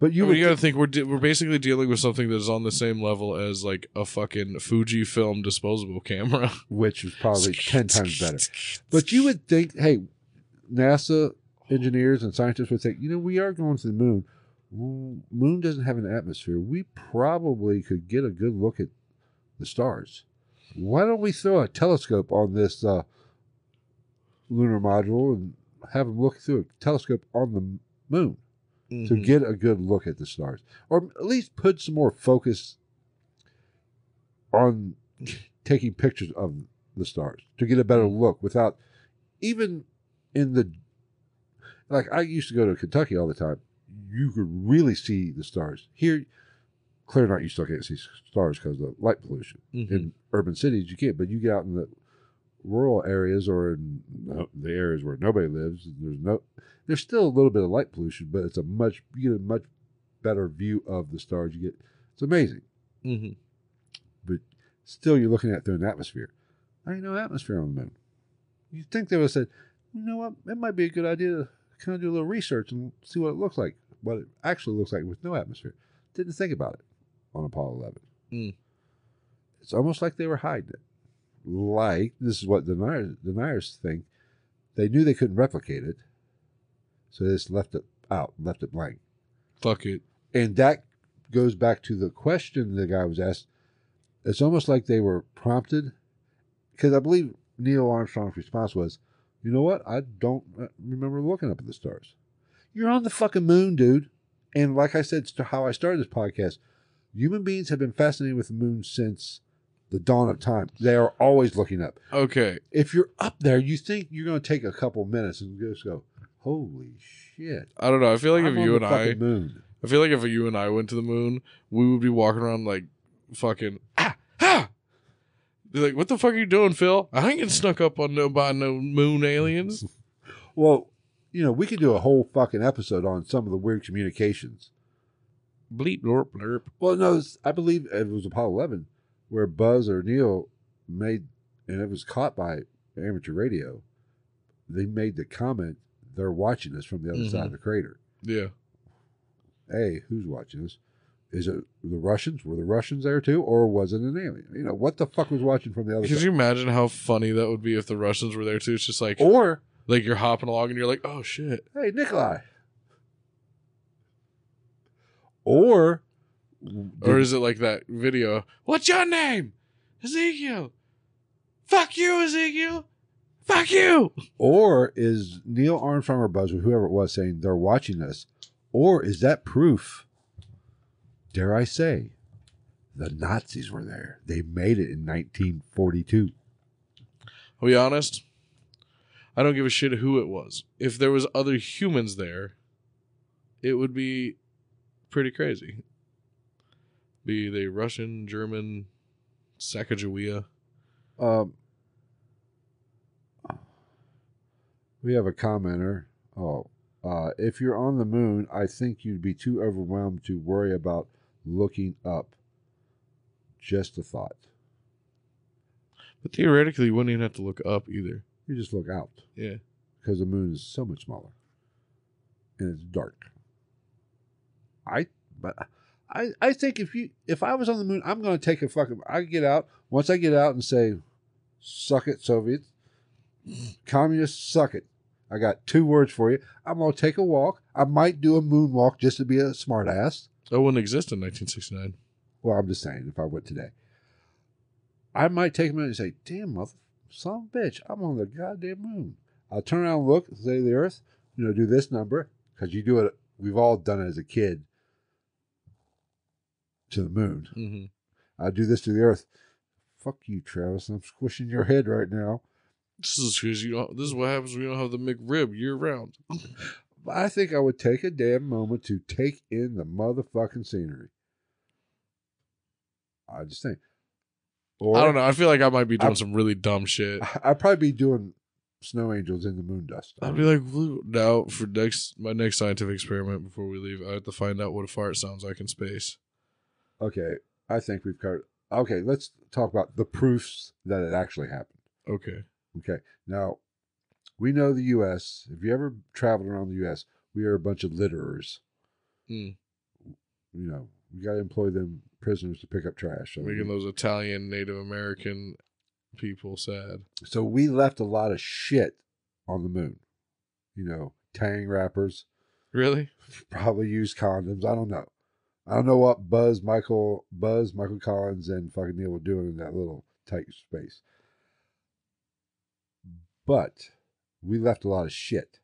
A: but you
B: You,
A: would
B: you got to think we're de- we're basically dealing with something that is on the same level as like a fucking Fuji film disposable camera.
A: which is probably ten times better. But you would think, hey, NASA engineers and scientists would think, you know, we are going to the moon. W- Moon doesn't have an atmosphere. We probably could get a good look at the stars. Why don't we throw a telescope on this uh, lunar module and have them look through a telescope on the m- moon to
B: Mhm.
A: get a good look at the stars, or at least put some more focus on taking pictures of the stars to get a better look without even in the like I used to go to Kentucky all the time. You could really see the stars here. Clear night, you still can't see stars because of light pollution
B: Mhm.
A: in urban cities you can't but you get out in the rural areas or in no- the areas where nobody lives there's no there's still a little bit of light pollution but it's a much you get a much better view of the stars you get it's amazing
B: Mhm.
A: still you're looking at through an atmosphere there ain't no atmosphere on the moon you'd think they would have said you know what it might be a good idea to kind of do a little research and see what it looks like what it actually looks like with no atmosphere didn't think about it on apollo 11
B: Mm.
A: it's almost like they were hiding it. Like this is what deniers deniers think. They knew they couldn't replicate it, so they just left it out, left it blank.
B: Fuck it.
A: And that goes back to the question the guy was asked. It's almost like they were prompted, because I believe Neil Armstrong's response was, "You know what? I don't uh, remember looking up at the stars. You're on the fucking moon, dude." And like I said, to how I started this podcast, human beings have been fascinated with the moon since the dawn of time. They are always looking up.
B: Okay.
A: If you're up there, you think you're going to take a couple minutes and just go, "Holy shit!"
B: I don't know. I feel like
A: I'm
B: if
A: on
B: you
A: the
B: and I,
A: fucking moon.
B: I feel like if you and I went to the moon, we would be walking around like fucking ah ah. Be like, what the fuck are you doing, Phil? I ain't getting snuck up on no by no moon aliens.
A: Well, you know, we could do a whole fucking episode on some of the weird communications.
B: Bleep blorp blurp.
A: Well, no, it's- I believe it was Apollo 11 where Buzz or Neil made, and it was caught by amateur radio. They made the comment, they're watching us from the other
B: Mhm.
A: side of the crater.
B: Yeah.
A: Hey, who's watching us? Is it the Russians? Were the Russians there too? Or was it an alien? You know, what the fuck was watching from the other
B: Could
A: side?
B: you imagine how funny that would be if the Russians were there too? It's just like
A: Or,
B: like you're hopping along and you're like, oh shit.
A: hey, Nikolai. Or,
B: Or is it like that video? What's your name? Ezekiel. Fuck you, Ezekiel. Fuck you.
A: Or is Neil Armstrong or Buzz or whoever it was saying they're watching us? Or is that proof? Dare I say, the Nazis were there. They made it in 1942.
B: I'll be honest. I don't give a shit who it was. If there was other humans there, it would be pretty crazy. Be they Russian, German, Sacagawea.
A: Um, we have a commenter. Oh, uh, if you're on the moon, I think you'd be too overwhelmed to worry about looking up. Just a thought.
B: But theoretically, you wouldn't even have to look up either.
A: You just look out.
B: Yeah.
A: because the moon is so much smaller and it's dark. I but I I think if you if I was on the moon, I'm going to take a fucking I get out once I get out and say, "Suck it, Soviets, communists, suck it." I got two words for you. I'm going to take a walk. I might do a moonwalk just to be a smartass.
B: That wouldn't exist in 1969.
A: Well, I'm just saying, if I went today, I might take a minute and say, "Damn mother, son of a bitch, I'm on the goddamn moon." I'll turn around, and look, say the Earth, you know, do this number because you do it. We've all done it as a kid to the moon.
B: Mm-hmm.
A: I do this to the Earth. Fuck you, Travis. I'm squishing your head right now.
B: This is because you don't. This is what happens when you don't have the McRib year round.
A: But I think I would take a damn moment to take in the motherfucking scenery. I just think. Or,
B: I don't know. I feel like I might be doing
A: I-
B: some really dumb shit.
A: I'd probably be doing snow angels in the moon dust.
B: I'd be like, "Woo." now for next my next scientific experiment before we leave, I have to find out what a fart sounds like in space.
A: okay, I think we've covered. Okay, let's talk about the proofs that it actually happened.
B: Okay.
A: Okay, now we know the U.S. If you ever traveled around the U.S., we are a bunch of litterers.
B: Mm.
A: You know, we got to employ them prisoners to pick up trash. So
B: Making
A: we,
B: those Italian Native American people sad.
A: so we left a lot of shit on the moon. You know, Tang wrappers,
B: Really?
A: probably used condoms. I don't know. I don't know what Buzz, Michael, Buzz, Michael Collins, and fucking Neil were doing in that little tight space. But we left a lot of shit.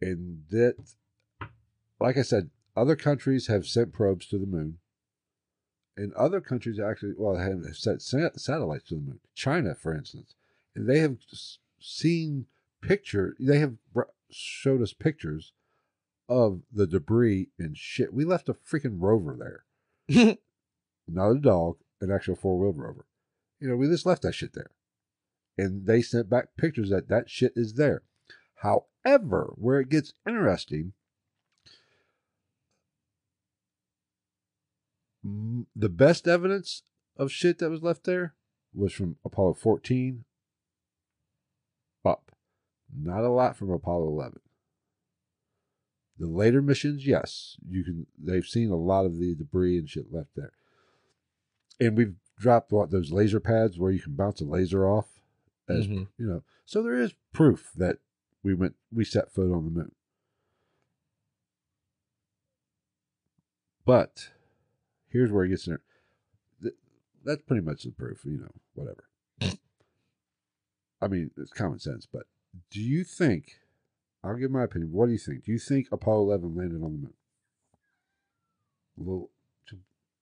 A: And that, like I said, other countries have sent probes to the moon. And other countries actually, well, have sent sa- satellites to the moon. China, for instance. And they have s- seen picture. They have br- showed us pictures of the debris and shit. We left a freaking rover there, not a dog, an actual four wheeled rover. You know, we just left that shit there, and they sent back pictures that that shit is there. However, where it gets interesting. mm, The best evidence of shit that was left there was from Apollo 14 up. Not a lot from Apollo 11. The later missions, yes, you can. They've seen a lot of the debris and shit left there, and we've dropped what those laser pads where you can bounce a laser off, as
B: Mhm.
A: you know. So there is proof that we went, we set foot on the moon. But here's where it gets in there. Th- That's pretty much the proof, you know. Whatever. I mean, it's common sense, but do you think? I'll give my opinion. What do you think? Do you think Apollo 11 landed on the moon? Little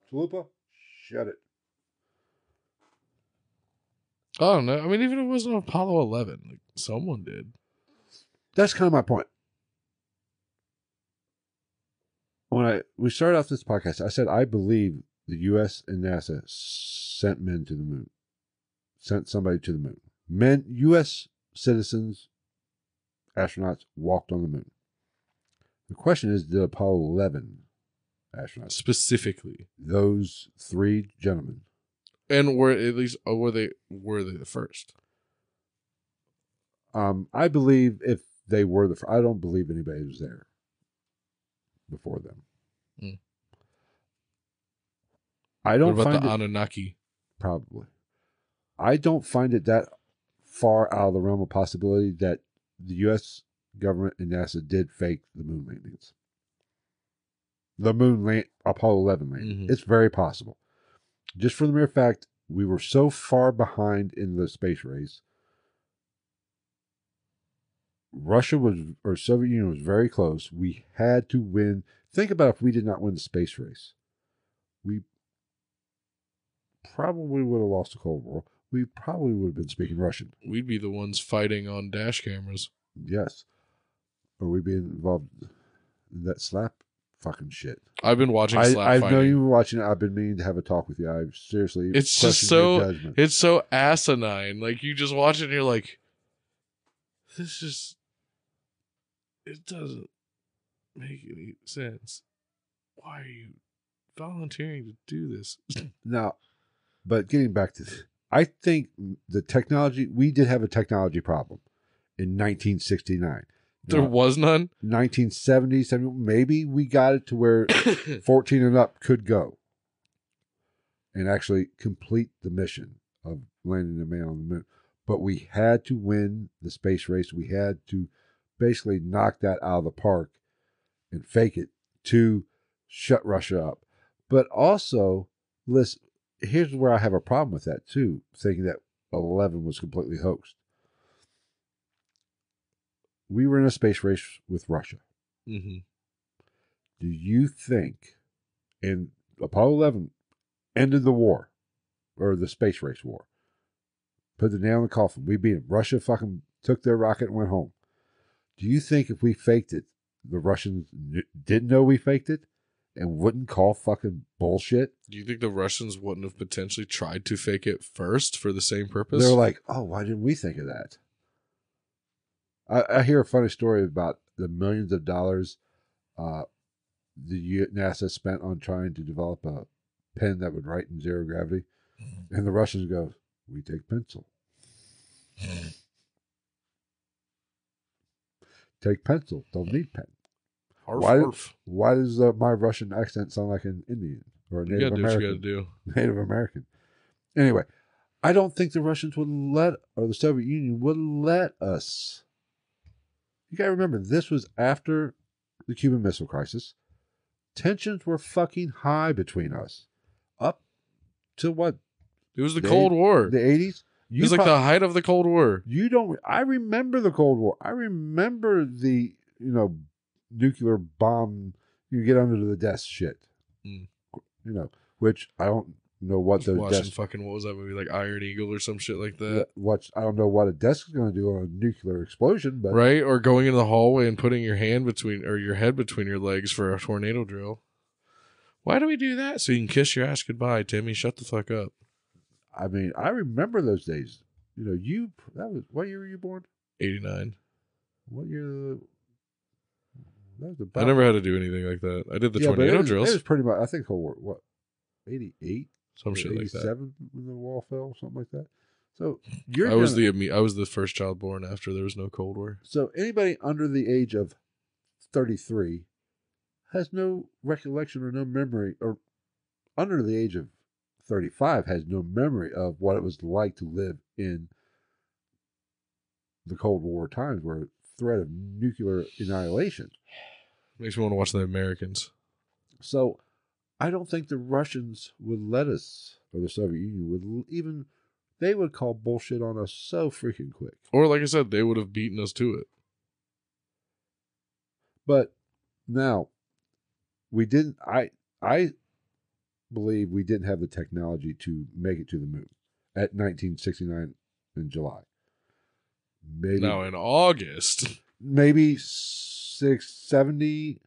A: Chalupa, shut it.
B: I don't know. I mean, even if it wasn't Apollo 11, like, someone did.
A: That's kind of my point. When I we started off this podcast, I said I believe the U.S. and NASA sent men to the moon, sent somebody to the moon. Men, U.S. citizens, astronauts walked on the moon. The question is, did Apollo 11 astronauts,
B: Specifically.
A: those three gentlemen,
B: And were at least oh, were they were they the first?
A: Um, I believe if they were the, fir- I don't believe anybody was there before them.
B: Mm.
A: I don't
B: what about
A: find
B: the
A: it
B: Anunnaki?
A: probably. I don't find it that far out of the realm of possibility that the U.S. government and NASA did fake the moon landings. The moon land, Apollo 11 landing.
B: Mhm.
A: It's very possible. Just for the mere fact, we were so far behind in the space race. Russia was, or Soviet Union was very close. We had to win. Think about if we did not win the space race. We probably would have lost the Cold War. We probably would have been speaking Russian.
B: We'd be the ones fighting on dash cameras.
A: Yes. Or we'd be involved in that slap fucking shit.
B: I've been watching
A: I,
B: slap
A: I
B: fighting.
A: know you've been watching it. I've been meaning to have a talk with you. I seriously.
B: It's just
A: question
B: so-
A: your judgment.
B: It's so asinine. Like you just watch it and you're like, this is it doesn't make any sense. Why are you volunteering to do this?
A: Now, but getting back to this, I think the technology, we did have a technology problem in 1969.
B: There
A: Now,
B: was none.
A: 1970, 70, maybe we got it to where 14 and up could go and actually complete the mission of landing a man on the moon. But we had to win the space race. We had to basically knock that out of the park and fake it to shut Russia up. But also, listen, here's where I have a problem with that too, thinking that 11 was completely hoaxed. We were in a space race with Russia.
B: Mhm.
A: Do you think, and Apollo 11 ended the war or the space race war, put the nail in the coffin? We beat them. Russia fucking took their rocket and went home. Do you think if we faked it, the Russians kn- didn't know we faked it and wouldn't call fucking bullshit?
B: Do you think the Russians wouldn't have potentially tried to fake it first for the same purpose?
A: They're like, oh, why didn't we think of that? I, I hear a funny story about the millions of dollars uh, the U- NASA spent on trying to develop a pen that would write in zero gravity, and the Russians go, "We take pencil, take pencil. Don't need pen.
B: Arf,
A: why-
B: arf.
A: Why does uh, my Russian accent sound like an Indian or a
B: You
A: Native
B: gotta do what you
A: American?"
B: gotta do.
A: Native American. Anyway, I don't think the Russians would let, or the Soviet Union would let us. You got to remember, this was after the Cuban Missile Crisis. Tensions were fucking high between us. Up to what,
B: It was the
A: They-
B: Cold War.
A: the 80s?
B: it
A: You
B: was like
A: prob-
B: the height of the Cold War.
A: you don't i remember the cold war i remember the you know nuclear bomb you get under the desk shit
B: Mm.
A: you know which i don't know what
B: Watching
A: those desks
B: fucking what was that movie like Iron Eagle or some shit like that,
A: what i don't know what a desk is going to do on a nuclear explosion but
B: right? Or going into the hallway and putting your hand between or your head between your legs for a tornado drill. Why do we do that? So you can kiss your ass goodbye, Timmy. Shut the fuck up.
A: i mean i remember those days you know you that was what year were you born
B: Eighty nine.
A: what year that was about
B: I never had to do anything like that. I did the
A: Yeah, but
B: tornado
A: it was,
B: drills,
A: it was pretty much i think cold war what 88
B: some shit like that.
A: 87 when the wall fell, something like that. So you're
B: I was
A: gonna-
B: the imme- I was the first child born after there was no Cold War.
A: so anybody under the age of 33 has no recollection or no memory, or under the age of 35 has no memory of what it was like to live in the Cold War times, where threat of nuclear annihilation.
B: Makes me want to watch the Americans.
A: So I don't think the Russians would let us, or the Soviet Union would l- even they would call bullshit on us so freaking quick.
B: Or like I said, they would have beaten us to it.
A: But now we didn't I I believe we didn't have the technology to make it to the moon at 1969 in July. Maybe
B: Now in August,
A: maybe 670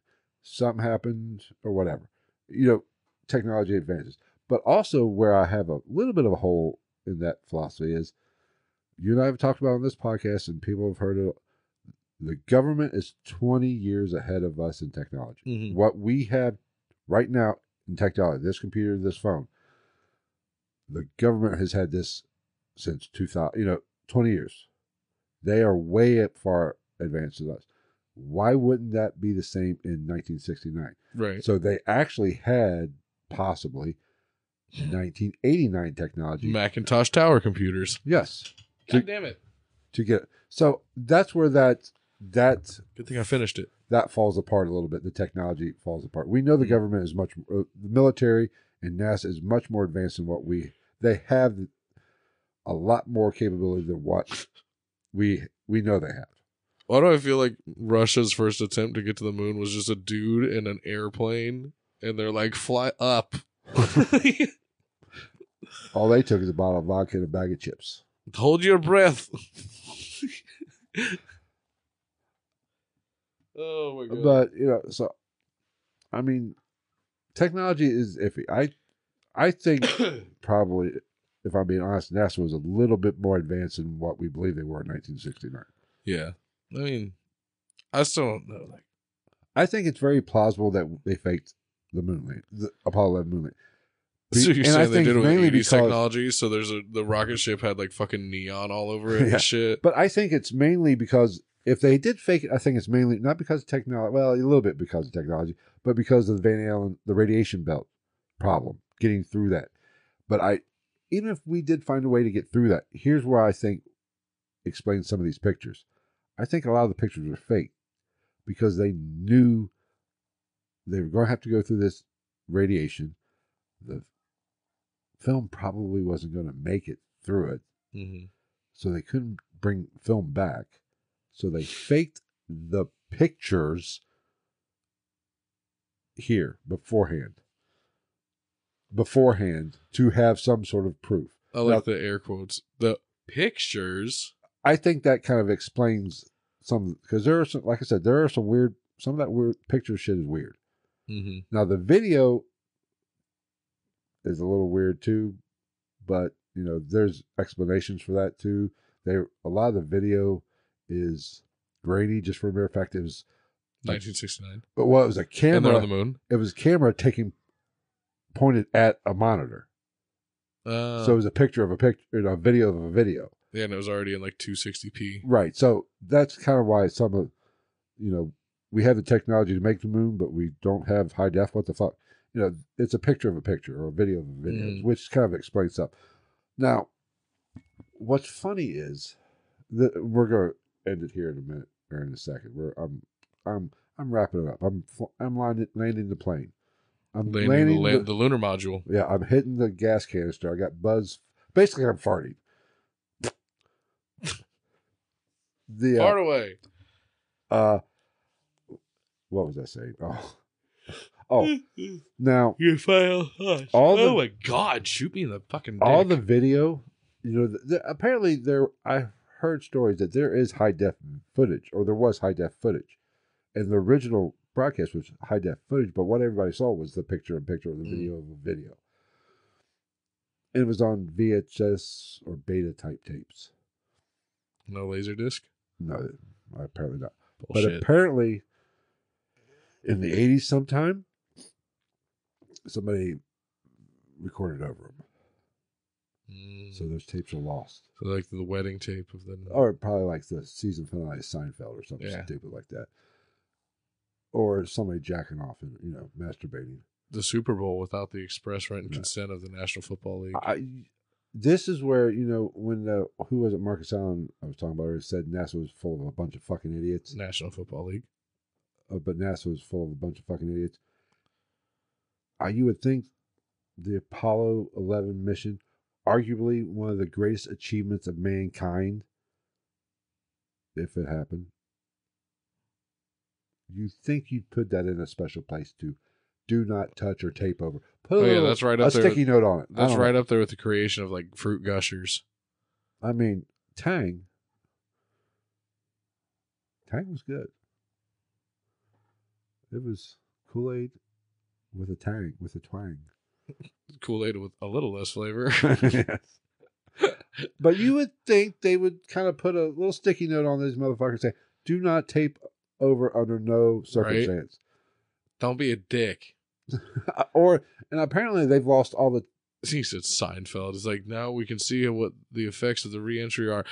A: something happened or whatever you know technology advances but also where i have a little bit of a hole in that philosophy is you and i have talked about on this podcast and people have heard it the government is 20 years ahead of us in technology
B: Mhm.
A: what we have right now in technology this computer this phone the government has had this since 2000 you know 20 years they are way up far advanced as us why wouldn't that be the same in 1969
B: right?
A: so they actually had possibly 1989 technology
B: Macintosh Tower computers.
A: yes
B: God damn it!
A: to get so that's where that that
B: Good thing I finished it.
A: that falls apart a little bit. The technology falls apart. We know the
B: Mhm.
A: government is much, uh, the military and NASA is much more advanced than what we. They have a lot more capability than what we we know they have.
B: Why do I feel like Russia's first attempt to get to the moon was just a dude in an airplane, and they're like, "Fly up."
A: All they took is a bottle of vodka and a bag of chips.
B: Hold your breath. oh my god.
A: But you know, so I mean, technology is iffy. I I think probably, if I'm being honest, NASA was a little bit more advanced than what we believe they were in 1969.
B: yeah. I mean, I still don't know. Like,
A: I think it's very plausible that they faked the moon landing, the Apollo 11 moon landing. Be-
B: so you're
A: and I
B: saying they
A: think
B: did it with
A: mainly
B: 80s
A: because-
B: technology, so there's a the rocket ship had like fucking neon all over it
A: Yeah.
B: and shit.
A: But I think it's mainly because if they did fake it, I think it's mainly not because of technology. Well, a little bit because of technology, but because of the Van Allen, the radiation belt problem, getting through that. But I, even if we did find a way to get through that, here's where I think explains some of these pictures. I think a lot of the pictures are fake because they knew they were going to have to go through this radiation. The film probably wasn't going to make it through it
B: Mhm.
A: so they couldn't bring film back. So they faked the pictures here beforehand, beforehand to have some sort of proof.
B: I like the air quotes. The pictures.
A: I think that kind of explains some because there are some, like I said, there are some weird, some of that weird picture shit is weird.
B: Mhm.
A: Now the video is a little weird too, but you know there's explanations for that too. They a lot of the video is grainy, just for the mere fact it was.
B: 1969.
A: But well, it was a
B: And they're
A: camera.
B: on the moon.
A: it was a camera taking pointed at a monitor,
B: Uh,
A: so it was a picture of a picture, you know, a video of a video.
B: yeah, and it was already in like 260p.
A: Right. So that's kind of why some of, you know, we have the technology to make the moon, but we don't have high def. What the fuck? You know, it's a picture of a picture or a video of a video,
B: Mm.
A: which kind of explains stuff. Now, what's funny is that we're going to end it here in a minute or in a second. We're I'm I'm I'm wrapping it up. I'm fl- I'm landing, landing the plane. I'm landing,
B: Landing, landing the,
A: the-
B: la- the lunar module.
A: yeah, I'm hitting the gas canister. I got buzz. Basically, I'm farting. The uh,
B: Far away.
A: uh, what was I saying? Oh, oh. Now
B: You fail. Oh,
A: All the-
B: oh my god, shoot me in the fucking dick.
A: all the video, you know, th th- apparently there. I heard stories that there is high def footage, or there was high def footage, and the original broadcast was high def footage. But what everybody saw was the picture in picture or the
B: Mm.
A: video of a video. And it was on VHS or beta type tapes.
B: No laser disc?
A: No, apparently not.
B: Bullshit.
A: But apparently, in the eighties, sometime somebody recorded over them,
B: Mm.
A: so those tapes are lost,
B: So like the wedding tape of the
A: or probably like the season finale of Seinfeld or something
B: Yeah.
A: stupid like that, or somebody jacking off and you know masturbating.
B: the Super Bowl without the express written
A: Yeah. Ah.
B: consent of the National Football League.
A: I, this is where you know when the who was it Marcus Allen I was talking about already said NASA was full of a bunch of fucking idiots,
B: National Football League.
A: uh, but NASA was full of a bunch of fucking idiots. Uh, you would think the Apollo 11 mission arguably one of the greatest achievements of mankind if it happened you think you'd put that in a special place too do not touch or tape over put a,
B: Oh, yeah,
A: little-
B: that's right
A: a
B: up there.
A: sticky note on it I
B: That's
A: don't
B: right up there with the creation of like fruit gushers.
A: know. i mean tang tang was good it was kool-aid with a tang with a twang
B: Kool Aid with a little less flavor.
A: yes. But you would think they would kind of put a little sticky note on those motherfuckers saying, do not tape over under no circumstance.
B: Don't be a dick.
A: or, and apparently they've lost all the,
B: He said Seinfeld. It's like now we can see what the effects of the reentry are.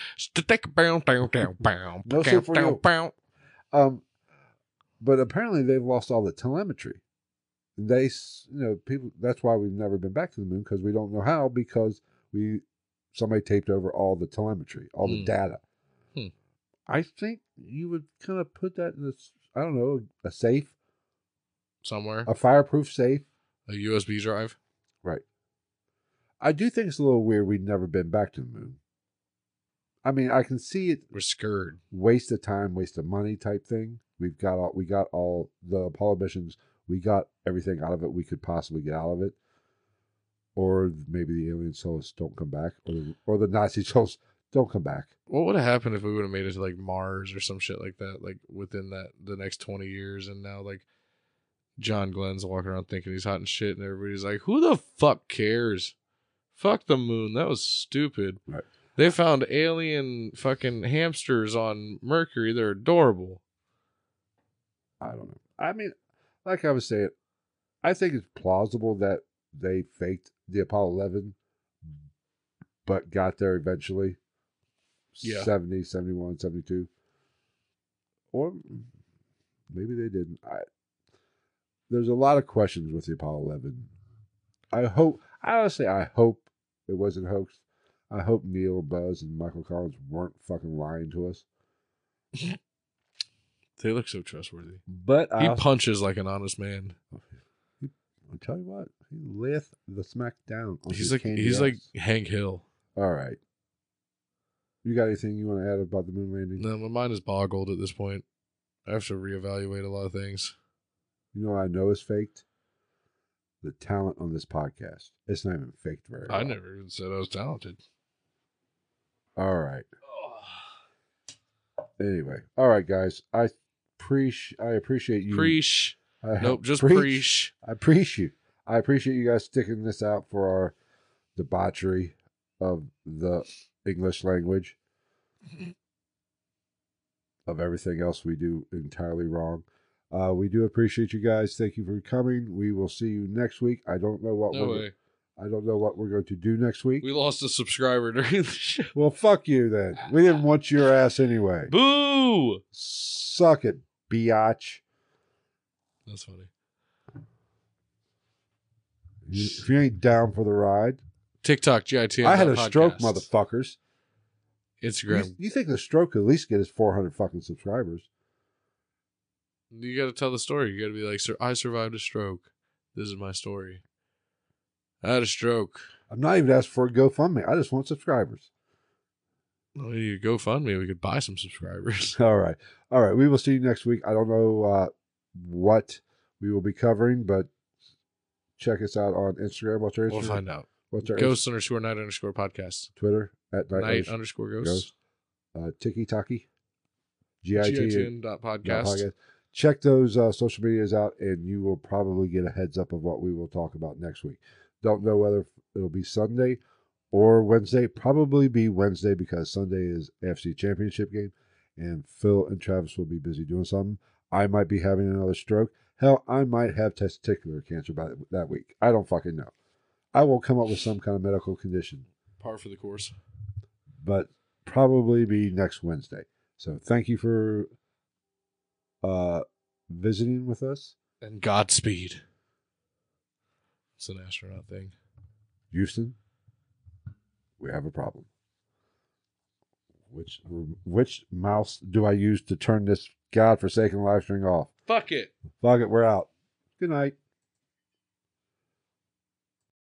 B: Bow, bow, bow, bow,
A: No
B: bow,
A: soup for
B: bow,
A: you.
B: bow.
A: um, but apparently they've lost all the telemetry. They, s- you know, people, that's why we've never been back to the moon because we don't know how because we, somebody taped over all the telemetry, all the
B: Hmm.
A: data.
B: Hmm.
A: I think you would kind of put that in this, I don't know, a safe,
B: Somewhere
A: a fireproof safe.
B: a USB drive.
A: I do think it's a little weird we've never been back to the moon. I mean, I can see it
B: We're scared.
A: waste of time, waste of money type thing. We've got all we got all the Apollo missions, we got everything out of it we could possibly get out of it. Or maybe the alien souls don't come back, or the, or the Nazi souls don't come back.
B: What would have happened if we would have made it to like Mars or some shit like that? Like within that the next twenty years, and now like John Glenn's walking around thinking he's hot and shit, and everybody's like, "Who the fuck cares? Fuck the moon. That was stupid."
A: Right.
B: They found alien fucking hamsters on Mercury. They're adorable.
A: I don't know. I mean, like I was saying, I think it's plausible that they faked the Apollo 11, but got there eventually.
B: Yeah.
A: 70, 71, 72. Or maybe they didn't. I, there's a lot of questions with the Apollo 11. I hope, I honestly, I hope it wasn't a hoax. I hope Neil, Buzz, and Michael Collins weren't fucking lying to us.
B: They look so trustworthy.
A: But I
B: He
A: also-
B: punches like an honest man.
A: I'll tell you what, he laith the smack down. on
B: He's
A: his
B: like
A: candy
B: he's
A: ass.
B: like Hank Hill.
A: all right. You got anything you want to add about the moon landing?
B: No, my mind is boggled at this point. I have to reevaluate a lot of things.
A: You know, what I know is faked. The talent on this podcast. It's not even faked very
B: I
A: well.
B: never even said I was talented.
A: All right. Anyway, all right, guys. I preach. I appreciate you.
B: Preach.
A: I,
B: Nope, just
A: preach.
B: preach.
A: I appreciate you. I appreciate you guys sticking this out for our debauchery of the English language, of everything else we do entirely wrong. Uh, we do appreciate you guys. Thank you for coming. We will see you next week. I don't know what
B: No
A: we're,
B: way.
A: I don't know what we're going to do next week.
B: We lost a subscriber during the show.
A: well, fuck you then. We didn't want your ass anyway.
B: Boo!
A: Suck it, biatch.
B: That's funny.
A: If you ain't down for the ride,
B: TikTok, GITM.
A: I had a stroke,
B: podcast.
A: motherfuckers. You,
B: Instagram.
A: you think the stroke could at least get us 400 fucking subscribers?
B: You got to tell the story. You got to be like, "Sir, I survived a stroke. This is my story. I had a stroke.
A: I'm not even asking for a GoFundMe. I just want subscribers.
B: We need to GoFundMe. We could buy some subscribers.
A: All right. All right. We will see you next week. I don't know uh, what we will be covering, but check us out on Instagram. What's our
B: We'll
A: Instagram?
B: find out.
A: What's our
B: Ghost underscore night underscore podcast.
A: Inst- Twitter? At night.
B: Night
A: night
B: underscore
A: ghost.
B: ghost.
A: uh, Tiki Taki. GIT.
B: GITN dot
A: Yeah,
B: podcast.
A: podcast. Check those uh, social medias out, and you will probably get a heads up of what we will talk about next week. Don't know whether it'll be Sunday or Wednesday. Probably be Wednesday because Sunday is AFC Championship game, and Phil and Travis will be busy doing something. I might be having another stroke. Hell, I might have testicular cancer by that week. I don't fucking know. I will come up with some kind of medical condition
B: Par for the course.
A: but probably be next Wednesday. So thank you for uh, visiting with us.
B: And Godspeed. It's an astronaut thing.
A: Houston, we have a problem. Which which mouse do I use to turn this godforsaken live string off?
B: Fuck it.
A: Fuck it, we're out. Good night.